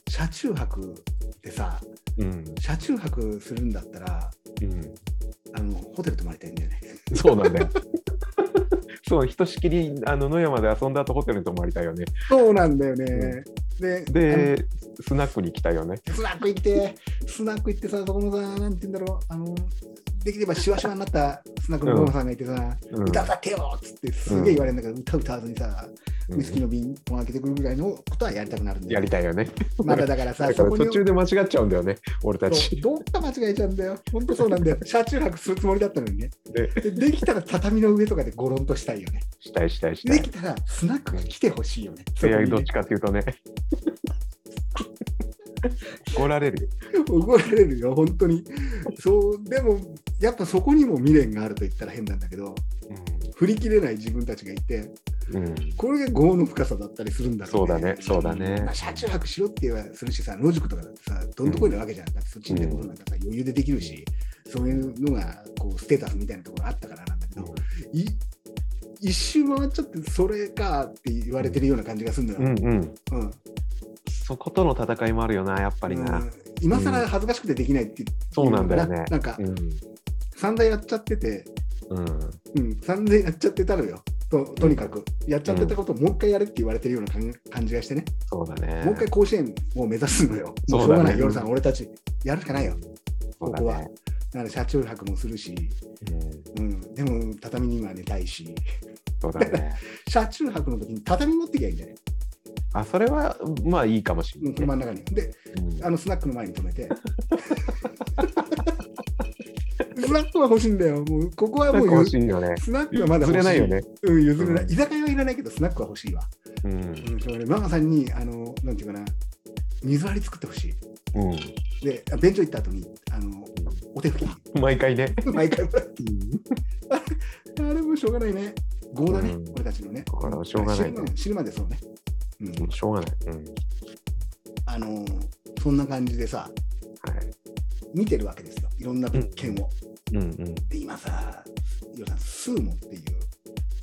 Speaker 1: 車中泊ってさ、
Speaker 2: うん
Speaker 1: 車中泊するんだったら
Speaker 2: うん、
Speaker 1: あのホテル泊まりたいんだよね。
Speaker 2: そうなんだよ そうひとしきりあの野山で遊んだ後ホテルに泊まりたいよね
Speaker 1: そうなんだよ
Speaker 2: ね。
Speaker 1: で、
Speaker 2: でスナックに来たよね
Speaker 1: あのスナック行ってスナック行ってさ、そこのさ、なんて言うんだろう、あのできればシワシワになったスナックのママさんがいてさ、
Speaker 2: うん
Speaker 1: 歌歌ってよっつってすげえ言われるんだけど、歌歌わずにさ、ウイスキーの瓶を開けてくるぐらいのことはやりたくなるんだ
Speaker 2: や
Speaker 1: よね
Speaker 2: り。たいよね。
Speaker 1: まだだからさ、
Speaker 2: だか
Speaker 1: そ
Speaker 2: ら
Speaker 1: こに
Speaker 2: 途中で間違っちゃうんだよね、俺た
Speaker 1: そう
Speaker 2: ち。
Speaker 1: どっか間違えちゃうんだよ。本当そうなんだよ。車中泊するつもりだったのにね。
Speaker 2: で、
Speaker 1: でできたら畳の上とかでゴロンとしたいよね。
Speaker 2: したいしたいした
Speaker 1: で
Speaker 2: い。
Speaker 1: きたらスナックが来てほしいよね。
Speaker 2: い
Speaker 1: そこ
Speaker 2: や
Speaker 1: に
Speaker 2: どっ
Speaker 1: ね
Speaker 2: ちかっていう とね。怒られるよ。
Speaker 1: 怒られるよ、本当に。そう、でも、やっぱそこにも未練があると言ったら変なんだけど、振り切れない自分たちがいて、
Speaker 2: うん。うん
Speaker 1: これが業の深さだったりするんだろね。
Speaker 2: そうだねそうだね
Speaker 1: まあ車中泊しろって言えばするしさ、野宿とかだってさ、どんとこいなわけじゃん。だってそっちに行ってことなんかさ、余裕でできるし、そういうのがこうステータスみたいなところがあったからなんだけど、い一周回っちゃってそれかって言われてるような感じがするの
Speaker 2: う
Speaker 1: よ。
Speaker 2: んうん。
Speaker 1: うんうん
Speaker 2: そことの戦いもあるよな、やっぱりな。
Speaker 1: 今更恥ずかしくてできないっていう
Speaker 2: そうなんだよね
Speaker 1: なんか
Speaker 2: うん。
Speaker 1: 散々やっちゃってて、
Speaker 2: うん。
Speaker 1: うん、散々やっちゃってたのよ。ととにかく、やっちゃってたことをもう一回やれって言われてるような感感じがしてね、
Speaker 2: そうだね。
Speaker 1: もう一回甲子園を目指すのよ。もうしょ
Speaker 2: そう
Speaker 1: う
Speaker 2: だね
Speaker 1: がない、夜さん、俺たち、やるしかないよ。
Speaker 2: そう
Speaker 1: ここ
Speaker 2: だ
Speaker 1: は
Speaker 2: ね。
Speaker 1: だから車中泊もするし、
Speaker 2: うん、
Speaker 1: うん、でも畳には寝たいし、
Speaker 2: そうだね。
Speaker 1: 車中泊の時に畳持ってきゃいいんじゃない、
Speaker 2: あ、それは、まあいいかもし
Speaker 1: う
Speaker 2: れ
Speaker 1: ん、
Speaker 2: な
Speaker 1: 車
Speaker 2: い。
Speaker 1: の中に。で、
Speaker 2: うん
Speaker 1: あのスナックの前に止め て。スナックは欲しいんだよ。もうここは
Speaker 2: なん
Speaker 1: も
Speaker 2: か
Speaker 1: う
Speaker 2: 欲しいよね。
Speaker 1: スナックはまだ欲し
Speaker 2: 譲
Speaker 1: い。
Speaker 2: れないよね。
Speaker 1: うん、譲れない。
Speaker 2: うん
Speaker 1: 居酒屋はいらないけど、スナックは欲しいわ。
Speaker 2: うん。
Speaker 1: うん、それママさんに、あの、なんていうかな、水割り作ってほしい。
Speaker 2: う
Speaker 1: で、便所行った後に、あの、お手拭き、
Speaker 2: ん。毎 回ね。
Speaker 1: 毎回もらって。あれもしょうがないね。業だね、
Speaker 2: うん
Speaker 1: 俺たちのね。
Speaker 2: だからしょうがないね
Speaker 1: 死ぬまで死ぬまでそうね。うん、
Speaker 2: もうしょうがない。うん。
Speaker 1: あのそんな感じでさ、
Speaker 2: はい。
Speaker 1: 見てるわけですよ。いろんな物件を。
Speaker 2: うん、
Speaker 1: で今さ、伊代さん、スーモってい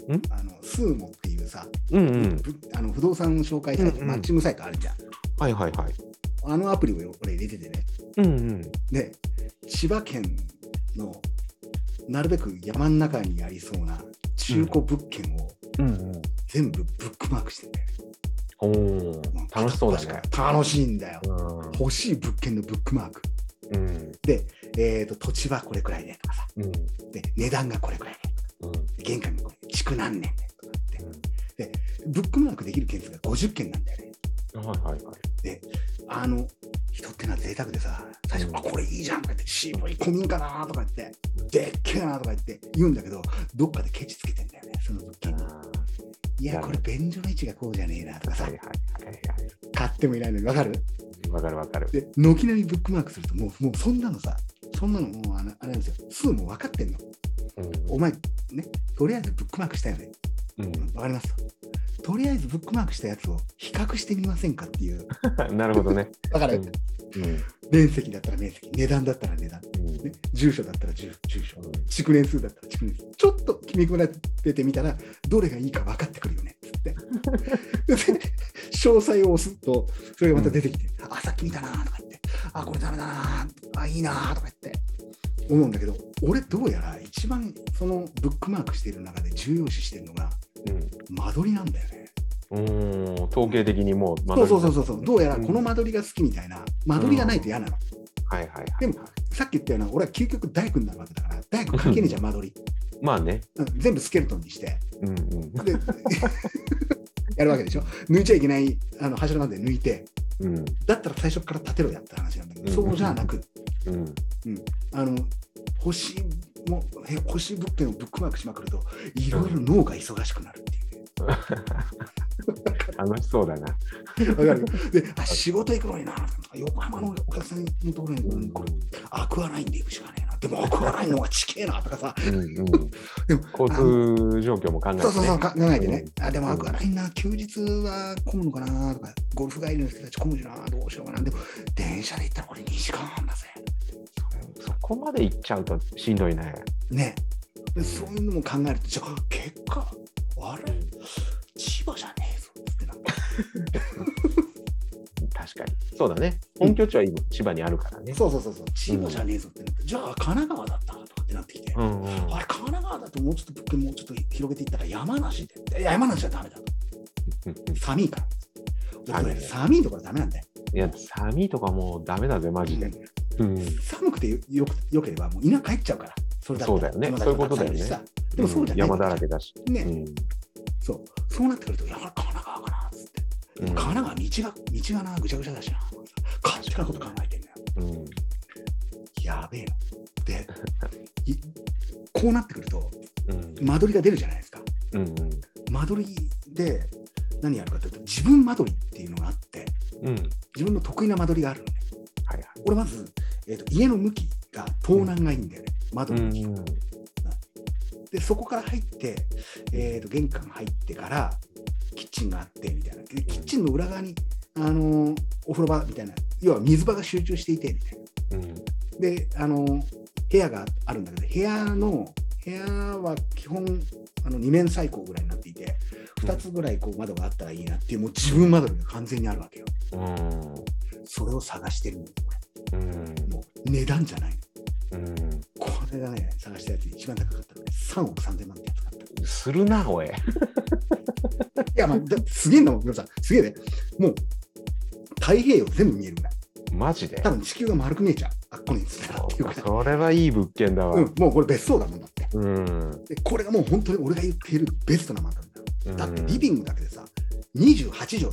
Speaker 1: うんあのスーモっていうさ、
Speaker 2: うん。うんうん。
Speaker 1: ぶあの不動産紹介サイト、
Speaker 2: うんうん
Speaker 1: マッチングサイトあるじゃん。
Speaker 2: はいはいはい。
Speaker 1: あのアプリをよ俺入れててね。
Speaker 2: うんうん。
Speaker 1: で、千葉県のなるべく山の中にありそうな中古物件を
Speaker 2: うんうん。
Speaker 1: 全部ブックマークしてんだよ
Speaker 2: お
Speaker 1: う
Speaker 2: お
Speaker 1: ん。
Speaker 2: 楽しそうだね
Speaker 1: 片っ。端から楽しいんだよ。
Speaker 2: う
Speaker 1: 欲しい物件のブックマーク。
Speaker 2: ん。うん。
Speaker 1: えー、と土地はこれくらいでとかさ、
Speaker 2: うん。
Speaker 1: で値段がこれくらいで
Speaker 2: うん。
Speaker 1: 玄関がこれ、築何年でとかって、で、ブックマークできる件数が50件なんだよね。
Speaker 2: はいはいはい。
Speaker 1: あの、人ってのは贅沢でさ、最初、
Speaker 2: うん
Speaker 1: あ、これいいじゃんとか言って、渋い古民家だなとか言って、でっけえなとか言って言うんだけど、どっかでケチつけてんだよね、その物件に。いや、これ、便所の位置がこうじゃねえなとか
Speaker 2: は
Speaker 1: さ
Speaker 2: いはい、はいは
Speaker 1: 買ってもいないのに、わかる
Speaker 2: い。わかるわかる。
Speaker 1: で、軒並みブックマークすると、もう、もうそんなのさ、そんなのもうあの、あれなんですよ、すぐもう分かってんの。
Speaker 2: うん
Speaker 1: お前、ね、とりあえずブックマークしたよね。
Speaker 2: うん。
Speaker 1: わかりますとりあえずブックマークしたやつを比較してみませんかっていう。
Speaker 2: なるほど ね。
Speaker 1: だから、
Speaker 2: うんうん。
Speaker 1: 面積だったら面積、値段だったら値段、
Speaker 2: うん
Speaker 1: ね、住所だったら住住所、
Speaker 2: うん
Speaker 1: 築年数だったら築年数、ちょっと決め込まれてみたら、どれがいいか分かってくるよねっつって。で詳細を押すと、それがまた出てきて、あ、さっき見たなとか言って、あ、これダメだなあ、いいなとか言って。思うんだけど俺どうやら一番そのブックマークしている中で重要視してるのが間取りなんだよね。
Speaker 2: うん。うん。統計的にもう間
Speaker 1: そう
Speaker 2: 取り
Speaker 1: そ
Speaker 2: が、
Speaker 1: うそうそうそう、どうやら
Speaker 2: うん
Speaker 1: この間取りが好きみたいな、間取りがないと嫌なの。
Speaker 2: はいはいはい。
Speaker 1: でも、さっき言ったような、俺は究極大工になるわけだから、大工かけねえじゃん、間取り。
Speaker 2: まあね。
Speaker 1: うん全部スケルトンにして、
Speaker 2: うんうん。
Speaker 1: で やるわけでしょ。抜いちゃいけないあの柱なんで抜いて、
Speaker 2: うん。
Speaker 1: だったら最初から建てろやって話なんだけど、
Speaker 2: うん
Speaker 1: そうじゃなく、
Speaker 2: うん。
Speaker 1: あの欲しいもえ欲しい物件をブックマークしまくると、いろいろ脳が忙しくなるっていうね。
Speaker 2: 楽しそうだな。
Speaker 1: わかるであ仕事行くのにな、横浜のお客さんのところに、うんこれアクアラインで行くしかねえな。でもアクアラインの方がちけえなとかさ。
Speaker 2: うんうん。
Speaker 1: でも
Speaker 2: 交通状況も考えて、ね。
Speaker 1: そうそうそう、考えてね。あでも
Speaker 2: うん
Speaker 1: アクアラインな、休日は混むのかなとか、ゴルフ帰りの人たち混むしな、どうしようかな。でも、電車で行ったらこれ2時間半だぜ。
Speaker 2: そこまで行っちゃうとしんどいね。
Speaker 1: ね。でそういうのも考えると、じゃあ結果、あれ、千葉じゃねえぞってなって。
Speaker 2: 確かに。そうだね。本拠地は今、千葉にあるからね。
Speaker 1: そうそうそうそう、千葉じゃねえぞってなって、じゃあ神奈川だったとかってなってきて。
Speaker 2: うんう
Speaker 1: あ
Speaker 2: ん。
Speaker 1: れ、神奈川だともうちょっと物件もうちょっと広げていったら山梨で。いや山梨はダメだ。
Speaker 2: うん
Speaker 1: 寒いから。俺
Speaker 2: 寒いね
Speaker 1: 寒いところダメなんだよ。
Speaker 2: いや、寒いとかもうダメだぜ、マジで。うん。
Speaker 1: 寒くてよよくよければ、もう田舎帰っちゃうから。それったら
Speaker 2: そうだよね
Speaker 1: 山
Speaker 2: そういうことだよね
Speaker 1: たくさんいるしさでもそうじゃない、
Speaker 2: 山だらけだし。
Speaker 1: ね、
Speaker 2: うん。
Speaker 1: そう。そうなってくると、いや、神奈川かなっつって。
Speaker 2: うん
Speaker 1: 神奈川道が、道がな、ぐちゃぐちゃだしな。勝手なこと考えてんだよ。
Speaker 2: うん。
Speaker 1: やべえよ。で、いこうなってくると、
Speaker 2: うん。
Speaker 1: 間取りが出るじゃないですか。
Speaker 2: うん。
Speaker 1: 間取りで何やるかというと自分間取りっていうのがあって
Speaker 2: うん。はい
Speaker 1: 自分の得意な間取りがあるのね
Speaker 2: はい。
Speaker 1: 俺まず、えーと家の向きが東南がいいんだよね、間
Speaker 2: う
Speaker 1: 取りの向き、
Speaker 2: ん。
Speaker 1: でそこから入って、えー、と玄関入ってからキッチンがあってみたいなでキッチンの裏側に、あのーお風呂場みたいな要は水場が集中していてみたいな
Speaker 2: うん。
Speaker 1: で、あの部屋があるんだけど、部屋の部屋は基本あの2面採光ぐらいになっていて、
Speaker 2: うん
Speaker 1: 2つぐらいこう窓があったらいいなっていう、もう自分窓が完全にあるわけよ。
Speaker 2: うん。
Speaker 1: それを探してるの、
Speaker 2: うん。
Speaker 1: もう値段じゃないの。
Speaker 2: うん。
Speaker 1: これがね、探したやつで一番高かったので、3億3000万ってやつだった。い
Speaker 2: するな、おい。
Speaker 1: や、まあ、だすげえんだもん、皆さん。すげえね。もう、太平洋全部見えるぐらい。
Speaker 2: マジで
Speaker 1: 多。分地球が丸く見えちゃう。あっこに住んでたっていうぐらい
Speaker 2: それはいい物件だわ。
Speaker 1: うん、もうこれ別荘だもんだって
Speaker 2: うん。
Speaker 1: でこれがもう本当に俺が言っているベストな漫画だ
Speaker 2: うん
Speaker 1: だってリビングだけでさ28畳だよ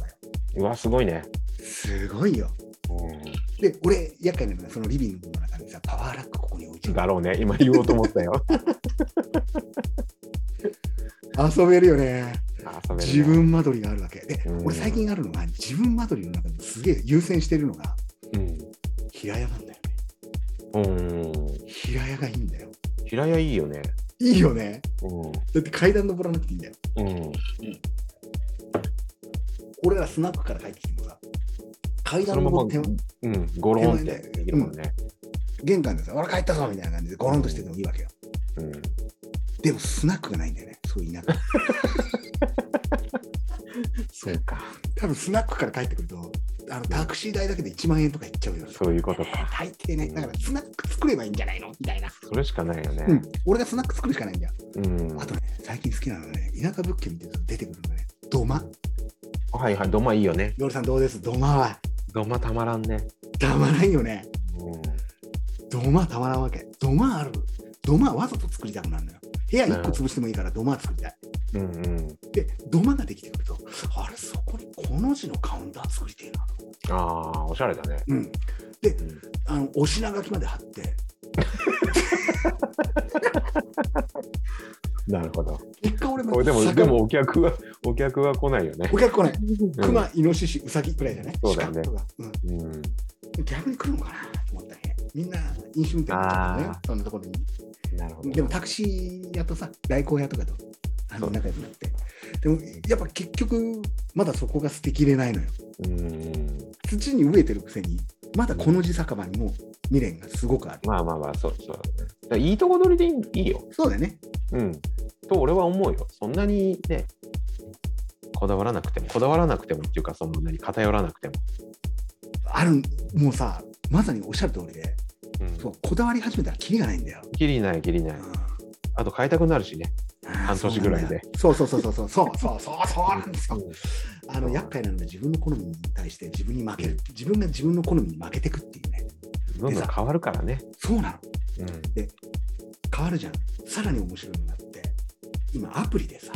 Speaker 2: うわ、すごいね。
Speaker 1: すごいよで俺厄介なのがそのリビングの中にさパワーラックここに置いて
Speaker 2: だろうね。今言おうと思ったよ。
Speaker 1: 遊べるよね
Speaker 2: 遊べるね
Speaker 1: 自、分間取りがあるわけで
Speaker 2: うん
Speaker 1: 俺最近あるのが自分間取りの中ですげえ優先してるのが平屋なんだよね
Speaker 2: うん。うん。
Speaker 1: 平屋がいいんだよ
Speaker 2: 平屋いいよね。
Speaker 1: いいよね
Speaker 2: うん。
Speaker 1: だって階段登らなくていいんだよ
Speaker 2: うん。
Speaker 1: 俺らスナックから帰ってきてもさ階
Speaker 2: その
Speaker 1: 段
Speaker 2: ま
Speaker 1: 登
Speaker 2: ま
Speaker 1: って、
Speaker 2: うん、ゴロンってできるもんね。
Speaker 1: 玄関でさ俺帰ったぞみたいな感じでゴロンとしててもいいわけよ
Speaker 2: うん。
Speaker 1: でもスナックがないんだよねそういう田舎
Speaker 2: そうか。
Speaker 1: 多分スナックから帰ってくるとあのタクシー代だけで1万円とかいっちゃうよ
Speaker 2: そういうことか。
Speaker 1: 大抵ねだからスナック作ればいいんじゃないのみたいな
Speaker 2: それしかないよ
Speaker 1: う
Speaker 2: ね
Speaker 1: ん。俺がスナック作るしかないんだよ
Speaker 2: うん。
Speaker 1: あとね、最近好きなのはね、田舎物件見てると出てくるのがね、土間。
Speaker 2: はいはい、土間いいよね。
Speaker 1: 夜さんどうです土間は。
Speaker 2: 土間たまらんね。
Speaker 1: たまらんよね。
Speaker 2: うん。
Speaker 1: 土間たまらんわけ。土間ある。土間わざと作りたくなるのよ。部屋1個潰してもいいから土間作りたい。
Speaker 2: うんうん。
Speaker 1: で、土間ができてくると、あれ、そこにこの字のカウンター作りてえな。
Speaker 2: ああ、おしゃれだね。
Speaker 1: うん。
Speaker 2: うん
Speaker 1: あの、お品書きまで貼って、
Speaker 2: なるほど。
Speaker 1: 結果俺
Speaker 2: これでも、
Speaker 1: 魚
Speaker 2: でもお客は、お客は来ないよね
Speaker 1: お。客来ない。
Speaker 2: うん
Speaker 1: 熊、イノシシ、ウサギくらいじゃない
Speaker 2: そうだよね
Speaker 1: 鹿とかうん
Speaker 2: うん。
Speaker 1: 逆に来るのかなと思ったね。みんな飲酒運転になっちゃったね
Speaker 2: あ。
Speaker 1: そんなところに。
Speaker 2: なるほど。
Speaker 1: でもタクシー屋とさ、代行屋とかとあ
Speaker 2: そ
Speaker 1: の
Speaker 2: う
Speaker 1: 仲良くなって。でもやっぱ結局、まだそこが捨てきれないのよ。
Speaker 2: うん。
Speaker 1: 土に植えてるくせに、まだこの字酒場にも未練がすごくある。
Speaker 2: まあまあまあ、そうそう。だからいいとこ取りでいいよ。
Speaker 1: そうだよね。
Speaker 2: うん。と俺は思うよ。そんなにね、こだわらなくても、こだわらなくてもっていうか、そんなに偏らなくても。
Speaker 1: ある、もうさ、まさにおっしゃる通りで、
Speaker 2: うん。
Speaker 1: そうこだわり始めたらキリがないんだよ。
Speaker 2: きりない、きりない。あと変えたくなるしね。
Speaker 1: 半
Speaker 2: 年ぐらいで。
Speaker 1: そうそうそうそうそうそうそうそうそうなんですよ。
Speaker 2: う
Speaker 1: あの厄介なのが自分の好みに対して自分に負ける。自分が自分の好みに負けてくっていうね。
Speaker 2: んどんどん変わるからね。
Speaker 1: そうなの。
Speaker 2: うん。
Speaker 1: 変わるじゃんさらに面白いのがあって今アプリでさ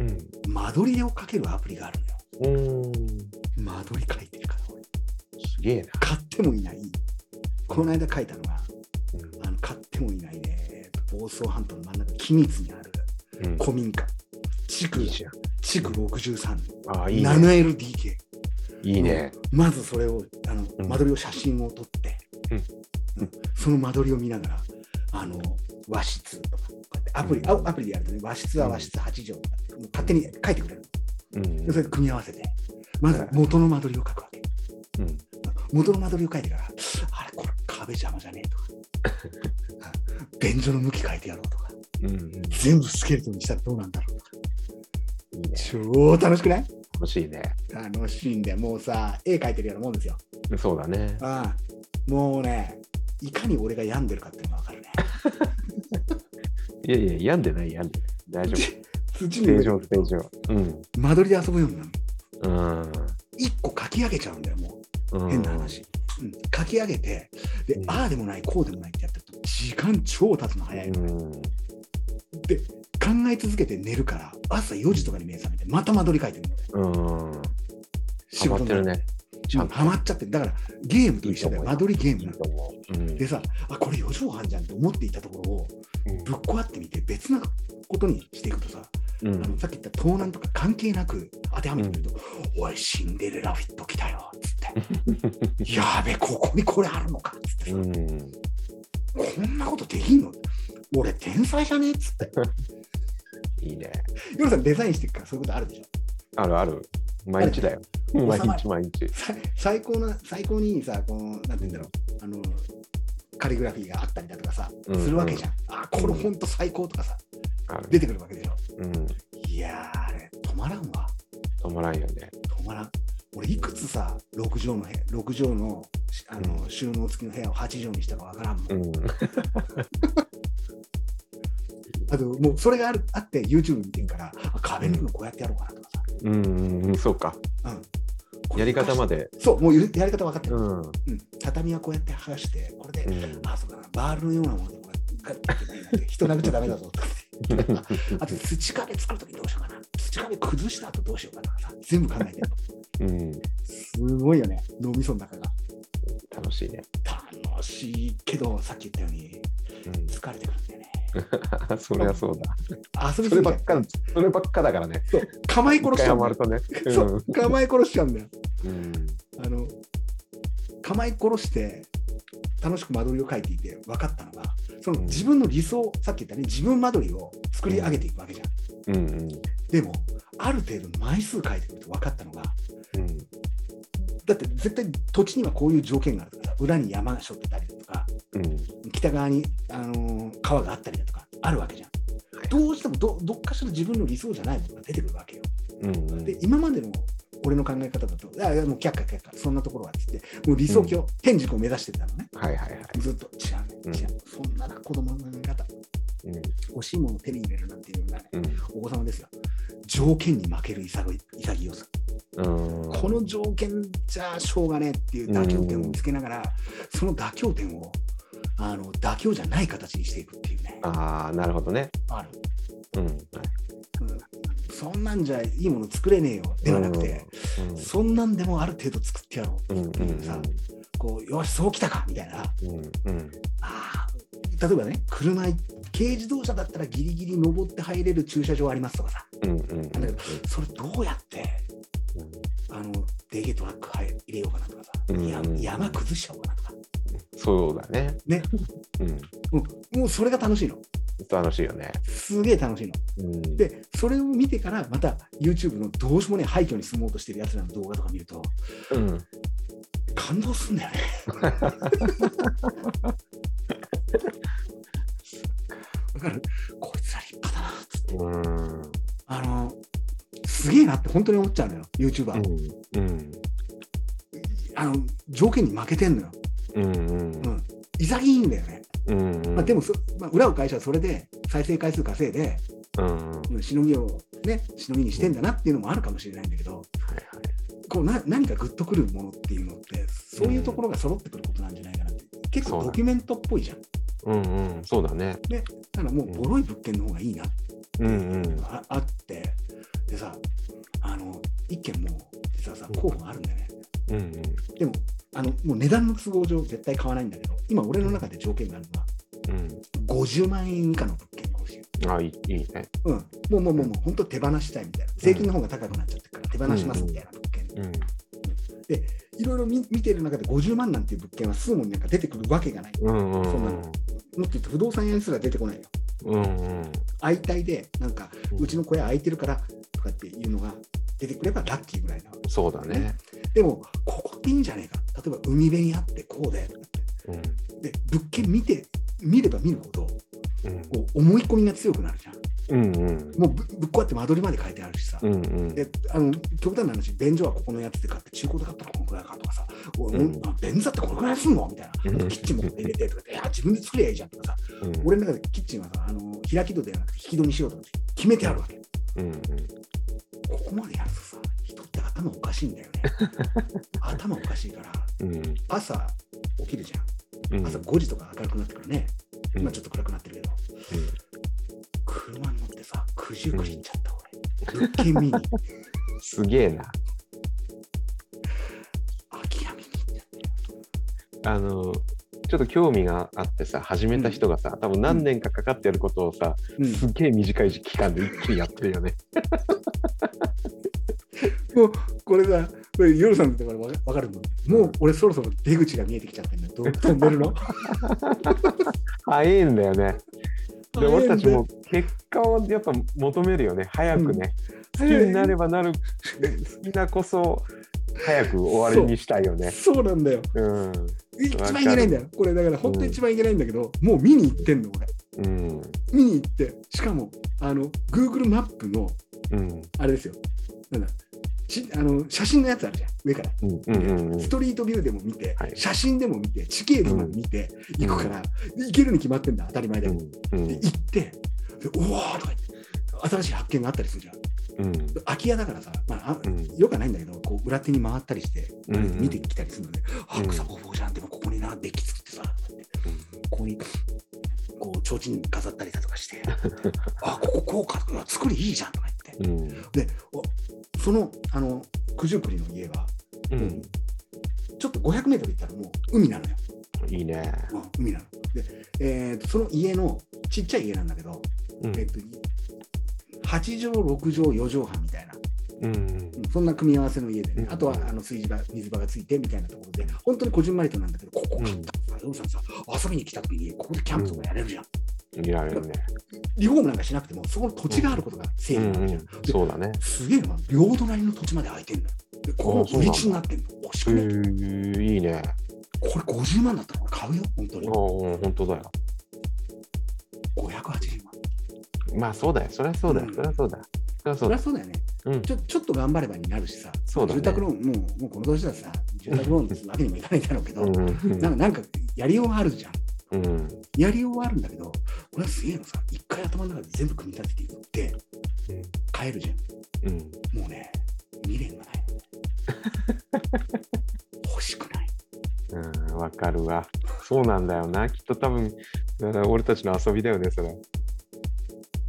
Speaker 2: うん。
Speaker 1: 間取りをかけるアプリがあるのよ
Speaker 2: うーん。
Speaker 1: 間取り書いてるから俺
Speaker 2: すげえな。
Speaker 1: 買ってもいないこの間書いたのが
Speaker 2: うん
Speaker 1: あの買ってもいないね房総半島の真ん中君津にある
Speaker 2: うん。
Speaker 1: 古民家築
Speaker 2: いいじゃん。
Speaker 1: 築63
Speaker 2: ああ、いいね。
Speaker 1: 7LDK
Speaker 2: いいね。
Speaker 1: まずそれをあの
Speaker 2: うん
Speaker 1: 間取りを写真を撮って、
Speaker 2: うん
Speaker 1: うんその間取りを見ながらあの和室とかこうやってアプリ、
Speaker 2: うん
Speaker 1: あアプリでやるとね和室は和室8畳とかってもう勝手に書いてくれる、
Speaker 2: うん。
Speaker 1: それ組み合わせてまず元の間取りを書くわけ
Speaker 2: うん。
Speaker 1: 元の間取りを書いてからあれこれ壁邪魔じゃねえと かあ便所の向き変えてやろうとか
Speaker 2: うん。うん。い
Speaker 1: 全部スケルトンにしたらどうなんだろうとか
Speaker 2: いね。
Speaker 1: 超楽しくない
Speaker 2: 欲しいね。
Speaker 1: 楽しいんだよもうさ絵描いてるようなもんですよ
Speaker 2: そうだね。
Speaker 1: ああもうねいかに俺が病んでるかっていうのが分 かるね
Speaker 2: いやいや、病んでない、病んでない。大丈夫。
Speaker 1: 土 に上
Speaker 2: 正常、正常。うん。
Speaker 1: 間取りで遊ぶようになる
Speaker 2: うん。
Speaker 1: 一個書き上げちゃうんだよも
Speaker 2: う
Speaker 1: うん変な話、うん書き上げてで、
Speaker 2: うん
Speaker 1: ああでもないこうでもないってやってると時間超経つの早い、
Speaker 2: うん。
Speaker 1: で考え続けて寝るから朝4時とかに目覚めてまた間取り書いてるのよ
Speaker 2: うん。
Speaker 1: 仕
Speaker 2: ハマっ
Speaker 1: 事
Speaker 2: てるね。ちゃんと
Speaker 1: ハマっちゃってるだからゲームと一緒だよ
Speaker 2: いいと思うよ
Speaker 1: 間取りゲー
Speaker 2: い
Speaker 1: ム
Speaker 2: い
Speaker 1: なの
Speaker 2: と思う。うん。
Speaker 1: でさあこれ4畳半じゃんって思っていたところをぶっ壊ってみて別なことにしていくとさ
Speaker 2: うん。
Speaker 1: あのさっき言った盗難とか関係なく当てはめてみると「おいシンデレラフィット来たよ」っつ って「やべここにこれあるのか」っつってさ、
Speaker 2: うん。
Speaker 1: こんなことできんの?」俺天才じゃねえ」っつって
Speaker 2: いいね。
Speaker 1: 夜さんデザインしてるからそういうことあるでしょ
Speaker 2: あるある。毎日だよ。毎日毎日。
Speaker 1: さ最高な最高にさこのなんて言うんだろうあのカリグラフィーがあったりだとかさ
Speaker 2: うんうん
Speaker 1: するわけじゃん、あこれほんと最高とかさ
Speaker 2: ある。
Speaker 1: 出てくるわけでしょ
Speaker 2: うん。
Speaker 1: いやーあれ止まらんわ
Speaker 2: 止まらんよね。
Speaker 1: 止まらん俺いくつさ6畳の部屋6畳のしあの、
Speaker 2: う
Speaker 1: 収納付きの部屋を8畳にしたかわからんもん、
Speaker 2: うん。
Speaker 1: あともうそれがあるあって YouTube 見てるからあ壁の部分こうやってやろうかなとかさ、
Speaker 2: うんうんうん。そうか。
Speaker 1: うん、これ
Speaker 2: やり方まで。
Speaker 1: そう、もうゆやり方分かってる、
Speaker 2: うん。うん。
Speaker 1: うん畳はこうやって剥がして、これで、あ、そうだな、バールのようなものでこうやってガッてやって、人殴っちゃダメだぞ とかってあと土壁作るときどうしようかな。土壁崩した後どうしようかな。全部考えてる。
Speaker 2: うん。
Speaker 1: すごいよね、脳みその中が。
Speaker 2: 楽しいね。
Speaker 1: 楽しいけど、さっき言ったように、
Speaker 2: う
Speaker 1: 疲れてくるんだよね。
Speaker 2: ん。 そりゃそうだ。
Speaker 1: 遊び
Speaker 2: そ
Speaker 1: す
Speaker 2: れ
Speaker 1: ぎて
Speaker 2: ばっか、そればっかだからね。
Speaker 1: そう構え
Speaker 2: 一
Speaker 1: 殺し
Speaker 2: 回
Speaker 1: ちゃ
Speaker 2: ハ
Speaker 1: うんだ
Speaker 2: マる
Speaker 1: よ。
Speaker 2: とね。
Speaker 1: そう、構え殺しちゃうんだよ。
Speaker 2: うん。
Speaker 1: あの構え殺して楽しく間取りを書いていて分かったのがその
Speaker 2: うん
Speaker 1: 自分の理想、さっき言ったね自分間取りを作り上げていくわけじゃん、
Speaker 2: うん。うん。
Speaker 1: でもある程度の枚数書いてくると分かったのが
Speaker 2: うん。
Speaker 1: だって絶対土地にはこういう条件があるから裏に山が背負ってたりだとか
Speaker 2: うん。
Speaker 1: 北側に、あのー川があったりだとかあるわけじゃん
Speaker 2: はい
Speaker 1: どうしてもどどっかしら自分の理想じゃないものが出てくるわけよ
Speaker 2: うん。うん
Speaker 1: で今までの俺の考え方だと、あいやもう却下却下、そんなところはっつって、もう理想郷、天竺を目指してたのね。
Speaker 2: はいはいはい。
Speaker 1: ずっと違うね、
Speaker 2: うん
Speaker 1: 違う、そんなな子供の考え方、
Speaker 2: うん。
Speaker 1: 欲しいものを手に入れるなんていうようなね、
Speaker 2: うん。
Speaker 1: お子様ですよ。条件に負ける潔い潔さ、
Speaker 2: うん
Speaker 1: この条件じゃしょうがねえっていう妥協点を見つけながら、その妥協点をあの妥協じゃない形にしていくっていうね、
Speaker 2: ああ、なるほどね。
Speaker 1: ある、
Speaker 2: うん。はい
Speaker 1: うん、そんなんじゃいいもの作れねえよではなくて、、そんなんでもある程度作ってやろ
Speaker 2: うん。うん。うん。うん。
Speaker 1: さう、こうよし、そうきたかみたいな、
Speaker 2: うん。うん。
Speaker 1: あー例えばね、車い、軽自動車だったらギリギリ登って入れる駐車場ありますとかさ、
Speaker 2: うん。うん。
Speaker 1: だけどそれどうやって
Speaker 2: うん
Speaker 1: あのデーゲートラック入れようかなとかさ、
Speaker 2: うん
Speaker 1: や山崩しちゃおうかなとか、
Speaker 2: そうだね。
Speaker 1: ね。
Speaker 2: うん。
Speaker 1: もうもうそれが楽しいの
Speaker 2: 楽しいよね。
Speaker 1: すげえ楽しいの
Speaker 2: うん。
Speaker 1: でそれを見てからまた YouTube のどうしようもねえ廃墟に住もうとしてるやつらの動画とか見ると
Speaker 2: うん。
Speaker 1: 感動すんだよねだからこいつら立派だなっつって
Speaker 2: うん。
Speaker 1: あのすげえなって本当に思っちゃうのよ YouTuber、
Speaker 2: うん。
Speaker 1: あの条件に負けてんのよ、
Speaker 2: うん。
Speaker 1: う
Speaker 2: うん
Speaker 1: ん、潔いんだよね
Speaker 2: うん。うん。
Speaker 1: まあ、でもそ、まあ、裏を返しはそれで再生回数稼いで、
Speaker 2: うん。はい
Speaker 1: うんしのぎをね、しのぎにしてんだなっていうのもあるかもしれないんだけど、
Speaker 2: はい。
Speaker 1: こうな何かグッとくるものっていうのって、そういうところが揃ってくることなんじゃないかなって、結
Speaker 2: そう
Speaker 1: 構
Speaker 2: だ
Speaker 1: ドキュメントっぽいじゃん。
Speaker 2: うんうん。そうだね。
Speaker 1: だからもう、ボロい物件の方がいいなって
Speaker 2: うん
Speaker 1: いうのがあって、でさ、あの、一軒もう、実はさ、候補があるんだよね。
Speaker 2: うん。うん
Speaker 1: でも、あのもう値段の都合上、絶対買わないんだけど、今、俺の中で条件があるのは、
Speaker 2: うん。
Speaker 1: 50万円以下の物件が欲しい。
Speaker 2: あ、いいいいね。
Speaker 1: うん、もうもうもうもう本当手放したいみたいな税金の方が高くなっちゃってるから手放しますみたいな物件、
Speaker 2: うん。
Speaker 1: いろいろ見見てる中で50万なんていう物件は数もなんか出てくるわけがない
Speaker 2: うんうん。
Speaker 1: そんなのもっと言うと不動産屋にすら出てこないよ
Speaker 2: うんうん。
Speaker 1: 相対でなんかうち
Speaker 2: の。
Speaker 1: の小屋空いてるからとかっていうのが出てくればラッキーぐらいな
Speaker 2: そうだね。
Speaker 1: でもここっていいんじゃねえか例えば海辺にあってこうでとか
Speaker 2: うん。
Speaker 1: ってで物件見て見れば見るほど
Speaker 2: うん。
Speaker 1: こう思い込みが強くなるじゃん
Speaker 2: うんうん。
Speaker 1: もうぶぶっ壊って間取りまで書いてあるしさ、
Speaker 2: うんうん。
Speaker 1: であの極端な話、便所はここのやつで買って、中古で買ったらこのくらいかとかさ、おい
Speaker 2: うん
Speaker 1: あ便座ってこのくらいすんのみたいな、
Speaker 2: うん
Speaker 1: キッチンもこれ入れてとかって、いや、自分で作りゃいいじゃんとかさ、
Speaker 2: うん、
Speaker 1: 俺の中でキッチンはさ、あの開き戸ではなくて引き戸にしようとかって決めてあるわけ。
Speaker 2: うんうん。
Speaker 1: ここまでやるとさ、人って頭おかしいんだよ ね。頭おかしいから、
Speaker 2: うん
Speaker 1: 朝起きるじゃ
Speaker 2: うん
Speaker 1: ん。朝5時とか明るくなってからね、
Speaker 2: うん
Speaker 1: 今ちょっと暗くなってるけど、
Speaker 2: うん
Speaker 1: 車に乗ってさ、九十九里行っちゃった、俺。物件見 に、
Speaker 2: すげえな。
Speaker 1: 諦めに行っちゃったよ。
Speaker 2: あのちょっと興味があってさ始めた人がさ、多分何年かかかってやることをさ、
Speaker 1: うん
Speaker 2: すっげえ短い期間で一気にやってるよね。
Speaker 1: もうこれさ、これ夜さんだからわかわかるの。もう俺そろそろ出口が見えてきちゃってんだよ。どう飛んでる の
Speaker 2: 早いんだよね。で
Speaker 1: 早い
Speaker 2: 俺
Speaker 1: んだ
Speaker 2: たちも結果をやっぱ求めるよね早くね、好きになればなる好きなこそ早く終わりにしたいよね。
Speaker 1: そうなんだよ。
Speaker 2: うん
Speaker 1: 一
Speaker 2: わかる
Speaker 1: 番いけないんだよ。これだから本当に一番いけないんだけど、もう見に行ってんの俺。
Speaker 2: うん
Speaker 1: 見に行って、しかもあの Google マップの
Speaker 2: うん
Speaker 1: あれですよ。なんだしあの写真のやつあるじゃん、上から。
Speaker 2: うんうんうん
Speaker 1: ストリートビューでも見て、
Speaker 2: はい
Speaker 1: 写真でも見て、地形図まで見て、
Speaker 2: うん
Speaker 1: 行くから、行けるに決まってんだ、当たり前だよ。
Speaker 2: うん
Speaker 1: で行って、でおおとか言って、新しい発見があったりするじゃん。
Speaker 2: ううん
Speaker 1: 空き家だからさ、まああ
Speaker 2: うん
Speaker 1: よくはないんだけどこう裏手に回ったりして
Speaker 2: うんうん
Speaker 1: 見てきたりするので、あ
Speaker 2: うん
Speaker 1: 草ぼうぼうじゃんでもここになデッキ作ってさここにこう提灯飾ったりだとかして あこここうか作りいいじゃんとか言って
Speaker 2: うん
Speaker 1: そのあの九十九里の家は
Speaker 2: うん
Speaker 1: ちょっと 500m 行ったらもう海なのよ、
Speaker 2: いいね。
Speaker 1: うん海なの。で、えーとその家のちっちゃい家なんだけど、
Speaker 2: うん
Speaker 1: えっと8畳6畳4畳半みたいな
Speaker 2: うん
Speaker 1: うんそんな組み合わせの家でね、
Speaker 2: うん
Speaker 1: あとはあの炊事場、水場がついてみたいなところで、本当にこじんまりとなんだけど、ここ買ったら、ヨルさんさ、遊びに来た時に、ここでキャンプとかやれるじゃん。
Speaker 2: いられるね。
Speaker 1: リフォームなんかしなくても、そこの土地があることが正
Speaker 2: う
Speaker 1: 義
Speaker 2: ん
Speaker 1: な
Speaker 2: う
Speaker 1: わけじゃん。
Speaker 2: ん
Speaker 1: で
Speaker 2: そうだね。
Speaker 1: すげえな、両隣の土地まで空いてんのよ。で、こ
Speaker 2: あそ
Speaker 1: こ
Speaker 2: う
Speaker 1: の
Speaker 2: なんだ
Speaker 1: 売り地になってんの。欲し
Speaker 2: へ
Speaker 1: くね。
Speaker 2: ーいいね。
Speaker 1: これ50万だったら俺買うよ、本当に
Speaker 2: う。んうん本当だよ。
Speaker 1: 580万。
Speaker 2: まあそうだよ。そりゃそうだよ。
Speaker 1: うん
Speaker 2: そりゃそうだ。そりゃそ
Speaker 1: そうりゃ。そう
Speaker 2: だ
Speaker 1: だよね。
Speaker 2: うん
Speaker 1: ちょちょっと頑張ればになるしさ、
Speaker 2: そうだね
Speaker 1: 住宅ローン、もうもうこの年だしさ、住宅ローンってわけにもいかないだろうけど、
Speaker 2: うん
Speaker 1: なんかなんかやりようがあるじゃん。
Speaker 2: うんうん
Speaker 1: やりようはあるんだけど、これはすげえのさ、一回頭の中で全部組み立てていって、
Speaker 2: うん
Speaker 1: 変えるじゃ
Speaker 2: うん
Speaker 1: ん。もうね、未練 がない。欲しくない。
Speaker 2: うんわかるわ。そうなんだよな。きっと多分だから俺たちの遊びだよね。それ。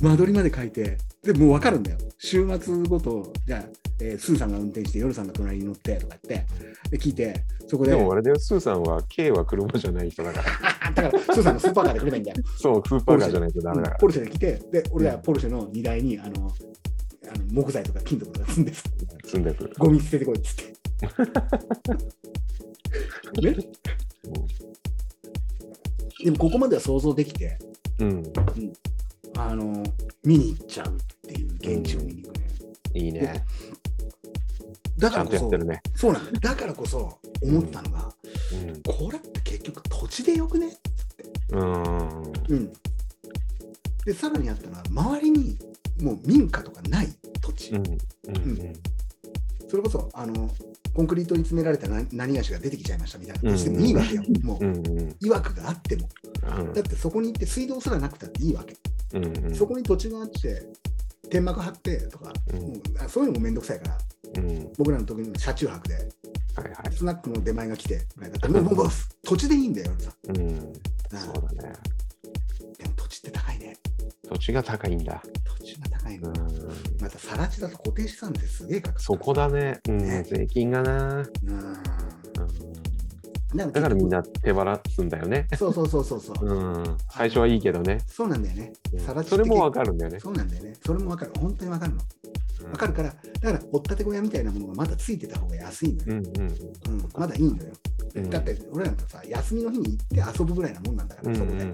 Speaker 1: 間取りまで書いて、でもう分かるんだよ。週末ごと、じゃあ、えースーさんが運転して、夜さんが隣に乗ってとか言って、で聞いて、そこで、
Speaker 2: でもあれだよ。スーさんは K は車じゃない人だから。
Speaker 1: あだか ら、スーさんがスーパーカーで来ればいいんだよ。
Speaker 2: そうスーパーカーじゃないとダメだか
Speaker 1: ポルシェで来て、で、俺らポルシェの荷台に、あの、あの木材とか金とか積んでさ
Speaker 2: ら。積んでくる。
Speaker 1: ゴミ捨ててこいっつって。ね、でもここまでは想像できて、
Speaker 2: うん。
Speaker 1: あの見に行っちゃうっていう現地を見に行くね。
Speaker 2: いいね。
Speaker 1: だ
Speaker 2: ち
Speaker 1: から
Speaker 2: ゃん
Speaker 1: こと
Speaker 2: やっ
Speaker 1: そ
Speaker 2: て、るね。
Speaker 1: そうなんだだからこそ思ったのが、
Speaker 2: うん
Speaker 1: これって結局土地でよくね、
Speaker 2: うん。
Speaker 1: うん、で、さらにあったのは、周りにもう民家とかない土地、
Speaker 2: うんうん
Speaker 1: それこそあのコンクリートに詰められた何何足が出てきちゃいましたみたいなことしても
Speaker 2: うん
Speaker 1: いいわけよ、も
Speaker 2: う
Speaker 1: う。
Speaker 2: んうんうん
Speaker 1: いわくがあっても、だってそこに行って水道すらなくたっていいわけ。
Speaker 2: うんうん
Speaker 1: そこに土地があって、天幕張ってとか、
Speaker 2: うん
Speaker 1: もうあそういうのもめんどくさいから、
Speaker 2: うん
Speaker 1: 僕らの時の車中泊で、
Speaker 2: はいはい
Speaker 1: スナックの出前が来て、だってもうもうもう土地でいいんだよ、さ
Speaker 2: うん
Speaker 1: うん
Speaker 2: そうだね
Speaker 1: でも土地って高いね。
Speaker 2: 土地が高いんだ
Speaker 1: 土地が高いの。
Speaker 2: うん
Speaker 1: また、さら地だと固定資産ってすげえかかる
Speaker 2: そこだねうん
Speaker 1: ね
Speaker 2: 税金が
Speaker 1: う
Speaker 2: な
Speaker 1: んなん
Speaker 2: だからみんな手放すんだよね
Speaker 1: そうそうそうそうそう。
Speaker 2: うん最初はいいけどね
Speaker 1: そうなんだよね。さら地
Speaker 2: それもわ
Speaker 1: か
Speaker 2: かるんだよね
Speaker 1: そうなんだよね。それもわかる。本当にわかるの。わかるから、だから、掘ったて小屋みたいなものがまだついてた方が安いのよ。
Speaker 2: うんうん
Speaker 1: うん、まだいいのよ。
Speaker 2: うん
Speaker 1: だって、俺らなんかさ、休みの日に行って遊ぶぐらいなもんなんだか
Speaker 2: う
Speaker 1: ら、
Speaker 2: ん
Speaker 1: そうこで。
Speaker 2: ん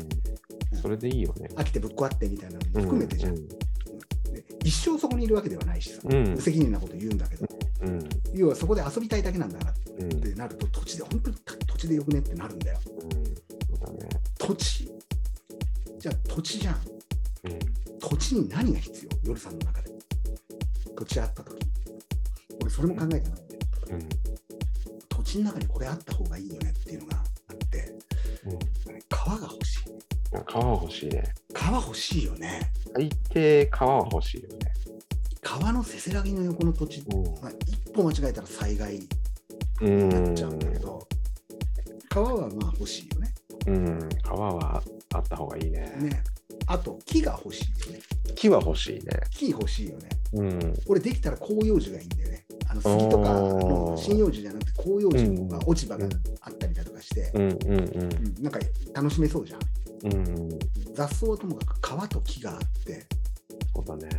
Speaker 2: それでいいよね
Speaker 1: 飽きてぶっ壊ってみたいなのも含めてじゃん。
Speaker 2: うん
Speaker 1: で一生そこにいるわけではないしさ、
Speaker 2: うん
Speaker 1: 無責任なこと言うんだけど、
Speaker 2: うん
Speaker 1: 要はそこで遊びたいだけなんだからっ
Speaker 2: うん
Speaker 1: てなると、土地で、本当に土地でよくねってなるんだよ。
Speaker 2: うんそうだね
Speaker 1: 土地。じゃあ、土地じゃん。土地に何が必要夜さんの中で。土地あった時俺、それも考えてなかった。
Speaker 2: うんうん
Speaker 1: 土地の中にこれあった方がいいよねっていうのがあって、
Speaker 2: うん
Speaker 1: 川が欲しい。
Speaker 2: 川欲しいね
Speaker 1: 川欲しいよね。
Speaker 2: 最低川は欲しいよね
Speaker 1: 川のせせらぎの横の土地、まあ、一歩間違えたら災害に
Speaker 2: うん
Speaker 1: なっちゃうんだけど、川はまあ欲しいよね。
Speaker 2: うん、川はあった方がいいね。
Speaker 1: ねあと、木が欲しいよね。
Speaker 2: 木は欲しいね。
Speaker 1: 木欲しいよね。
Speaker 2: うん、
Speaker 1: 俺、できたら広葉樹がいいんだよね。あの杉とか、あ
Speaker 2: おー
Speaker 1: の針葉樹じゃなくて広葉樹の方が
Speaker 2: うん
Speaker 1: 落ち葉があったりだとかして、
Speaker 2: うん、うん、
Speaker 1: うんなんか楽しめそうじゃん。
Speaker 2: うん、うん、
Speaker 1: 雑草はともかく川と木があって、
Speaker 2: そうだね。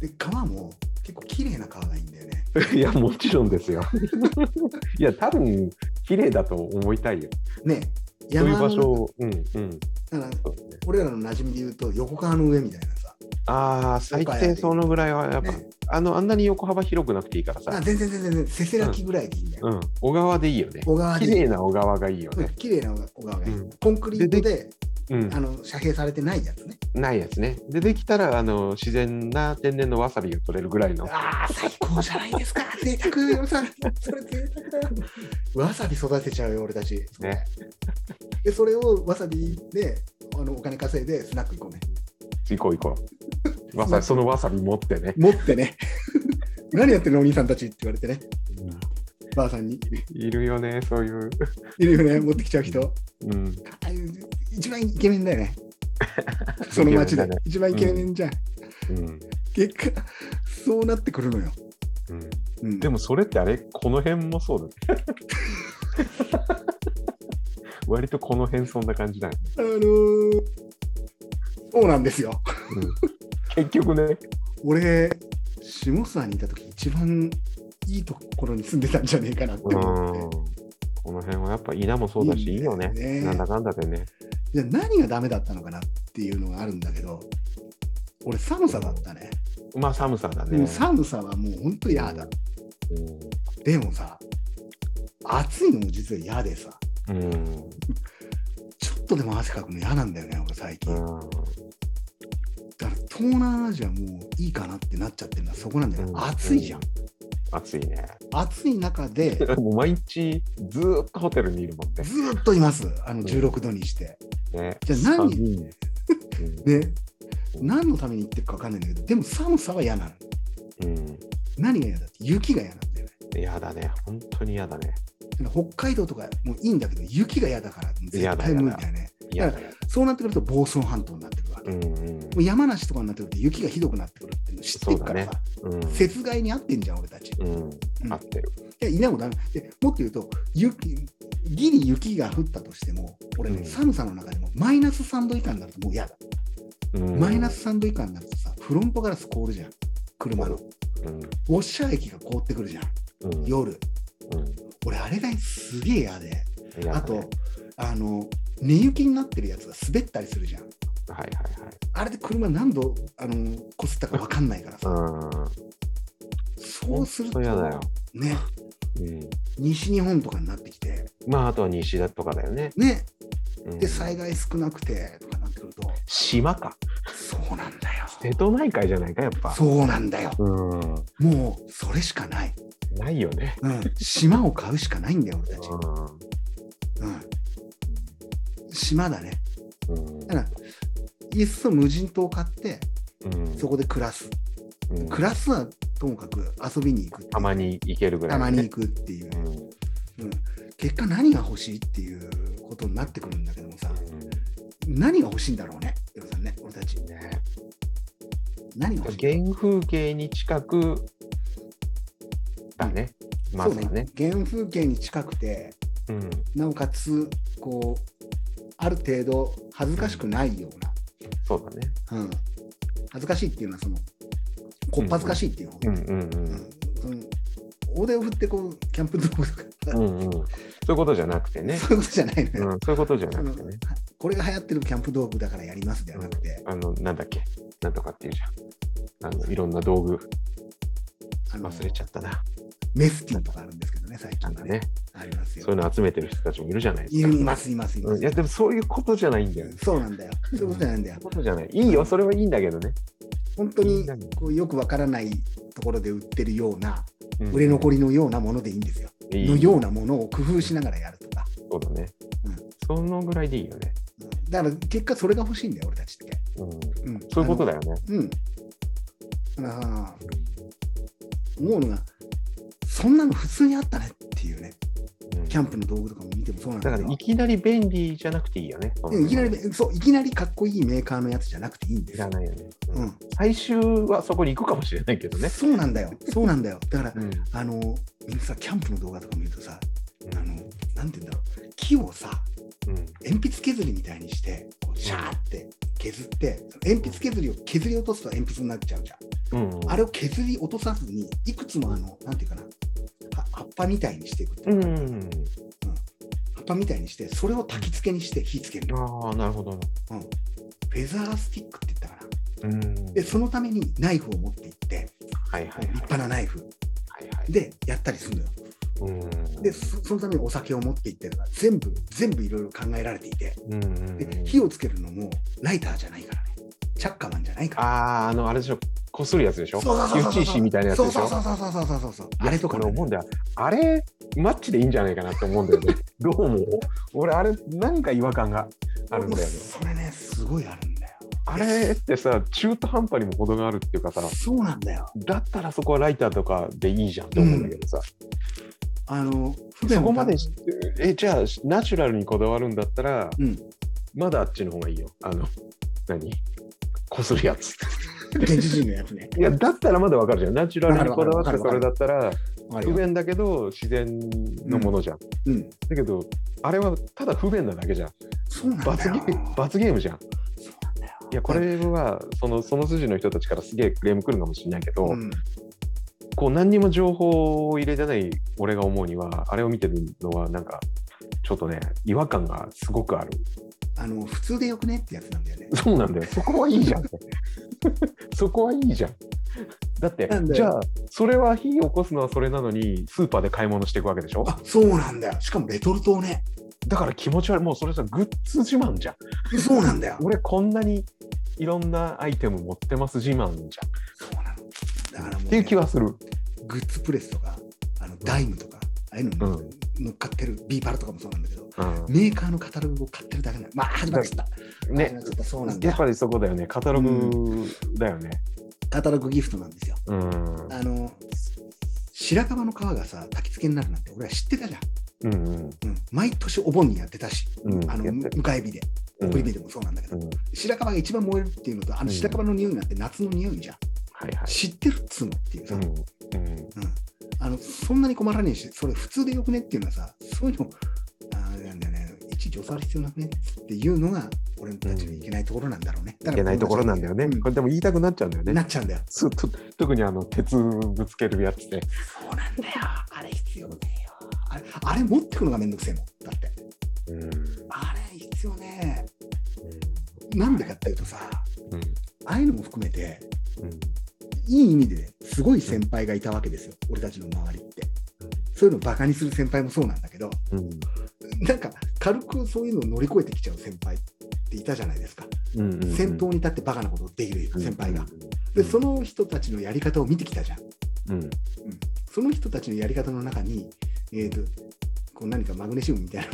Speaker 1: で川も結構綺麗な川がいいんだよね。
Speaker 2: いや、もちろんですよ。 いや、多分綺麗だと思いたいよ。
Speaker 1: ね
Speaker 2: そういう場
Speaker 1: の
Speaker 2: 所を、うん、うん。
Speaker 1: だから
Speaker 2: そうだね
Speaker 1: 俺らの馴染みで言うと横川の上みたいなさ、
Speaker 2: ああ、最低そのぐらいは、やっぱ、
Speaker 1: ね
Speaker 2: あの、あんなに横幅広くなくていいから
Speaker 1: あ
Speaker 2: さ。
Speaker 1: 全然全然全然せせらきぐらいでいいんだよ。
Speaker 2: うん、小川でいいよね。
Speaker 1: 小川
Speaker 2: 綺
Speaker 1: で
Speaker 2: 麗な小川がいいよ
Speaker 1: うん
Speaker 2: ね。
Speaker 1: 綺麗な小川がいい、
Speaker 2: うん
Speaker 1: コンクリートで
Speaker 2: うん
Speaker 1: あ、の遮蔽されてないやつね。
Speaker 2: ないやつね。で、できたら、あの、自然な天然のわさびが取れるぐらいの。
Speaker 1: ああ最高じゃないですか贅沢さそれ贅沢だよ。わさび育てちゃうよ俺たち。
Speaker 2: ね。
Speaker 1: でそれをわさびであのお金稼いでスナック行こうね。
Speaker 2: 行こう行こう。わさびそのわさび持ってね。
Speaker 1: 持ってね 何やってるのお兄さんたちって言われてねばあさんに
Speaker 2: いるよね、そういう。
Speaker 1: いるよね持ってきちゃう人
Speaker 2: うん。
Speaker 1: あ一番イケメンだよ ねその町で、
Speaker 2: イケメンだね
Speaker 1: 一番イケメンじゃん、
Speaker 2: うん。
Speaker 1: 結果そうなってくるのよ、
Speaker 2: うん
Speaker 1: うん、
Speaker 2: でもそれってあれこの辺もそうだね。 割とこの辺そんな感じだね。
Speaker 1: あのーそうなんですよ
Speaker 2: 結局ね。
Speaker 1: 俺下沢にいた時一番いいところに住んでたんじゃねえかなって
Speaker 2: うん。
Speaker 1: 思って
Speaker 2: この辺はやっぱ稲もそうだし、い
Speaker 1: いい
Speaker 2: いよ
Speaker 1: よね
Speaker 2: ね。なんだかんだでね。
Speaker 1: じゃあ何がダメだったのかなっていうのがあるんだけど俺寒さだったね
Speaker 2: まあ寒さだ
Speaker 1: う
Speaker 2: ね。
Speaker 1: ん寒さはもうほんと嫌だ、でもさ暑いのも実は嫌でさ
Speaker 2: うん。うん。
Speaker 1: ちょっとでも汗かくの嫌なんだよね俺最近、
Speaker 2: うん
Speaker 1: だから東南アジアもういいかなってなっちゃってるのはそこなんだよ、
Speaker 2: うん
Speaker 1: 暑いじゃん
Speaker 2: 暑いね。
Speaker 1: 暑い中でず
Speaker 2: もう毎日ずーっとホテルにいるもんね。
Speaker 1: ーっといますあの16度にして、
Speaker 2: ね
Speaker 1: じゃあ何
Speaker 2: 寒いね
Speaker 1: で何のために行ってるか分かんないんだけどでも寒さは嫌なの
Speaker 2: うん。うん
Speaker 1: 何が嫌だって雪が嫌なんだよね
Speaker 2: 嫌だね。本当に嫌だね。
Speaker 1: 北海道とかもういいんだけど雪が嫌だから絶対無理だよね
Speaker 2: 嫌だよ。
Speaker 1: そうなってくると房総半島になってくるわけ、
Speaker 2: うんうん。
Speaker 1: もう山梨とかになってくると雪がひどくなってくるっていうの知ってるからさ、
Speaker 2: うん
Speaker 1: 雪害に合ってんじゃん俺たち、い
Speaker 2: うん。合ってる。
Speaker 1: や稲もダメでもっと言うと雪ギリ雪が降ったとしても俺ね、
Speaker 2: うん
Speaker 1: 寒さの中でもマイナス3度以下になるともう嫌だ、
Speaker 2: うん
Speaker 1: マイナス3度以下になるとさフロントガラス凍るじゃん車のウ
Speaker 2: うん
Speaker 1: ォッシャー液が凍ってくるじゃん
Speaker 2: うん
Speaker 1: 夜
Speaker 2: うん
Speaker 1: 俺あれがすげえ嫌で
Speaker 2: 嫌だね
Speaker 1: あとあの寝雪になってるやつが滑ったりするじゃん
Speaker 2: はいはいはい。
Speaker 1: あれで車何度あの擦ったか分かんないからさ
Speaker 2: う
Speaker 1: そうすると
Speaker 2: ん。嫌だよ。
Speaker 1: ね
Speaker 2: うん。
Speaker 1: 西日本とかになってきて
Speaker 2: まああとは西だとかだよね。
Speaker 1: ね
Speaker 2: うん
Speaker 1: で災害少なくてとかなってくると
Speaker 2: 島か。
Speaker 1: そうなんだよ
Speaker 2: 瀬戸内海じゃないかやっぱ。
Speaker 1: そうなんだよ
Speaker 2: うん。
Speaker 1: もうそれしかない、
Speaker 2: ないよね。
Speaker 1: うん、島を買うしかないんだよ俺たち、
Speaker 2: う
Speaker 1: うん、島だね
Speaker 2: んうん
Speaker 1: だからいっそ無人島を買って
Speaker 2: うん。
Speaker 1: そこで暮らす
Speaker 2: うん
Speaker 1: 暮らすはともかく遊びに行くっていう
Speaker 2: たまに行けるぐら
Speaker 1: た
Speaker 2: いの
Speaker 1: ま
Speaker 2: ね。
Speaker 1: に行くっていう、うん、結果何が欲しいっていうことになってくるんだけどもさ何が欲しいんだろうねエロさんね俺たち
Speaker 2: うん。ね。
Speaker 1: 何が欲しい
Speaker 2: 原風景に近くだね。まずはね。
Speaker 1: そう原風景に近くて
Speaker 2: うん。
Speaker 1: なおかつこうある程度恥ずかしくないよう
Speaker 2: そうだね。
Speaker 1: な、うん、恥ずかしいっていうのはそのこっぱずかしいっていう方、
Speaker 2: うんうんう。
Speaker 1: うんんその大手を振ってこうキャンプ道具とか、
Speaker 2: うんうん、そういうことじゃなくてね、
Speaker 1: そういうことじゃないの
Speaker 2: う
Speaker 1: よ、
Speaker 2: ん、そういうことじゃ
Speaker 1: そ
Speaker 2: な
Speaker 1: の
Speaker 2: くてね、
Speaker 1: これが流行ってるキャンプ道具だからやりますではなくて、
Speaker 2: あのなんだっけなんとかっていうじゃんあのいろんな道具
Speaker 1: あの
Speaker 2: 忘れちゃったな
Speaker 1: メスティンとかあるんですけどね最
Speaker 2: なん
Speaker 1: 近
Speaker 2: か
Speaker 1: は
Speaker 2: ね
Speaker 1: ありますよ
Speaker 2: そういうの集めてる人たちもいるじゃないで
Speaker 1: い
Speaker 2: すか
Speaker 1: るいますいますいま
Speaker 2: う
Speaker 1: す、
Speaker 2: んいやでもそういうことじゃないんだよね
Speaker 1: そうなんだよそういうことじゃないんだよ
Speaker 2: そういうことじゃないいいよそれはいいんだけどね、
Speaker 1: 本当
Speaker 2: みん
Speaker 1: に
Speaker 2: なに
Speaker 1: こうよくわからないところで売ってるような
Speaker 2: うん
Speaker 1: 売れ残りのようなものでいいんですよ、
Speaker 2: いい
Speaker 1: のようなものを工夫しながらやるとか、
Speaker 2: そうだね、
Speaker 1: うん
Speaker 2: そのぐらいでいいよね、
Speaker 1: うんだから結果それが欲しいんだよ俺たちって、
Speaker 2: うん、
Speaker 1: うん、
Speaker 2: そういうことだよね
Speaker 1: あのうんあー思うのがそんなの普通にあったねっていうね
Speaker 2: うん
Speaker 1: キャンプの道具とかも見てもそうなんだ
Speaker 2: だか
Speaker 1: けど
Speaker 2: らいきなり便利じゃなくていいよね
Speaker 1: うんいきなりそういきなりかっこいいメーカーのやつじゃなくていいんで
Speaker 2: い
Speaker 1: すよ
Speaker 2: ら、ないよね、うん
Speaker 1: うん
Speaker 2: 最終はそこに行くかもしれないけどね、
Speaker 1: そうなんだよそうなんだよだから、
Speaker 2: うん
Speaker 1: あのみんなさキャンプの動画とか見るとさあのなんて言うんだろう木をさ
Speaker 2: うん
Speaker 1: 鉛筆削りみたいにしてこうシャーって削ってその鉛筆削りを削り落とすと鉛筆になっちゃうじゃん、
Speaker 2: うんうん、
Speaker 1: あれを削り落とさずにいくつもあのなんていうかなは葉っぱみたいにしていくっていううん
Speaker 2: うんうん、
Speaker 1: 葉っぱみたいにしてそれを焚き付けにして火つけるの、
Speaker 2: ああなるほどな
Speaker 1: うん、フェザースティックって言ったかな
Speaker 2: うん
Speaker 1: でそのためにナイフを持って行って
Speaker 2: はいはいはい
Speaker 1: 立派なナイフ
Speaker 2: はいはい
Speaker 1: でやったりするのよ
Speaker 2: うん
Speaker 1: でそそのためにお酒を持って行ってとか全部全部いろいろ考えられていて
Speaker 2: うんうんうん
Speaker 1: で火をつけるのもライターじゃないからねチャッカマンじゃないから
Speaker 2: あああのあれでしょこするやつでしょ火打ち石みたいなやつ
Speaker 1: そ
Speaker 2: で
Speaker 1: う
Speaker 2: しょ
Speaker 1: そうそうそうそうそうそうそうあれとか
Speaker 2: 俺
Speaker 1: ね
Speaker 2: 思うんだよあれマッチでいいんじゃないかなって思うんだよ ねどうも俺あれなんか違和感があるんだよね
Speaker 1: それねすごいあるんだよ
Speaker 2: あれってさ中途半端にも程があるっていうかさ
Speaker 1: そうなんだよ。
Speaker 2: だったらそこはライターとかでいいじゃんと思うんだけどさ、
Speaker 1: あの、不
Speaker 2: そ
Speaker 1: も
Speaker 2: こまでしえじゃあナチュラルにこだわるんだったら
Speaker 1: うん。
Speaker 2: まだあっちの方がいいよあの何こするやつ
Speaker 1: 電磁人のやつ ね。
Speaker 2: いやだったらまだわかるじゃんナチュラルにこだわって
Speaker 1: わかる
Speaker 2: そ
Speaker 1: わかる
Speaker 2: れだったら
Speaker 1: わかる
Speaker 2: 不
Speaker 1: よ
Speaker 2: 便だけど自然のものじゃん、
Speaker 1: うん。
Speaker 2: だけどあれはただ不便なだけじゃん
Speaker 1: そうなんだ
Speaker 2: 罰
Speaker 1: よ
Speaker 2: ゲ。ー罰ゲームじゃん
Speaker 1: そうなんだよ。
Speaker 2: いやこれはそのその筋の人たちからすげえクレーム来るかもしれないけど、
Speaker 1: うん。
Speaker 2: こう何にも情報を入れてない俺が思うにはあれを見てるのはなんかちょっとね違和感がすごくある
Speaker 1: あの、普通でよくねってやつなんだよね。
Speaker 2: そうなんだよそこはいいじゃん そこはいいじゃんだって
Speaker 1: なんだよ
Speaker 2: じゃあそれは火起こすのはそれなのにスーパーで買い物していくわけでしょ
Speaker 1: あ、そうなんだよ。しかもレトルトをね。
Speaker 2: だから気持ち悪いもうそれさグッズ自慢じゃん
Speaker 1: そうなんだよ。
Speaker 2: 俺こんなにいろんなアイテム持ってます自慢じゃん
Speaker 1: そうなの。だからもうね、
Speaker 2: っていう気はする
Speaker 1: グッズプレスとか、あのダイムとか、ああいうのに乗っかってる、ビーパルとかもそうなんだけど、
Speaker 2: う
Speaker 1: メーカーのカタログを買ってるだけなの。まあ、始まっちゃった。
Speaker 2: ん、ね
Speaker 1: 始まっちゃったそうなんだ
Speaker 2: やっぱ
Speaker 1: よ。
Speaker 2: りそこだよねカタログだよね
Speaker 1: カタログギフトなんですよ。
Speaker 2: うん、うん
Speaker 1: あの、白樺の皮がさ、焚き付けになるなんて、俺は知ってたじゃん。
Speaker 2: うん
Speaker 1: うん、毎年お盆にやってたし、
Speaker 2: うん
Speaker 1: あの
Speaker 2: やってる
Speaker 1: 迎え火で、
Speaker 2: うん
Speaker 1: 送り火でもそうなんだけど、
Speaker 2: うん
Speaker 1: 白樺が一番燃えるっていうのと、あ
Speaker 2: うん
Speaker 1: の白樺の匂いなんて夏の匂いじゃん。
Speaker 2: はいはい
Speaker 1: 知ってるっつうのっていう
Speaker 2: う
Speaker 1: さ、
Speaker 2: んうん
Speaker 1: あのそんなに困らねえし、それ普通でよくねっていうのはさ、そういうの、あーなんだよね、いちいち教わる必要なくねっていうのが、俺たちのいけないところなんだろうね。だか
Speaker 2: い
Speaker 1: ら
Speaker 2: けないところなんだよね、
Speaker 1: うん
Speaker 2: これでも言いたくなっちゃうんだよ
Speaker 1: な
Speaker 2: ね
Speaker 1: っちゃうんだ よ。
Speaker 2: すと特にあの鉄ぶつけるやつね
Speaker 1: そうなんだよ。あれ必要ねえよ。あれあれ持ってくのがめんどくせえもん。だって。
Speaker 2: うん
Speaker 1: あれ必要ねえ。なんでかっていうとさ、
Speaker 2: うん
Speaker 1: ああいうのも含めて、
Speaker 2: うん
Speaker 1: いい意味で、ね、すごい先輩がいたわけですよ、俺たちの周りって。そういうのをバカにする先輩もそうなんだけど、
Speaker 2: うん
Speaker 1: なんか軽くそういうのを乗り越えてきちゃう先輩っていたじゃないですか、
Speaker 2: うんうんうん
Speaker 1: 先頭に立ってバカなことできる先輩が。
Speaker 2: う
Speaker 1: で、
Speaker 2: ん
Speaker 1: その人たちのやり方を見てきたじゃん。
Speaker 2: うん
Speaker 1: その人たちのやり方の中に、えー、とこう何かマグネシウムみたい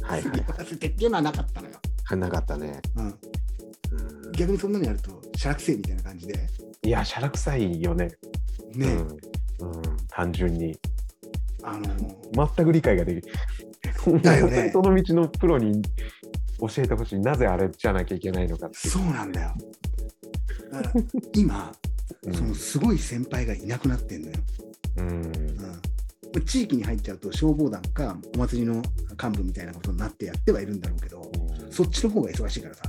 Speaker 1: な
Speaker 2: はい
Speaker 1: のを合わせてっていうのはなかったのよ。
Speaker 2: はいなかったね、
Speaker 1: うん、
Speaker 2: うん
Speaker 1: 逆にそんなのやると、しゃらくせえみたいな感じで、
Speaker 2: いやしゃらくさいよね
Speaker 1: ね、
Speaker 2: うんうん、単純に
Speaker 1: あのー
Speaker 2: 全く理解ができる。
Speaker 1: だよ ね
Speaker 2: その道のプロに教えてほしい。なぜあれじゃなきゃいけないのかってい
Speaker 1: そうなんだよ。だから今、
Speaker 2: う。
Speaker 1: そのすごい先輩がいなくなってんのよ。
Speaker 2: うん。
Speaker 1: うん、地域に入っちゃうと消防団かお祭りの幹部みたいなことになってやってはいるんだろうけど
Speaker 2: うん
Speaker 1: そっちの方が忙しいからさ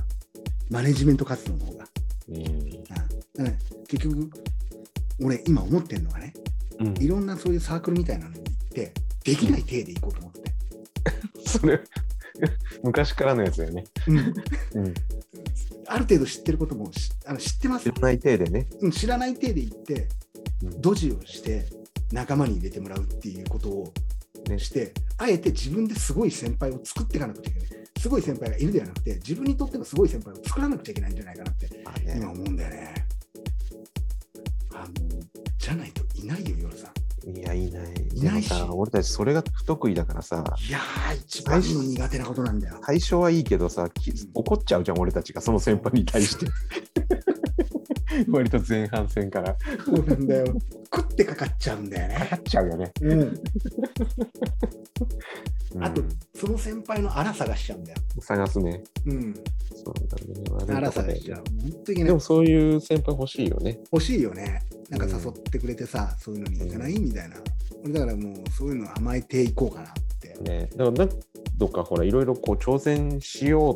Speaker 1: マネジメント活動の方が、
Speaker 2: うん
Speaker 1: うんだから結局俺今思ってるのがね
Speaker 2: うん
Speaker 1: いろんなそういうサークルみたいなのに行ってできない体で行こうと思って、
Speaker 2: それ、 昔からのやつだよね。
Speaker 1: うん、
Speaker 2: うん。
Speaker 1: ある程度知ってることもしあの知ってます
Speaker 2: 知らない体でね。
Speaker 1: うん知らない体で行って
Speaker 2: うん
Speaker 1: ドジをして仲間に入れてもらうっていうことを
Speaker 2: ね
Speaker 1: して、あえて自分ですごい先輩を作っていかなくちゃいけないすごい先輩がいるではなくて自分にとってのすごい先輩を作らなくちゃいけないんじゃないかなって今思うんだよね。あのじゃないといないよ、ヨルさん。
Speaker 2: いや、いない。
Speaker 1: い
Speaker 2: で
Speaker 1: な
Speaker 2: も
Speaker 1: いし
Speaker 2: さ、俺たちそれが不得意だからさ、
Speaker 1: いやー、一番の苦手なことなんだよ。
Speaker 2: 最初はいいけどさ、き怒っちゃうじゃん、俺たちが、その先輩に対 して。割と前半戦から。
Speaker 1: そうなんだよ。 食ってかかっちゃうんだよ
Speaker 2: かか
Speaker 1: ね。
Speaker 2: っちゃうよね。
Speaker 1: うん、あと
Speaker 2: うん、
Speaker 1: その先輩の荒探しちゃうんだよ。
Speaker 2: 探すね。
Speaker 1: うん、
Speaker 2: そうだね。
Speaker 1: 荒探
Speaker 2: で
Speaker 1: しちゃう。本当に
Speaker 2: で
Speaker 1: ね
Speaker 2: も、そういう先輩欲しいよね。
Speaker 1: 欲しいよね。なんか誘ってくれてさ、そういうのに行かないみたいな。俺だからもう、そういうの甘えていこうかなって。
Speaker 2: ね、だから何度かほらいろいろこう挑戦しよ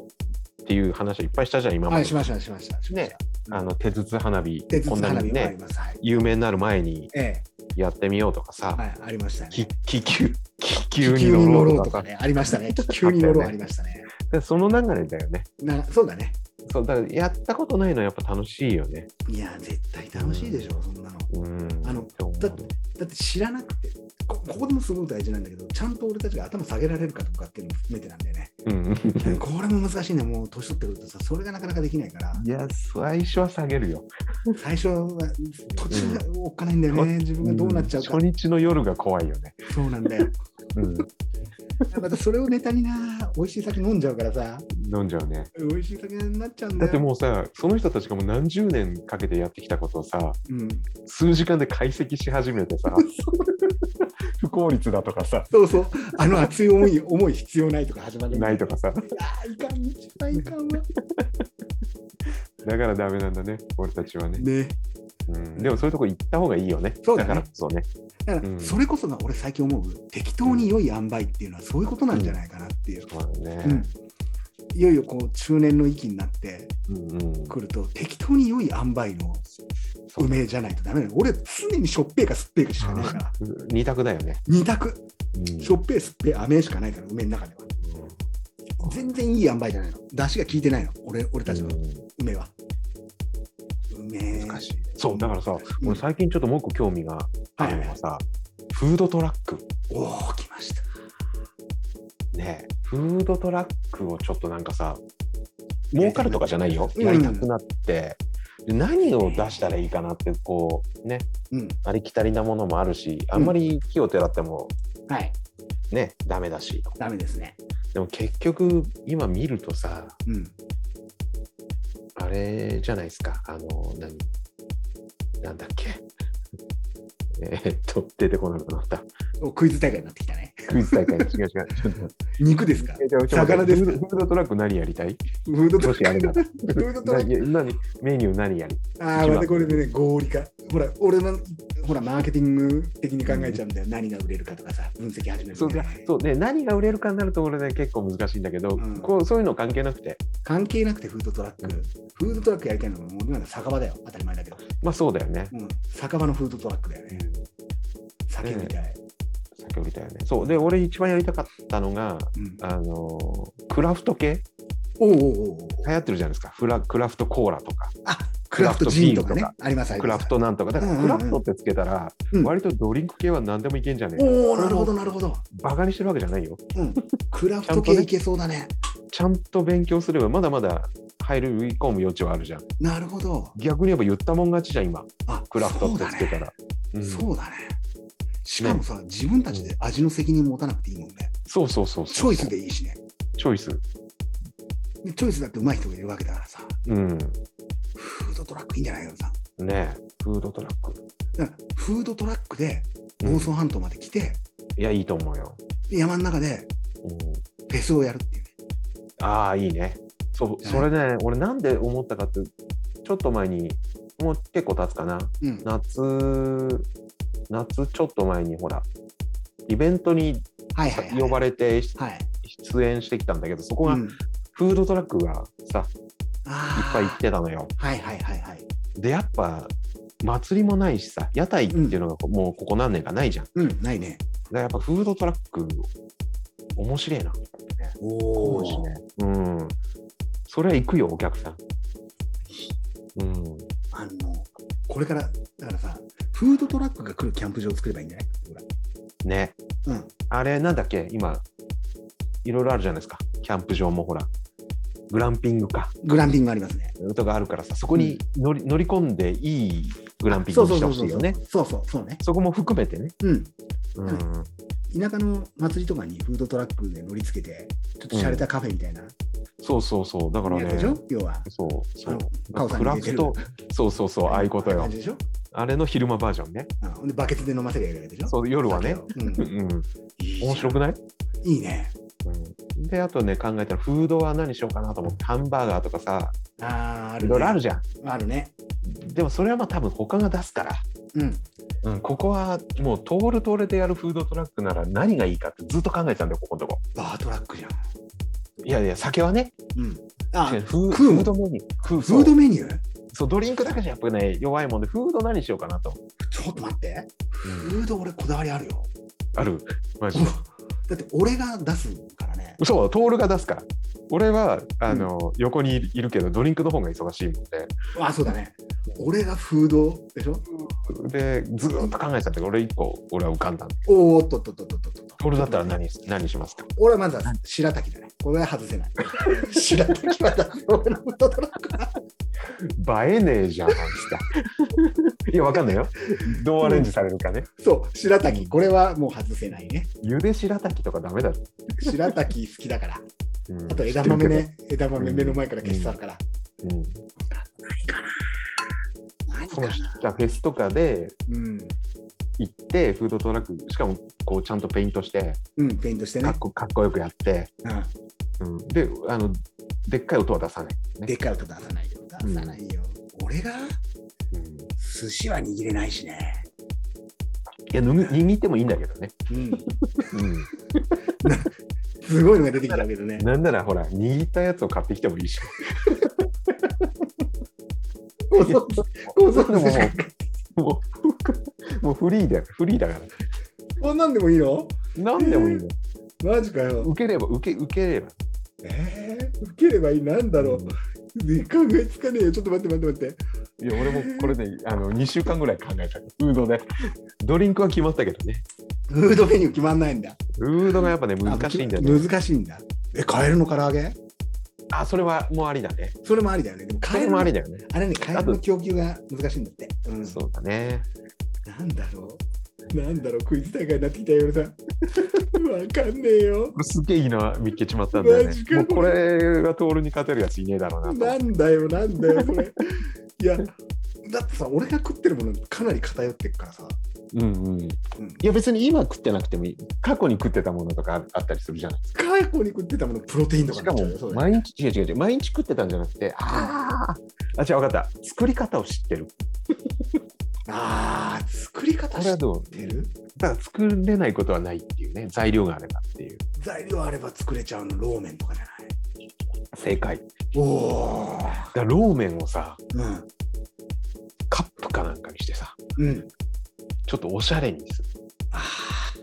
Speaker 2: うっていう話をいっぱいしたじゃん今ま
Speaker 1: は
Speaker 2: で、
Speaker 1: い、しました、しました。しました
Speaker 2: ねあの手筒花火
Speaker 1: 手筒
Speaker 2: こんな
Speaker 1: 花火
Speaker 2: に
Speaker 1: もあり
Speaker 2: ね
Speaker 1: ます。はい。
Speaker 2: 有名になる前に
Speaker 1: え
Speaker 2: やってみようとか
Speaker 1: え、
Speaker 2: さ、
Speaker 1: はい、ありました
Speaker 2: き
Speaker 1: ね。
Speaker 2: 気球気
Speaker 1: 気
Speaker 2: 球に乗ろうとか
Speaker 1: ね、ありました ね。気球に乗ろうありましたね。
Speaker 2: でその流れだよね
Speaker 1: なそうだね。
Speaker 2: そうだからやったことないのはやっぱ楽しいよね
Speaker 1: いや、絶対楽しいでしょ、そんなの。
Speaker 2: うん
Speaker 1: あの
Speaker 2: って思う
Speaker 1: だってだって知らなくてこ、ここでもすごく大事なんだけど、ちゃんと俺たちが頭下げられるかとかっていうのも含めてなんだよ ね。
Speaker 2: うん、
Speaker 1: これも難しいね、もう年取ってくるとさ、それがなかなかできないから。
Speaker 2: いや最初は下げるよ
Speaker 1: 最初は途中がおっかないんだよね、自分がどうなっちゃうか、
Speaker 2: ん初日の夜が怖いよね、
Speaker 1: そうなんだよ
Speaker 2: うん、
Speaker 1: またそれをネタにな美味しい酒飲んじゃうからさ
Speaker 2: 飲んじゃうね。
Speaker 1: 美味しい酒になっちゃうんだ
Speaker 2: だ
Speaker 1: よ
Speaker 2: ってもうさ、その人たちがもう何十年かけてやってきたことをさ、
Speaker 1: う、ん、
Speaker 2: 数時間で解析し始め てさ、不効率だとかさ、
Speaker 1: そうそうあの熱い思い 思い必要ないとか始まる
Speaker 2: ないとかさ、
Speaker 1: あーいかん一番いかんわ
Speaker 2: だからダメなんだね、俺たちはね。
Speaker 1: ね
Speaker 2: うん、でもそういうとこ行った方がいいよね。
Speaker 1: そうだね
Speaker 2: からこそね。
Speaker 1: だか
Speaker 2: うん
Speaker 1: らそれこそが俺最近思う適当に良い塩梅っていうのはそういうことなんじゃないかなっていう、
Speaker 2: まあ
Speaker 1: うん
Speaker 2: ね。
Speaker 1: いよいよこう中年の域になって
Speaker 2: うんうん。
Speaker 1: くると適当に良い塩梅の
Speaker 2: そう
Speaker 1: 梅じゃないとダメなの俺常にしょっぺーかすっぺーかしかないから
Speaker 2: 二択だよね。
Speaker 1: 二択
Speaker 2: うん
Speaker 1: しょっぺーすっぺー甘えしかないから梅の中では全然いい塩梅じゃないの出汁が効いてないの俺俺たちの
Speaker 2: うん
Speaker 1: 梅は梅
Speaker 2: 難しい。そう、だからさ、
Speaker 1: ん
Speaker 2: 俺最近ちょっともう一個興味があるのはさ、フードトラック。
Speaker 1: おお来ました
Speaker 2: ねえフードトラックをちょっとなんかさ、儲かるとかじゃないよ。
Speaker 1: うん
Speaker 2: やりたくなって、で何を出したらいいかなって、こう、ね、
Speaker 1: うん
Speaker 2: ありきたりなものもあるし、あんまり木をてらっても
Speaker 1: はい
Speaker 2: ね、ダメだし。
Speaker 1: ダメですね
Speaker 2: でも結局、今見るとさ、
Speaker 1: うん
Speaker 2: あれじゃないですか、あの、何なんだっけ。 えーっと、出てこなくなった。
Speaker 1: おクイズ大会になってきたね
Speaker 2: クイズ 大会、違う違う。ちょっと待
Speaker 1: 肉ですか
Speaker 2: って
Speaker 1: 魚です
Speaker 2: フードフードトラック何やりたい
Speaker 1: フードト
Speaker 2: も
Speaker 1: ラ
Speaker 2: しあれ
Speaker 1: ッ
Speaker 2: な
Speaker 1: ク
Speaker 2: ら。
Speaker 1: フードトラック
Speaker 2: 何何メニュー何やり
Speaker 1: ああまたこれでね合理化ほら俺のほらマーケティング的に考えちゃうんだよ、何が売れるかとかさ分析始める
Speaker 2: そ
Speaker 1: と
Speaker 2: うだ
Speaker 1: ね
Speaker 2: そうで何が売れるかになると俺ね結構難しいんだけど、
Speaker 1: うん
Speaker 2: こうそういうの関係なくて
Speaker 1: 関係なくてフードトラック、
Speaker 2: うん
Speaker 1: フードトラックやりたいのがもう今の酒場だよ当たり前だけど、
Speaker 2: まあそうだよね、
Speaker 1: うん、酒場のフードトラックだよね酒みたい、
Speaker 2: 先ほど言ったよねそうで俺一番やりたかったのが
Speaker 1: うん、
Speaker 2: あのークラフト系
Speaker 1: おうおうおうおう
Speaker 2: 流行ってるじゃないですかフラクラフトコーラとか
Speaker 1: あクラフトジンとかね
Speaker 2: クラフ
Speaker 1: ありますあります
Speaker 2: クラフトなんとかだから
Speaker 1: うんうん
Speaker 2: ク
Speaker 1: うん
Speaker 2: ラフトってつけたら、
Speaker 1: うん
Speaker 2: 割とドリンク系は何でもいけんじゃねえか、
Speaker 1: おおなるほどなるほど、
Speaker 2: バカにしてるわけじゃないよ
Speaker 1: うん、クラフト系いけそうだね
Speaker 2: ちゃんと勉強すればまだまだ入り込む余地はあるじゃん
Speaker 1: なるほど
Speaker 2: 逆に言えば言ったもん勝ちじゃん今
Speaker 1: あ
Speaker 2: クラフトってつけ
Speaker 1: そうだ
Speaker 2: た
Speaker 1: ね
Speaker 2: らうん
Speaker 1: そうだね。しかもさ、自分たちで味の責任持たなくていいもんね。
Speaker 2: そうそうそうそう
Speaker 1: チョイスでいいしね。
Speaker 2: チョイス
Speaker 1: でチョイスだって上手い人がいるわけだからさ、
Speaker 2: うん
Speaker 1: フードトラックいいんじゃないかさ。
Speaker 2: ねえフードトラック。
Speaker 1: だからフードトラックで
Speaker 2: うん
Speaker 1: 房総半島まで来て、
Speaker 2: いや、いいと思うよ。
Speaker 1: で山の中で
Speaker 2: うん
Speaker 1: フェスをやるっていうね。
Speaker 2: ああ、いいね。そう、それね、俺なんで思ったかって、ちょっと前に、もう結構経つかな。
Speaker 1: うん。
Speaker 2: 夏、夏ちょっと前に、ほら、イベントに
Speaker 1: はいはい、はい。
Speaker 2: 呼ば
Speaker 1: れ
Speaker 2: れて
Speaker 1: はい。
Speaker 2: 出演してきたんだけど、そこ
Speaker 1: う
Speaker 2: が
Speaker 1: ん、
Speaker 2: フードトラックがさ、いっ
Speaker 1: あ
Speaker 2: ぱ
Speaker 1: ー
Speaker 2: い行ってたのよ。
Speaker 1: はいはいはいはい。
Speaker 2: で、やっぱ、祭りもないしさ、屋台っていうのがもうここ何年かないじゃん。だか
Speaker 1: うん、ないね。
Speaker 2: らやっぱフードトラック、面白いな。
Speaker 1: お
Speaker 2: 多いしね。うん。それは行くよ、お客さん。うん。
Speaker 1: あの、これから、だからさ、フードトラックが来るキャンプ場を作ればいいんじゃないほ
Speaker 2: ね。
Speaker 1: らうん。
Speaker 2: あれ、なんだっけ、今、いろいろあるじゃないですか。キャンプ場もほら、グランピングか、
Speaker 1: グランピングありますね。
Speaker 2: とかあるからさ、そこに乗り,、乗り込んでいいグランピン
Speaker 1: そ
Speaker 2: グ
Speaker 1: う
Speaker 2: に
Speaker 1: そ
Speaker 2: し
Speaker 1: うそうそ
Speaker 2: てほしいうよね。
Speaker 1: そうそう、そうね。
Speaker 2: そこも含めてね。
Speaker 1: うん。
Speaker 2: うん。
Speaker 1: 田舎の祭りとかにフードトラックで乗り付けて、ちょっと洒落たカフェみたいな、
Speaker 2: そうそうそう。だから
Speaker 1: やつで
Speaker 2: ね
Speaker 1: し。ょ要は。
Speaker 2: そうそ
Speaker 1: あ
Speaker 2: う
Speaker 1: の。カオさん
Speaker 2: ク
Speaker 1: に
Speaker 2: ラ
Speaker 1: 入れてる
Speaker 2: フト、そうそうそう、ああいうこと
Speaker 1: 感
Speaker 2: よ
Speaker 1: じ。でしょ
Speaker 2: あれの昼間バージョンね。
Speaker 1: あほんでバケツで飲ませるやるわけでしょ
Speaker 2: そう、夜はね。
Speaker 1: 酒をうん
Speaker 2: うん。
Speaker 1: いい
Speaker 2: 面白くない
Speaker 1: いいね。
Speaker 2: うんであとね考えたらフードは何しようかなと思ってハンバーガーとかさ
Speaker 1: あーあ
Speaker 2: い
Speaker 1: るね
Speaker 2: ろいろあるじゃん
Speaker 1: あるね。
Speaker 2: でもそれはまあ多分他が出すから、
Speaker 1: うん。
Speaker 2: うん、ここはもう通る通れでやるフードトラックなら何がいいかってずっと考えてたんだよここのとこ
Speaker 1: バートラックじゃん。
Speaker 2: いやいや酒はね
Speaker 1: うん。あ
Speaker 2: 違う、フー
Speaker 1: 食うもん
Speaker 2: フードメニューフー
Speaker 1: フー
Speaker 2: そ
Speaker 1: ド
Speaker 2: う
Speaker 1: メニュー
Speaker 2: そうドリンクだけじゃやっぱね弱いもんでフード何しようかなと、
Speaker 1: ちょっと待って。フード俺こだわりあるよ。
Speaker 2: あるマジで
Speaker 1: だって俺が出すからね。
Speaker 2: そうトールが出すから俺はあの、横にいるけどドリンクの方が忙しいもんで
Speaker 1: あ、そうだね。俺がフードでしょ
Speaker 2: でずーっと考えてたんだけど俺一個俺は浮かんだんだけ
Speaker 1: おおっとっとっとっとっとっと。
Speaker 2: どトールだったら何何しますか
Speaker 1: 俺はまずは白滝だね。これは外せない。白滝はだ、俺のフードトラックだ。
Speaker 2: 映えねえじゃん、なんつって。いや、わかんないよ。どうアレンジされるかね。
Speaker 1: そう、白滝、これはもう外せないね。
Speaker 2: ゆでしらたきとかダメだろ。
Speaker 1: 白滝好きだから。
Speaker 2: うん
Speaker 1: あと枝豆。
Speaker 2: 知ってる
Speaker 1: ね、枝豆目の前から消してあるから。
Speaker 2: けどうん
Speaker 1: ないかなない
Speaker 2: そ
Speaker 1: か
Speaker 2: の
Speaker 1: な
Speaker 2: 日がフェスとかで
Speaker 1: うん。
Speaker 2: 行ってフードトラックしかもこうちゃんとペイントして
Speaker 1: うん、ペイントして
Speaker 2: か
Speaker 1: ね
Speaker 2: っ。こかっこよくやって、
Speaker 1: う
Speaker 2: うん、であのでっかい音は出さない、
Speaker 1: ん。でっかい音出さないよ。出さないよ。俺が
Speaker 2: うん、い
Speaker 1: 寿司は握れないしね。
Speaker 2: やぬ握ってもいいんだけどね、
Speaker 1: うん。
Speaker 2: う
Speaker 1: すごいのが出てきたけどね
Speaker 2: ん、。なんならほら握ったやつを買ってきてもい いし
Speaker 1: 高卒高卒でしか
Speaker 2: もう もうフリーだよフリーだから
Speaker 1: こんなんでもいいの
Speaker 2: 何でもいいの
Speaker 1: マジかよ。
Speaker 2: 受ければ受け受ければ
Speaker 1: えー、受ければいいなんだろう。ね考えつかねえよ。ちょっと待って待って待って。
Speaker 2: いや俺もこれねあの2週間ぐらい考えたフードでドリンクは決まったけどね
Speaker 1: フードメニュー決まんないんだ。
Speaker 2: フードがやっぱね難しいんだよ
Speaker 1: あ
Speaker 2: ね
Speaker 1: む難しいんだ。え、カエルの唐揚げ
Speaker 2: あそれはもうありだね
Speaker 1: それもありだよね。でも
Speaker 2: そ
Speaker 1: カエ
Speaker 2: れ
Speaker 1: ル
Speaker 2: も
Speaker 1: の
Speaker 2: あ
Speaker 1: あ
Speaker 2: りだよ
Speaker 1: れ
Speaker 2: ね
Speaker 1: ね、カエル
Speaker 2: あ
Speaker 1: の
Speaker 2: と
Speaker 1: 供給が難しいんだって。うん。
Speaker 2: そうだね
Speaker 1: なんだろうなんだろうクイズ大会になってきたよ、俺さん。 わかんねえよ。
Speaker 2: すげえいいのは見っけちまったんだよ
Speaker 1: マ
Speaker 2: ね
Speaker 1: ジか
Speaker 2: もうこれが通るに勝てるやついねえだろうな
Speaker 1: な
Speaker 2: と
Speaker 1: んだよ、なんだよ、これ。いや、だってさ、俺が食ってるものかなり偏ってっからさ。
Speaker 2: うんうんい
Speaker 1: うん、
Speaker 2: や別に今食ってなくてもいい過去に食ってたものとかああったりするじゃない
Speaker 1: カエコに食ってたもの、プロテインとか
Speaker 2: しか
Speaker 1: になっちゃうよ
Speaker 2: も毎日違う違う違う毎日食ってたんじゃなくてあーあ違う分かった作り方を知ってる
Speaker 1: ああ、作り方
Speaker 2: こ
Speaker 1: 知
Speaker 2: れは
Speaker 1: っ
Speaker 2: どう
Speaker 1: てる
Speaker 2: だから作れないことはないっていうね材料があればっていう
Speaker 1: 材料あれば作れちゃうの、ローメンとかじゃない
Speaker 2: 正解
Speaker 1: おおー。
Speaker 2: だからローメンをさ
Speaker 1: うん。
Speaker 2: カップかなんかにしてさ
Speaker 1: うん。
Speaker 2: ちょっとおしゃれにする
Speaker 1: ああ。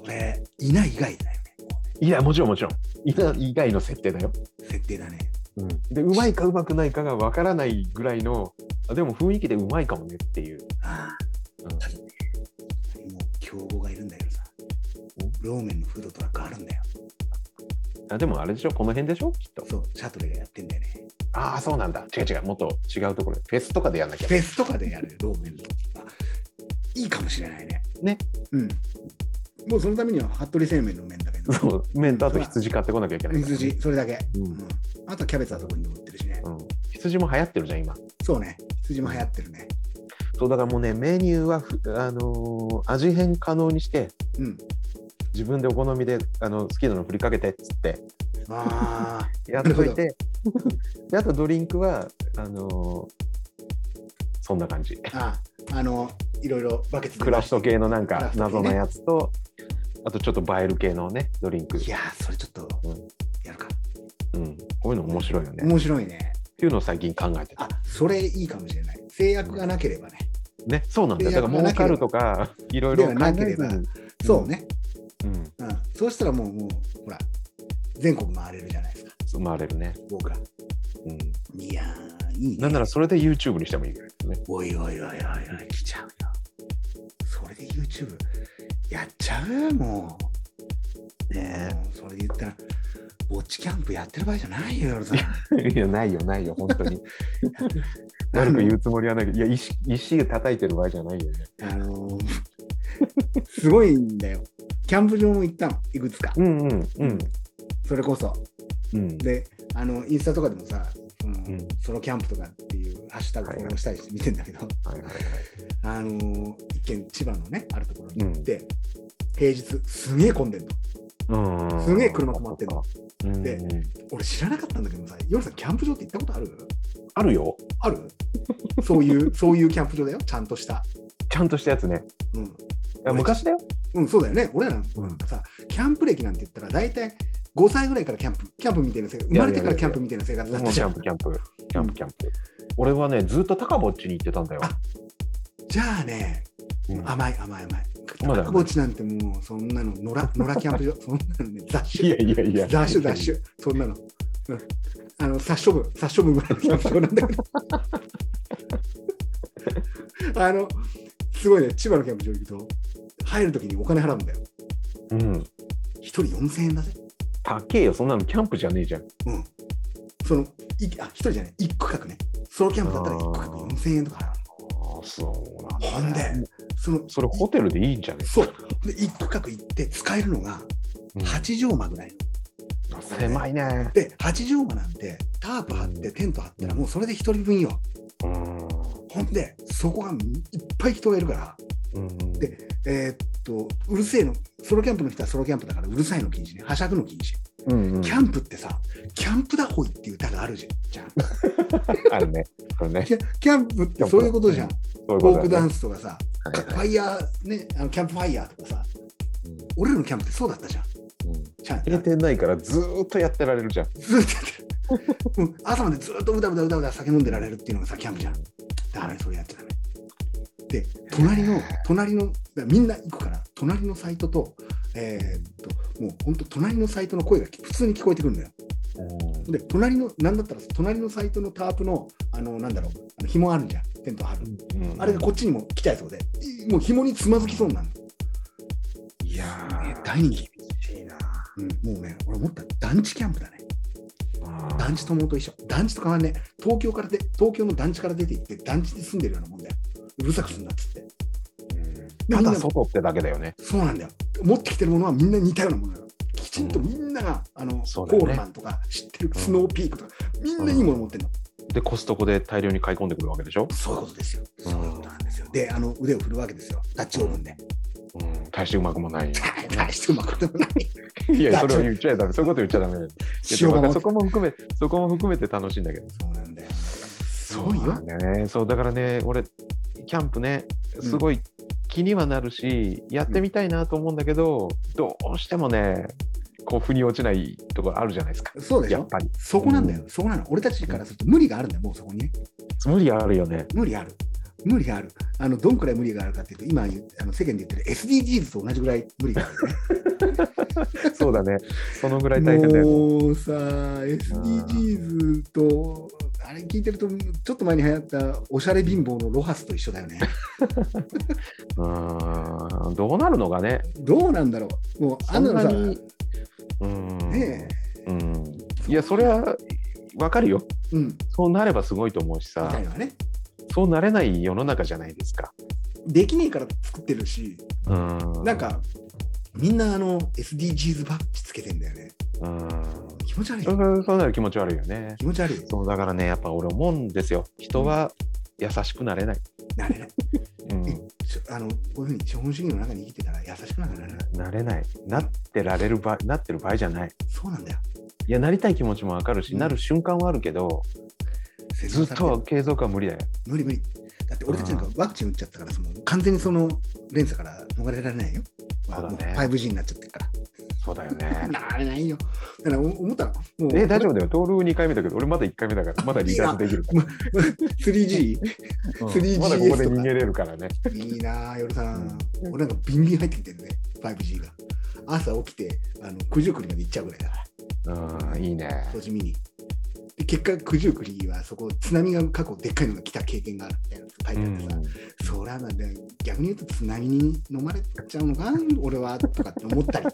Speaker 1: これ、いない以外だよね。も
Speaker 2: いやもちろんもちろんいた以外の設定だよ、
Speaker 1: うね設定だね。
Speaker 2: うん、でうまいかうまくないかがわからないぐらいのあでも雰囲気でうまいかもねっていう、
Speaker 1: あ
Speaker 2: う
Speaker 1: あ。
Speaker 2: ん
Speaker 1: もう競合がいるんだけどさ
Speaker 2: お。
Speaker 1: ローメンのフードトラックあるんだよ。
Speaker 2: あでもあれでしょこの辺でしょきっと
Speaker 1: そう、シャトレがやってんだよね。
Speaker 2: ああそうなんだ違う違うもっと違うところフェスとかでやんなきゃ
Speaker 1: フェスとかでやるローメンとか。いいかもしれないね。
Speaker 2: ね。
Speaker 1: うん。もうそのためには服部製麺の麺だけど。
Speaker 2: そう麺とあと羊買ってこなきゃいけないからね
Speaker 1: 羊、それだけ。
Speaker 2: うん
Speaker 1: うん。あとはキャベツはそこに残ってるしね。
Speaker 2: うん、羊も流行ってるじゃん今
Speaker 1: そうね。羊も流行ってるね。
Speaker 2: そうだからもうねメニューはふあのー味変可能にして
Speaker 1: うん。
Speaker 2: 自分でお好みであの好きなの振りかけてっつって
Speaker 1: ああ。
Speaker 2: やっといて であとドリンクはあのーそんな感じ
Speaker 1: ああのいろいろバケツで
Speaker 2: クラフト系のなんか
Speaker 1: クラフト
Speaker 2: 謎
Speaker 1: 系ね
Speaker 2: のやつと、あとちょっと映える系のねドリンク
Speaker 1: い、やーそれちょっと
Speaker 2: うん
Speaker 1: やるか、
Speaker 2: うん、こういうの面白いよねっ
Speaker 1: 面白いね
Speaker 2: ていうのを最近考えてた
Speaker 1: あそれいいかもしれない制約がなければね、
Speaker 2: ねそうなんだよだから
Speaker 1: いや
Speaker 2: 儲かるとか いろいろ考え
Speaker 1: ではなければ
Speaker 2: ずに
Speaker 1: そうね、
Speaker 2: うん
Speaker 1: うん、そうしたらもうもうほら全国回れるじゃないですか
Speaker 2: 生まれるね、
Speaker 1: 僕ら
Speaker 2: うん、
Speaker 1: いやーいいね
Speaker 2: なんならそれで YouTube にしてもいいぐらいですね
Speaker 1: おいおいおいおいおい来ちゃうよそれで YouTube やっちゃうもう
Speaker 2: ね
Speaker 1: もうそれで言ったらぼっちキャンプやってる場合じゃないよ夜さん
Speaker 2: いや、ないよ、ないよ、本 当に。悪く言うつもりはないけど、いや、石、石叩いてる場合じゃないよね。
Speaker 1: あのーすごいんだよ。キャンプ場も行ったの、いくつか。
Speaker 2: うんうんうん。
Speaker 1: それこそ。
Speaker 2: うん、
Speaker 1: で、あのインスタとかでもさ、その,、
Speaker 2: ん
Speaker 1: ソロキャンプとかっていうハッシュタグフォローしたりして見てんだけど、
Speaker 2: はいはいはい。
Speaker 1: あのー一見、千葉のね、あるところに行って、平日、すげえ混んでんの。
Speaker 2: うん。
Speaker 1: すげえ車止まってんの
Speaker 2: うん。
Speaker 1: で俺、知らなかったんだけどさ、夜さん、キャンプ場って行ったことある
Speaker 2: あるよ。
Speaker 1: あるそういう、 そういうキャンプ場だよ、ちゃんとした。
Speaker 2: ちゃんとしたやつね。
Speaker 1: うん、
Speaker 2: いや昔だよ。
Speaker 1: うん、そうだよね。俺らの
Speaker 2: うん
Speaker 1: さ、キャンプ歴なんて言ったら、大体5歳ぐらいからキャンプ、キャンプみたいな生活、生まれてからキャンプみたいな生活だっ
Speaker 2: も
Speaker 1: た
Speaker 2: う
Speaker 1: じ
Speaker 2: キ
Speaker 1: ゃ
Speaker 2: ャ
Speaker 1: ん
Speaker 2: ン。プ、キャンプ、キャンプ、キャンプ。俺はね、ずっと高ぼっちに行ってたんだよ。
Speaker 1: じゃあね、
Speaker 2: うん
Speaker 1: 甘い甘い甘い。
Speaker 2: まだ
Speaker 1: 高ぼっちなんてもう、そんなの、野良、野良キャンプ場、そんなのね、雑
Speaker 2: い
Speaker 1: 種、
Speaker 2: やいやいや。
Speaker 1: 雑種、雑種、そんなの。うんあの殺処分、殺処分ぐらいのキャンプ場なんだけど。 あの、すごいね、千葉のキャンプ場行くと、入るときにお金払うんだよ。
Speaker 2: うん。
Speaker 1: 一人4000円だぜ。
Speaker 2: 高えよ、そんなのキャンプじゃねえじゃん。
Speaker 1: うん。その、いあ、一人じゃない、一区画ね。ソロキャンプだったら一区画
Speaker 2: あー
Speaker 1: 4000円とか払う
Speaker 2: ああ、そうなん
Speaker 1: ほんで、その、
Speaker 2: それホテルでいいんじゃね
Speaker 1: そう。で、一区画行って使えるのが
Speaker 2: うん
Speaker 1: 8畳間ぐらいのます、
Speaker 2: 狭いね。
Speaker 1: で、8畳間なんて、タープ張って、テント張ったら、もうそれで1人分よ。
Speaker 2: うん。
Speaker 1: ほんで、そこがいっぱい人がいるから、
Speaker 2: うん、
Speaker 1: で、えー、っと、うるせえの、ソロキャンプの人はソロキャンプだから、うるさいの禁止ね、はしゃぐの禁止。
Speaker 2: うんうん、
Speaker 1: キャンプってさ、キャンプだほいっていう歌があるじゃん。
Speaker 2: あるね。そうね
Speaker 1: キャキャンプってそういうことじゃん。
Speaker 2: フォ、
Speaker 1: ね、ークダンスとかさ、
Speaker 2: はいはい
Speaker 1: ファイヤー、ね、あのキャンプファイヤーとかさ、
Speaker 2: うん、
Speaker 1: 俺らのキャンプってそうだったじゃん。ちゃん
Speaker 2: 閉店ないからずーっとやってられるじゃん。
Speaker 1: ずっとやってるうん朝までずっとうだうだうだうだ酒飲んでられるっていうのがさ、キャンプじゃん。だからそれやっちゃダメ。で、隣の、隣の、みんな行くから、隣のサイトと、えー、っと、もう本当、隣のサイトの声が普通に聞こえてくるんだよ。で、隣の、なんだったら、隣のサイトのタープの、あの、なんだろう、あの紐あるじゃん、テント張る。
Speaker 2: うん
Speaker 1: あれがこっちにも来ちゃいそうで、もう紐につまずきそうになる
Speaker 2: いや
Speaker 1: の。ね、大人気。
Speaker 2: ー、いいな。
Speaker 1: うん、もうね、俺思った団地キャンプだね。
Speaker 2: あー
Speaker 1: 団地友と一緒。団地と変わんねえ。東京からで、東京の団地から出て行って、団地に住んでるようなもんだよ。うるさくすんなっつって。
Speaker 2: うんただ外ってだけだよね。
Speaker 1: そうなんだよ。持ってきてるものはみんな似たようなものだよ。きちんとみんなが、あの、
Speaker 2: そう
Speaker 1: コ
Speaker 2: だよ
Speaker 1: ー
Speaker 2: ね
Speaker 1: ルマンとか、知ってるスノーピークとか、みんないいもの持ってんの。
Speaker 2: で、コストコで大量に買い込んでくるわけでしょ。
Speaker 1: そういうことですよ。
Speaker 2: うん
Speaker 1: そういうことなんですよ。で、あの、腕を振るわけですよ。ダッチオーブンで。
Speaker 2: うん、大してうまくもない。
Speaker 1: 大してうまくで もない。
Speaker 2: いや、それは言っちゃダメ。そういうこと言っちゃダメ。
Speaker 1: 塩が持
Speaker 2: だから
Speaker 1: っ
Speaker 2: そ
Speaker 1: て
Speaker 2: こも含め、そこも含めて楽しいんだけど。
Speaker 1: そうなんだよ。すごい
Speaker 2: な
Speaker 1: よ
Speaker 2: ん。だよね。そう、だからね、俺、キャンプね、すごい気にはなるし、やってみたいなと思うんだけど、どうしてもね、こう、腑に落ちないところあるじゃないですか。
Speaker 1: そうでし
Speaker 2: やっ
Speaker 1: ょ
Speaker 2: ぱり。
Speaker 1: そこなんだよ。そこなの。俺たちからすると無理があるんだよ、もうそこにね。
Speaker 2: 無理あるよね。
Speaker 1: 無理ある。無理がある。あの、どんくらい無理があるかっていうと、今言うあの世間で言ってる SDGs と同じぐらい無理がある、ね。
Speaker 2: そうだね。そのぐらい大変だよね。
Speaker 1: もうさ、SDGs と、あれ聞いてると、ちょっと前に流行った、おしゃれ貧乏のロハスと一緒だよね。
Speaker 2: うーん、どうなるのかね。
Speaker 1: どうなんだろう。もう、あんなのさ、
Speaker 2: そんな
Speaker 1: ね
Speaker 2: にうん。
Speaker 1: え、
Speaker 2: うん。いや、それは、わかるよ。
Speaker 1: うん、み
Speaker 2: そうなればすごいと思うしたさ
Speaker 1: い、なね。
Speaker 2: そうなれない世の中じゃないですか。
Speaker 1: できねえから作ってるし、
Speaker 2: うん。
Speaker 1: なん、か、みんなあの SDGs バッジつけてんだよね。
Speaker 2: うん。
Speaker 1: 気持ち悪い
Speaker 2: そ。うそうなる気持ち悪いよね。
Speaker 1: 気持ち悪い。
Speaker 2: そうだからねやっぱ俺思うんですよ人は優しくなれない、
Speaker 1: なれない。
Speaker 2: うん
Speaker 1: しょあの、こういうふうに資本主義の中に生きてたら優しくなんかならない。
Speaker 2: なれないなってられる場なってる場合じゃない
Speaker 1: そうなんだよ。
Speaker 2: いやなりたい気持ちもわかるし、
Speaker 1: うん
Speaker 2: なる瞬間はあるけど
Speaker 1: 洗
Speaker 2: ず
Speaker 1: 脳
Speaker 2: っ
Speaker 1: されてる
Speaker 2: と継続は無理だよ
Speaker 1: 無理無理。だって俺たちなんかワクチン打っちゃったから、その完全にその連鎖から逃れられないよ。
Speaker 2: そうだね
Speaker 1: も 5G になっちゃってるか
Speaker 2: そうだよ
Speaker 1: ら。
Speaker 2: ね
Speaker 1: なれないよ。だからお思ったら、もう
Speaker 2: え大丈夫だよ徹2回目だけど俺まだ1回目だからまだ離脱でき るから
Speaker 1: 3G?
Speaker 2: うん
Speaker 1: 3GS
Speaker 2: まだここで逃げれるからね
Speaker 1: いいなあ、夜さん。俺なんかビンビン入ってきてるね、5G が。朝起きて、あの九十九里まで行っちゃうぐらいだから、
Speaker 2: うんいいね
Speaker 1: 当時見に。で結果、九十九里はそこ、津波が過去でっかいのが来た経験があるみたいな書いてあってさ、そりゃなんだよ逆に言うと津波に飲まれちゃうのかな、俺はとかって思ったり、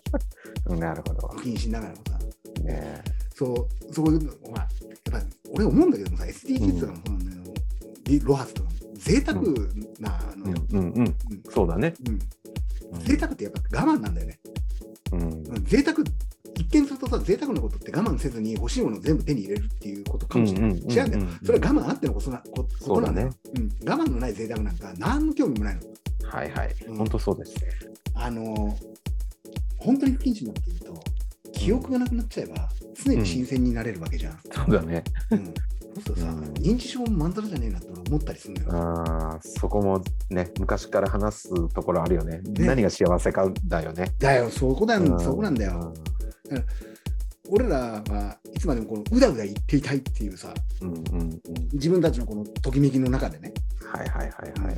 Speaker 2: うんなるほど
Speaker 1: 気にしながらもさ、
Speaker 2: ね
Speaker 1: そう、そういう、お前、やっぱ俺思うんだけどもさ、SDGs とかもそうなんだよ、でロハスとかも、贅沢なの
Speaker 2: うん
Speaker 1: よ、
Speaker 2: うんうん
Speaker 1: うん
Speaker 2: そうだね、
Speaker 1: うん
Speaker 2: うん
Speaker 1: 贅沢ってやっぱ我慢なんだよね。
Speaker 2: うん
Speaker 1: うん贅沢一見するとさ贅沢なことって我慢せずに欲しいものを全部手に入れるっていうことかもしれない、
Speaker 2: うんうんうんうん
Speaker 1: 違うんだよそれは我慢あってのこそなこことなんだようん、我慢のない贅沢なんか何の興味もないの
Speaker 2: はいはい、
Speaker 1: うん
Speaker 2: 本当そうですね
Speaker 1: あの本当に不謹慎なこと言うと記憶がなくなっちゃえば常に新鮮になれるわけじゃん、
Speaker 2: そうだね
Speaker 1: うんそうするとさ、
Speaker 2: うん
Speaker 1: 認知症もまんざらじゃねえなって俺思ったりするんだよ、
Speaker 2: あーそこもね昔から話すところあるよね
Speaker 1: ね
Speaker 2: 何が幸せかだよね、
Speaker 1: だよそこだ
Speaker 2: う
Speaker 1: よそこなんだよ、俺らはいつまでもこのうだうだ言っていたいっていうさ
Speaker 2: うんうんうん
Speaker 1: 自分たちのこのときめきの中でね
Speaker 2: はいはいはいはい、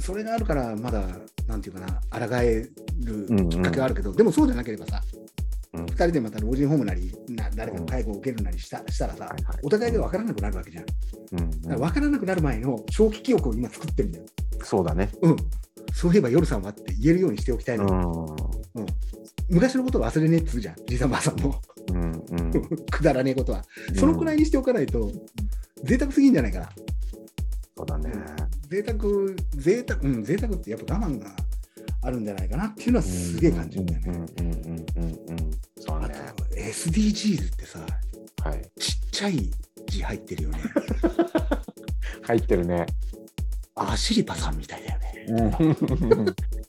Speaker 1: それがあるからまだなんていうかな抗え
Speaker 2: うんう
Speaker 1: る
Speaker 2: ん
Speaker 1: きっかけはあるけど、でもそうじゃなければさ
Speaker 2: うん
Speaker 1: 2人でまた老人ホームなりな誰かの介護を受けるなりしたしたらさ
Speaker 2: はいはい
Speaker 1: お互いが分からなくなるわけじゃんだ
Speaker 2: うんうん
Speaker 1: から分からなくなる前の長期記憶を今作ってるんだよ
Speaker 2: そうだね
Speaker 1: うんそういえば夜さんはって言えるようにしておきたいうの、
Speaker 2: ん
Speaker 1: 昔のこと忘れねえっつうじゃんじいさんばあさんも
Speaker 2: うんうん
Speaker 1: くだらねえことはそのくらいにしておかないと贅沢すぎんじゃないかな
Speaker 2: そうだね
Speaker 1: 贅沢贅沢うん贅沢ってやっぱ我慢があるんじゃないかなっていうのはすげえ感じるんだよね。
Speaker 2: うんうんうんうんうん。そう
Speaker 1: あ
Speaker 2: ね
Speaker 1: と。SDGs ってさ
Speaker 2: はい。
Speaker 1: ちっちゃい字入ってる よね。
Speaker 2: 入ってるね。
Speaker 1: アシリパさんみたいだよね。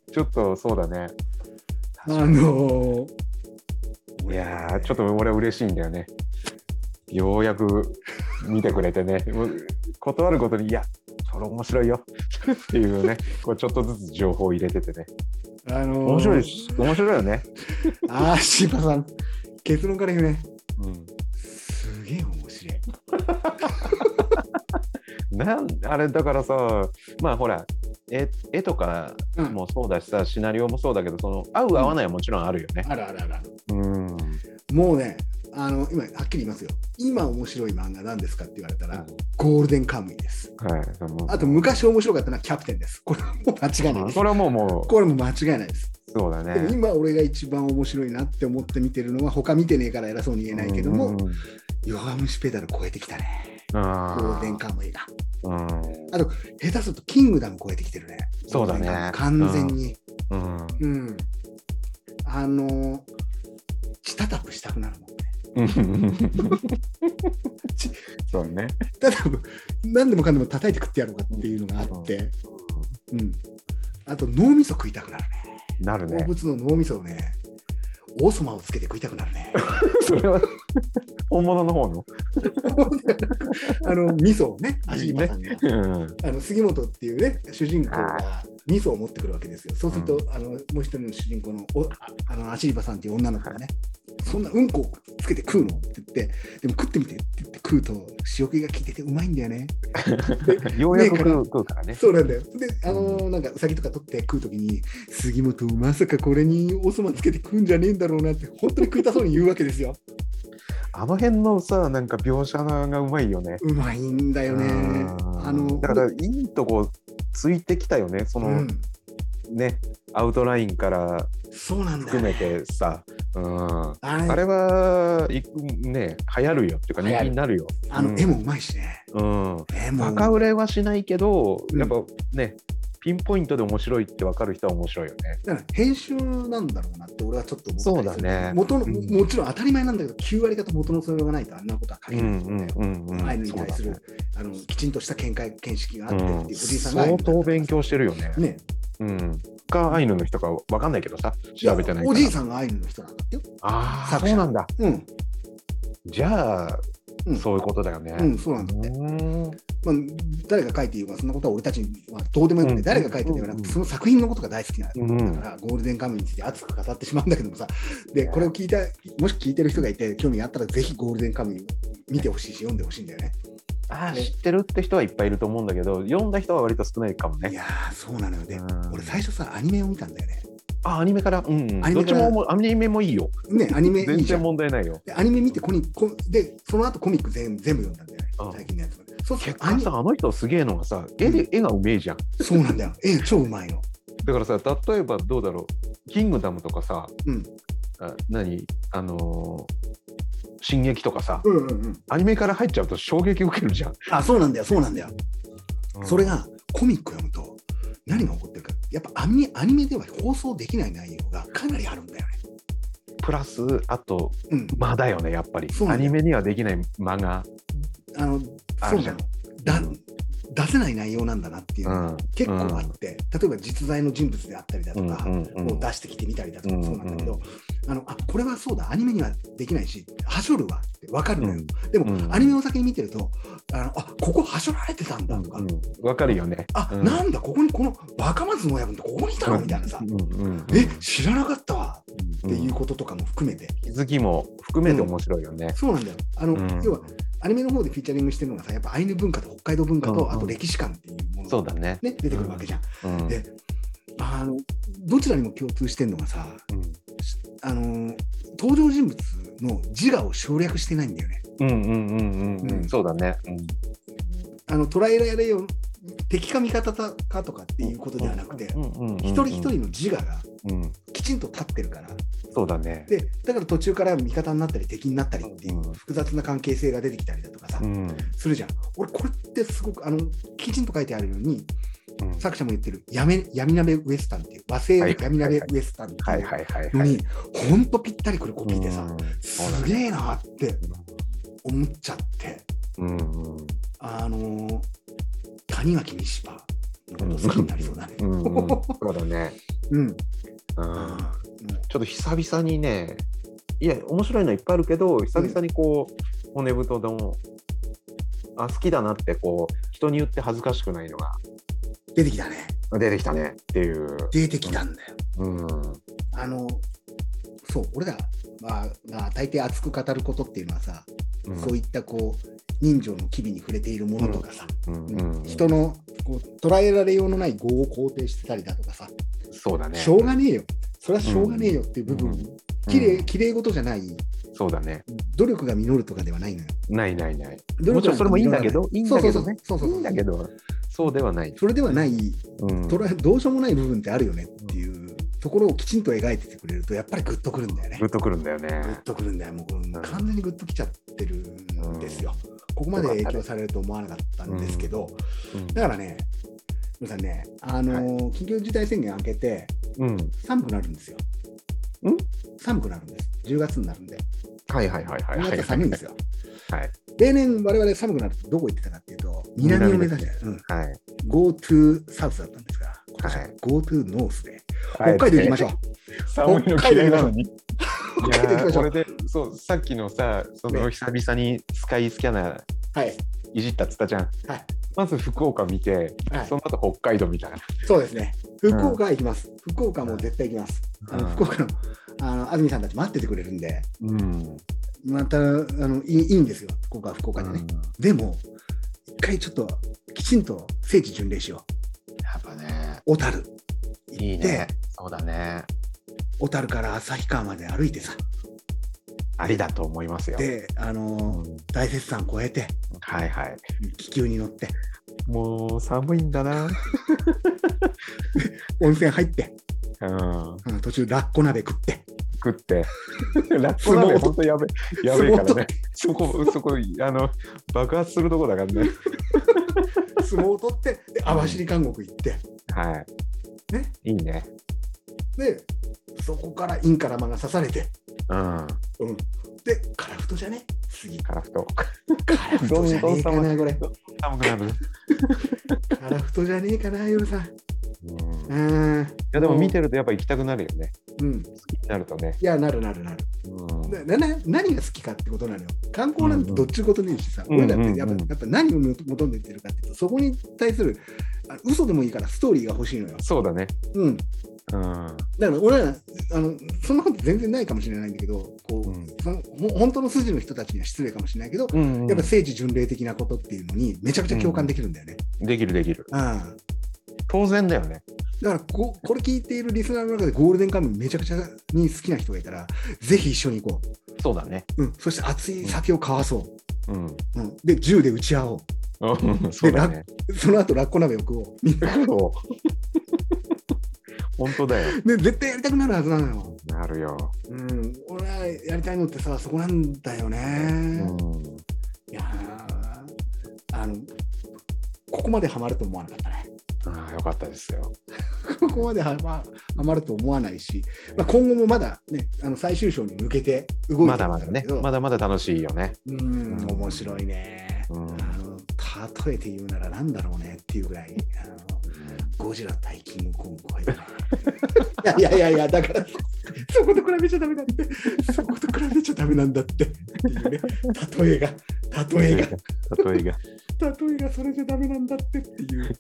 Speaker 2: ちょっとそうだね。
Speaker 1: あのー
Speaker 2: いやー、ちょっと俺は嬉しいんだよね。ようやく見てくれて ね。もう断ることに、いや、それ面白いよっていうね、こうちょっとずつ情報を入れててね。
Speaker 1: あのー
Speaker 2: 面白いし、面白いよね。
Speaker 1: あー、シーパさん、結論から言うね。
Speaker 2: う
Speaker 1: すげえ面白い。
Speaker 2: ん、なんあれだからさ、まあほら、絵絵とか
Speaker 1: うん
Speaker 2: もそうだしさ、シナリオもそうだけど、その合う合わないはもちろんあるよね。
Speaker 1: あるあるあるある。
Speaker 2: うん。
Speaker 1: もうね、あの、今、はっきり言いますよ。今面白い漫画なんですかって言われたら、ゴールデンカムイです。
Speaker 2: はい。もう
Speaker 1: あと、昔面白かったのはキャプテンです。これはもう間違いないです
Speaker 2: そ。れはもうも
Speaker 1: これも間違いないです。
Speaker 2: う、そうだ
Speaker 1: でも
Speaker 2: ね。
Speaker 1: 今、俺が一番面白いなって思って見てるのは、他見てねえから偉そうに言えないけど
Speaker 2: う
Speaker 1: も
Speaker 2: ん、うんうん
Speaker 1: 弱虫ペダル超えてきたね。ゴ
Speaker 2: あ
Speaker 1: ールデン
Speaker 2: ー
Speaker 1: カムイが。
Speaker 2: うん
Speaker 1: 下手すると、キングダム超えてきてるね。
Speaker 2: そうだね
Speaker 1: ゴールデンカムイ完全に。
Speaker 2: うん
Speaker 1: うん。あの、したたくしたくなるもんね。ち
Speaker 2: そうね。
Speaker 1: ただ、何でもかんでも叩いて食ってやろうかっていうのがあって、うん。あと、脳みそ食いたくなるね。
Speaker 2: なる
Speaker 1: 動
Speaker 2: ね。
Speaker 1: 物の脳みそをね、王様をつけて食いたくなる ね。
Speaker 2: それは本物 の方の。
Speaker 1: あの、味噌をね、足場さんが。
Speaker 2: うん
Speaker 1: あの杉本っていうね主人公が味噌を持ってくるわけですよ。そうすると、あのもう一人の主人公のおああのアシリバさんっていう女の子がね、そんなうんこつけて食うのって言って、でも食ってみてって言って食うと塩気が効いててうまいんだよね。
Speaker 2: ようやく食う食うからね。
Speaker 1: そうなんだよ。で、あのーなんかうさぎとか取って食うときに、杉本、まさかこれにおそばつけて食うんじゃねえんだろうなって、本当に食いたそうに言うわけですよ。
Speaker 2: あの辺のさ、なんか描写がうまいよね。
Speaker 1: うまいんだよね。
Speaker 2: うん
Speaker 1: あの
Speaker 2: だからいいとこついてきたよね、その、
Speaker 1: うん、
Speaker 2: ね、アウトラインから
Speaker 1: そうなんだよ
Speaker 2: 含
Speaker 1: ね。
Speaker 2: めてさ、うん、あ
Speaker 1: あれ
Speaker 2: れはいくね、流行るよっていうか、
Speaker 1: 流行る
Speaker 2: 人気になるよ。
Speaker 1: あの絵もうまいしね。
Speaker 2: うん、
Speaker 1: 絵もうまい
Speaker 2: 高売れはしないけど、
Speaker 1: うん
Speaker 2: やっぱね、ピンポイントで面白いって分かる人は面白いよね。
Speaker 1: だから編集なんだろうなって俺はちょっと思ったりす
Speaker 2: そう
Speaker 1: る
Speaker 2: だね
Speaker 1: 元の
Speaker 2: うん
Speaker 1: ももちろん当たり前なんだけど9割方元の素養がないとあんなことは書けないんだよ。
Speaker 2: ん
Speaker 1: アイヌに対する、あのきちんとした見解見識があってっていう、おじいさんがアイヌだ
Speaker 2: 相
Speaker 1: った
Speaker 2: 当勉強してるよね。
Speaker 1: ね
Speaker 2: うん。かアイヌの人か分かんないけどさ、調べてないから。
Speaker 1: おじいさんがアイヌの人なんだってよ。
Speaker 2: ああ、
Speaker 1: 作
Speaker 2: そ
Speaker 1: 者
Speaker 2: うなんだ。
Speaker 1: うん、
Speaker 2: じゃあ、
Speaker 1: うん
Speaker 2: そういうことだよね。
Speaker 1: うん、そうなんだって。
Speaker 2: うん
Speaker 1: まあ、誰が書いていようが、そんなことは俺たちにはどうでもよくて、
Speaker 2: うん
Speaker 1: 誰が書いてるかなくて、
Speaker 2: うん
Speaker 1: その作品のことが大好きな
Speaker 2: うん
Speaker 1: だから、ゴールデンカムイについて熱く語ってしまうんだけどもさ、で、これを聞いた、もし聞いてる人がいて、興味があったら、ぜひゴールデンカムイ見てほしいし、読んでほしいんだよね。
Speaker 2: ああ、知ってるって人はいっぱいいると思うんだけど、読んだ人は割と少ないかも
Speaker 1: い
Speaker 2: ね。
Speaker 1: やー、そうなのよね。
Speaker 2: うん
Speaker 1: 俺、最初さ、アニメを見たんだよね。
Speaker 2: あ、アニメから。うんうん。
Speaker 1: アニメ
Speaker 2: ど
Speaker 1: か
Speaker 2: っち
Speaker 1: ら
Speaker 2: ももうアニメもいいよ。
Speaker 1: ね、アニメい
Speaker 2: 全
Speaker 1: いじゃ
Speaker 2: 然
Speaker 1: ん。
Speaker 2: 問題ないよ。
Speaker 1: でアニメ見てコニコ、で、その後コミック全全部読んだんだよね
Speaker 2: う。ん
Speaker 1: 最近のやつまで。そうする
Speaker 2: 結
Speaker 1: とア
Speaker 2: 果
Speaker 1: ニ
Speaker 2: さ、あの人すげえのがさ、絵で、絵がうめえじゃん。
Speaker 1: そうなんだよ。ええ、超うまいの。
Speaker 2: だからさ、例えばどうだろう、キングダムとかさ、
Speaker 1: うん
Speaker 2: あ何、あのー進撃とかさ、
Speaker 1: うんうんうん。
Speaker 2: アニメから入っちゃうと衝撃受けるじゃん。
Speaker 1: あ、そうなんだよ、そうなんだよ。それがコミック読むと、何が起こってるか、やっぱアニアニメでは放送できない内容がかなりあるんだよね。
Speaker 2: プラス、あと、
Speaker 1: うん。
Speaker 2: 間だよね、やっぱり
Speaker 1: そう。な
Speaker 2: ア
Speaker 1: んだよ
Speaker 2: ニメにはできない間が。
Speaker 1: あの、
Speaker 2: あ
Speaker 1: そ
Speaker 2: る
Speaker 1: う
Speaker 2: じ
Speaker 1: な
Speaker 2: ゃん
Speaker 1: の。だ
Speaker 2: うん
Speaker 1: 出せない内容なんだなっていうのが結構あって、例えば実在の人物であったりだとか、
Speaker 2: うんうんうん
Speaker 1: もう出してきてみたりだと
Speaker 2: う
Speaker 1: か
Speaker 2: ん
Speaker 1: そうなんだけど、あのあこれはそうだアニメにはできないしはしょるわって分かるのよ、でも、
Speaker 2: うん
Speaker 1: アニメを先に見てるとあのあここはしょられてたんだとか、
Speaker 2: うんうんわかるよね。
Speaker 1: あ、
Speaker 2: うん
Speaker 1: なんだここにこの若松の親分ってここにいたのみたいなさ、
Speaker 2: うんうんうん
Speaker 1: え知らなかったわってい
Speaker 2: ん
Speaker 1: うこととかも含めて、
Speaker 2: 気づきも含めて面白いよね。
Speaker 1: そうなんだよあの、
Speaker 2: うん
Speaker 1: 要はアニメの方でフィーチャリングしてるのがさやっぱアイヌ文化と北海道文化と、
Speaker 2: うん
Speaker 1: あと歴史観っていうもの
Speaker 2: そう
Speaker 1: が、
Speaker 2: だね。
Speaker 1: ね、出てくるわけじゃん。
Speaker 2: うん
Speaker 1: であのどちらにも共通してるのがさあの登場人物の自我を省略してないんだよね。
Speaker 2: うんうんうんうんう。
Speaker 1: うんん
Speaker 2: そうだね。うん
Speaker 1: あの捉えられよう敵か味方かとかっていうことではなくて、
Speaker 2: うんうんうんうん
Speaker 1: 一人一人の自我が
Speaker 2: うん
Speaker 1: きちんと立ってるから
Speaker 2: そうだね。
Speaker 1: でだから途中から味方になったり敵になったりっていう
Speaker 2: うん
Speaker 1: 複雑な関係性が出てきたりだとかさ、
Speaker 2: うん
Speaker 1: するじゃん。俺これってすごくあのきちんと書いてあるように
Speaker 2: うん
Speaker 1: 作者も言ってる闇闇鍋ウエスタンっていう和製の闇鍋ウエスタンって
Speaker 2: はいいうはいはい
Speaker 1: の
Speaker 2: はい。
Speaker 1: にほんとぴったりこれコピーでさ
Speaker 2: うんそうなん
Speaker 1: す
Speaker 2: だ
Speaker 1: げえなって思っちゃって
Speaker 2: う んうん
Speaker 1: あのー谷垣西パのこと好きになりそうだね。
Speaker 2: うんうんそうだね。
Speaker 1: うん、
Speaker 2: うん
Speaker 1: あー
Speaker 2: ちょっと久々にね、いや、面白いのいっぱいあるけど、久々にこう、骨太でも、あ、好きだなって、こう、人に言って恥ずかしくないのが
Speaker 1: 出てきたね
Speaker 2: 出てきたねっていう。
Speaker 1: 出てきたんだよ。
Speaker 2: うん。
Speaker 1: あのそう俺ら、まあまあ、大抵熱く語ることっていうのはさ、そういったこう人情の機微に触れているものとかさ、
Speaker 2: うんうん
Speaker 1: 人のこう捉えられようのない業を肯定してたりだとかさ、
Speaker 2: そうだね。
Speaker 1: しょうがねえよそれはしょうがねえよっていう部分、
Speaker 2: うん
Speaker 1: きれ
Speaker 2: う
Speaker 1: い
Speaker 2: ん
Speaker 1: きれい事じゃない
Speaker 2: そうだね。
Speaker 1: 努力が実るとかではないのよ
Speaker 2: ないないない。
Speaker 1: 努力
Speaker 2: もちろんそれもいいんだけ
Speaker 1: な
Speaker 2: ど、いいん
Speaker 1: そう
Speaker 2: だ
Speaker 1: そ
Speaker 2: け
Speaker 1: うそう
Speaker 2: どね。
Speaker 1: そう
Speaker 2: い
Speaker 1: そうそう
Speaker 2: いんだけど、そうではない。
Speaker 1: それではない
Speaker 2: うん
Speaker 1: 捉えどうしようもない部分ってあるよねっていうところをきちんと描いててくれるとやっぱりグッとくるんだよね
Speaker 2: グッとくるんだよね
Speaker 1: グ。ッとくるんだよ、もうこれ
Speaker 2: ん
Speaker 1: 完全にグッときちゃってるんですよ。ここまで影響されると思わなかったんですけど、だからね、皆さんね、あのー緊急事態宣言明けて、
Speaker 2: うん。うん
Speaker 1: 寒くなるんですよ。
Speaker 2: ん
Speaker 1: 寒くなるんです。10月になるんで、
Speaker 2: はいはいはいはい
Speaker 1: 10
Speaker 2: は
Speaker 1: 月
Speaker 2: い。
Speaker 1: は寒いんですよ。
Speaker 2: はい。
Speaker 1: 例年、我々寒くなるとどこ行ってたかっていうと、南を目指して、うん、
Speaker 2: はい。
Speaker 1: GoTo サウスだったんですが、今年は
Speaker 2: はい
Speaker 1: GoTo ノースで、北海道行きましょう。
Speaker 2: 寒いの嫌いなのに。い
Speaker 1: 北海道行き
Speaker 2: や
Speaker 1: まし
Speaker 2: ー
Speaker 1: ょ
Speaker 2: 俺
Speaker 1: う。
Speaker 2: でそうさっきのさその
Speaker 1: ね
Speaker 2: 久々にスカイスキャナー
Speaker 1: はい。
Speaker 2: いじったっつったじゃん。
Speaker 1: はい
Speaker 2: まず福岡見て、
Speaker 1: はい
Speaker 2: その後北海道みたいな。
Speaker 1: そうですね。福岡行きます。福岡も絶対行きます。あの
Speaker 2: うん
Speaker 1: 福岡のあの安住さんたち待っててくれるんで、
Speaker 2: うん。
Speaker 1: またあのいいいいんですよ、福岡は福岡でね。でも、一回ちょっときちんと聖地巡礼しよ
Speaker 2: やっぱね。
Speaker 1: う。小樽。
Speaker 2: いい
Speaker 1: で
Speaker 2: ね。そうだね。
Speaker 1: 小樽から旭川まで歩いてさ、
Speaker 2: ありだと思いますよ。
Speaker 1: で、あ
Speaker 2: う
Speaker 1: の
Speaker 2: ん
Speaker 1: 大雪山越えて、
Speaker 2: はいはい。
Speaker 1: 気球に乗って、
Speaker 2: もう寒いんだな。
Speaker 1: 温泉入って、
Speaker 2: うん。
Speaker 1: うん途中、ラッコ鍋食って、
Speaker 2: 食って。 ラッコ鍋本当やべえやべえからね。そこそこあの爆発するとこだからね。
Speaker 1: 相撲を取って、で網走監獄行って、
Speaker 2: はい。
Speaker 1: ね。
Speaker 2: いいね。
Speaker 1: で、そこからインカラマが刺されて、
Speaker 2: うん。
Speaker 1: うん、で、カラフトじゃね次、
Speaker 2: カラフト。
Speaker 1: カラフトじゃねえかな、これ。
Speaker 2: 寒くなる。
Speaker 1: カラフトじゃねえかな、夜さん。
Speaker 2: うん
Speaker 1: う
Speaker 2: い
Speaker 1: ん。い
Speaker 2: やでも見てるとやっぱ行きたくなるよね。
Speaker 1: うん。
Speaker 2: 好きになるとね。
Speaker 1: いや、なるなるなる。
Speaker 2: うん
Speaker 1: ななな何が好きかってことなのよ。観光なんてどっちゅうことねえしさ、
Speaker 2: うんうん
Speaker 1: 俺らってやっぱ,、
Speaker 2: うんうんうん
Speaker 1: やっぱ何を求めてるかっていうと、そこに対するあ嘘でもいいからストーリーが欲しいのよ。
Speaker 2: そうだね。
Speaker 1: うん。
Speaker 2: うん。
Speaker 1: だから俺ら、あのそんなこと全然ないかもしれないんだけど、こう、
Speaker 2: うん
Speaker 1: そのほ本当の筋の人たちには失礼かもしれないけど、
Speaker 2: うんうん
Speaker 1: やっぱ聖地巡礼的なことっていうのにめちゃくちゃ共感できるんだよね。
Speaker 2: できるできる。
Speaker 1: うん
Speaker 2: 当然だよね。
Speaker 1: だからこ、これ聞いているリスナーの中でゴールデンカムイめちゃくちゃに好きな人がいたら、ぜひ一緒に行こ
Speaker 2: そうだね。
Speaker 1: う。うん、そして熱い酒を交わそ
Speaker 2: うん。
Speaker 1: う。うん、で、銃で撃ち合お
Speaker 2: うん そうだね。
Speaker 1: う。その後、ラッコ鍋を食おう。みんな
Speaker 2: そう 本当だよ。
Speaker 1: で、絶対やりたくなるはずなのよ。
Speaker 2: なるよ。
Speaker 1: うん、俺はやりたいのってさ、そこなんだよ
Speaker 2: う
Speaker 1: ね。
Speaker 2: ん。
Speaker 1: いやーあの、ここまでハマると思わなかったね。
Speaker 2: ああ、よかったですよ。
Speaker 1: ここまではまはまると思わないし、まあ、今後もまだ、ね、あの最終章に向けて動いて
Speaker 2: まだまだね。ま
Speaker 1: だ
Speaker 2: だまだ楽しいよね。
Speaker 1: うん面白いね、
Speaker 2: うん
Speaker 1: あの例えて言うならなんだろうねっていうぐらいあのゴジラ対キングコング超えてないい やいやいやいやだからそこと比べちゃダメだってそこと比べちゃダメなんだってっていうね例えが例えが
Speaker 2: 例えが。
Speaker 1: 例えがそれじゃダメなんだってっていう。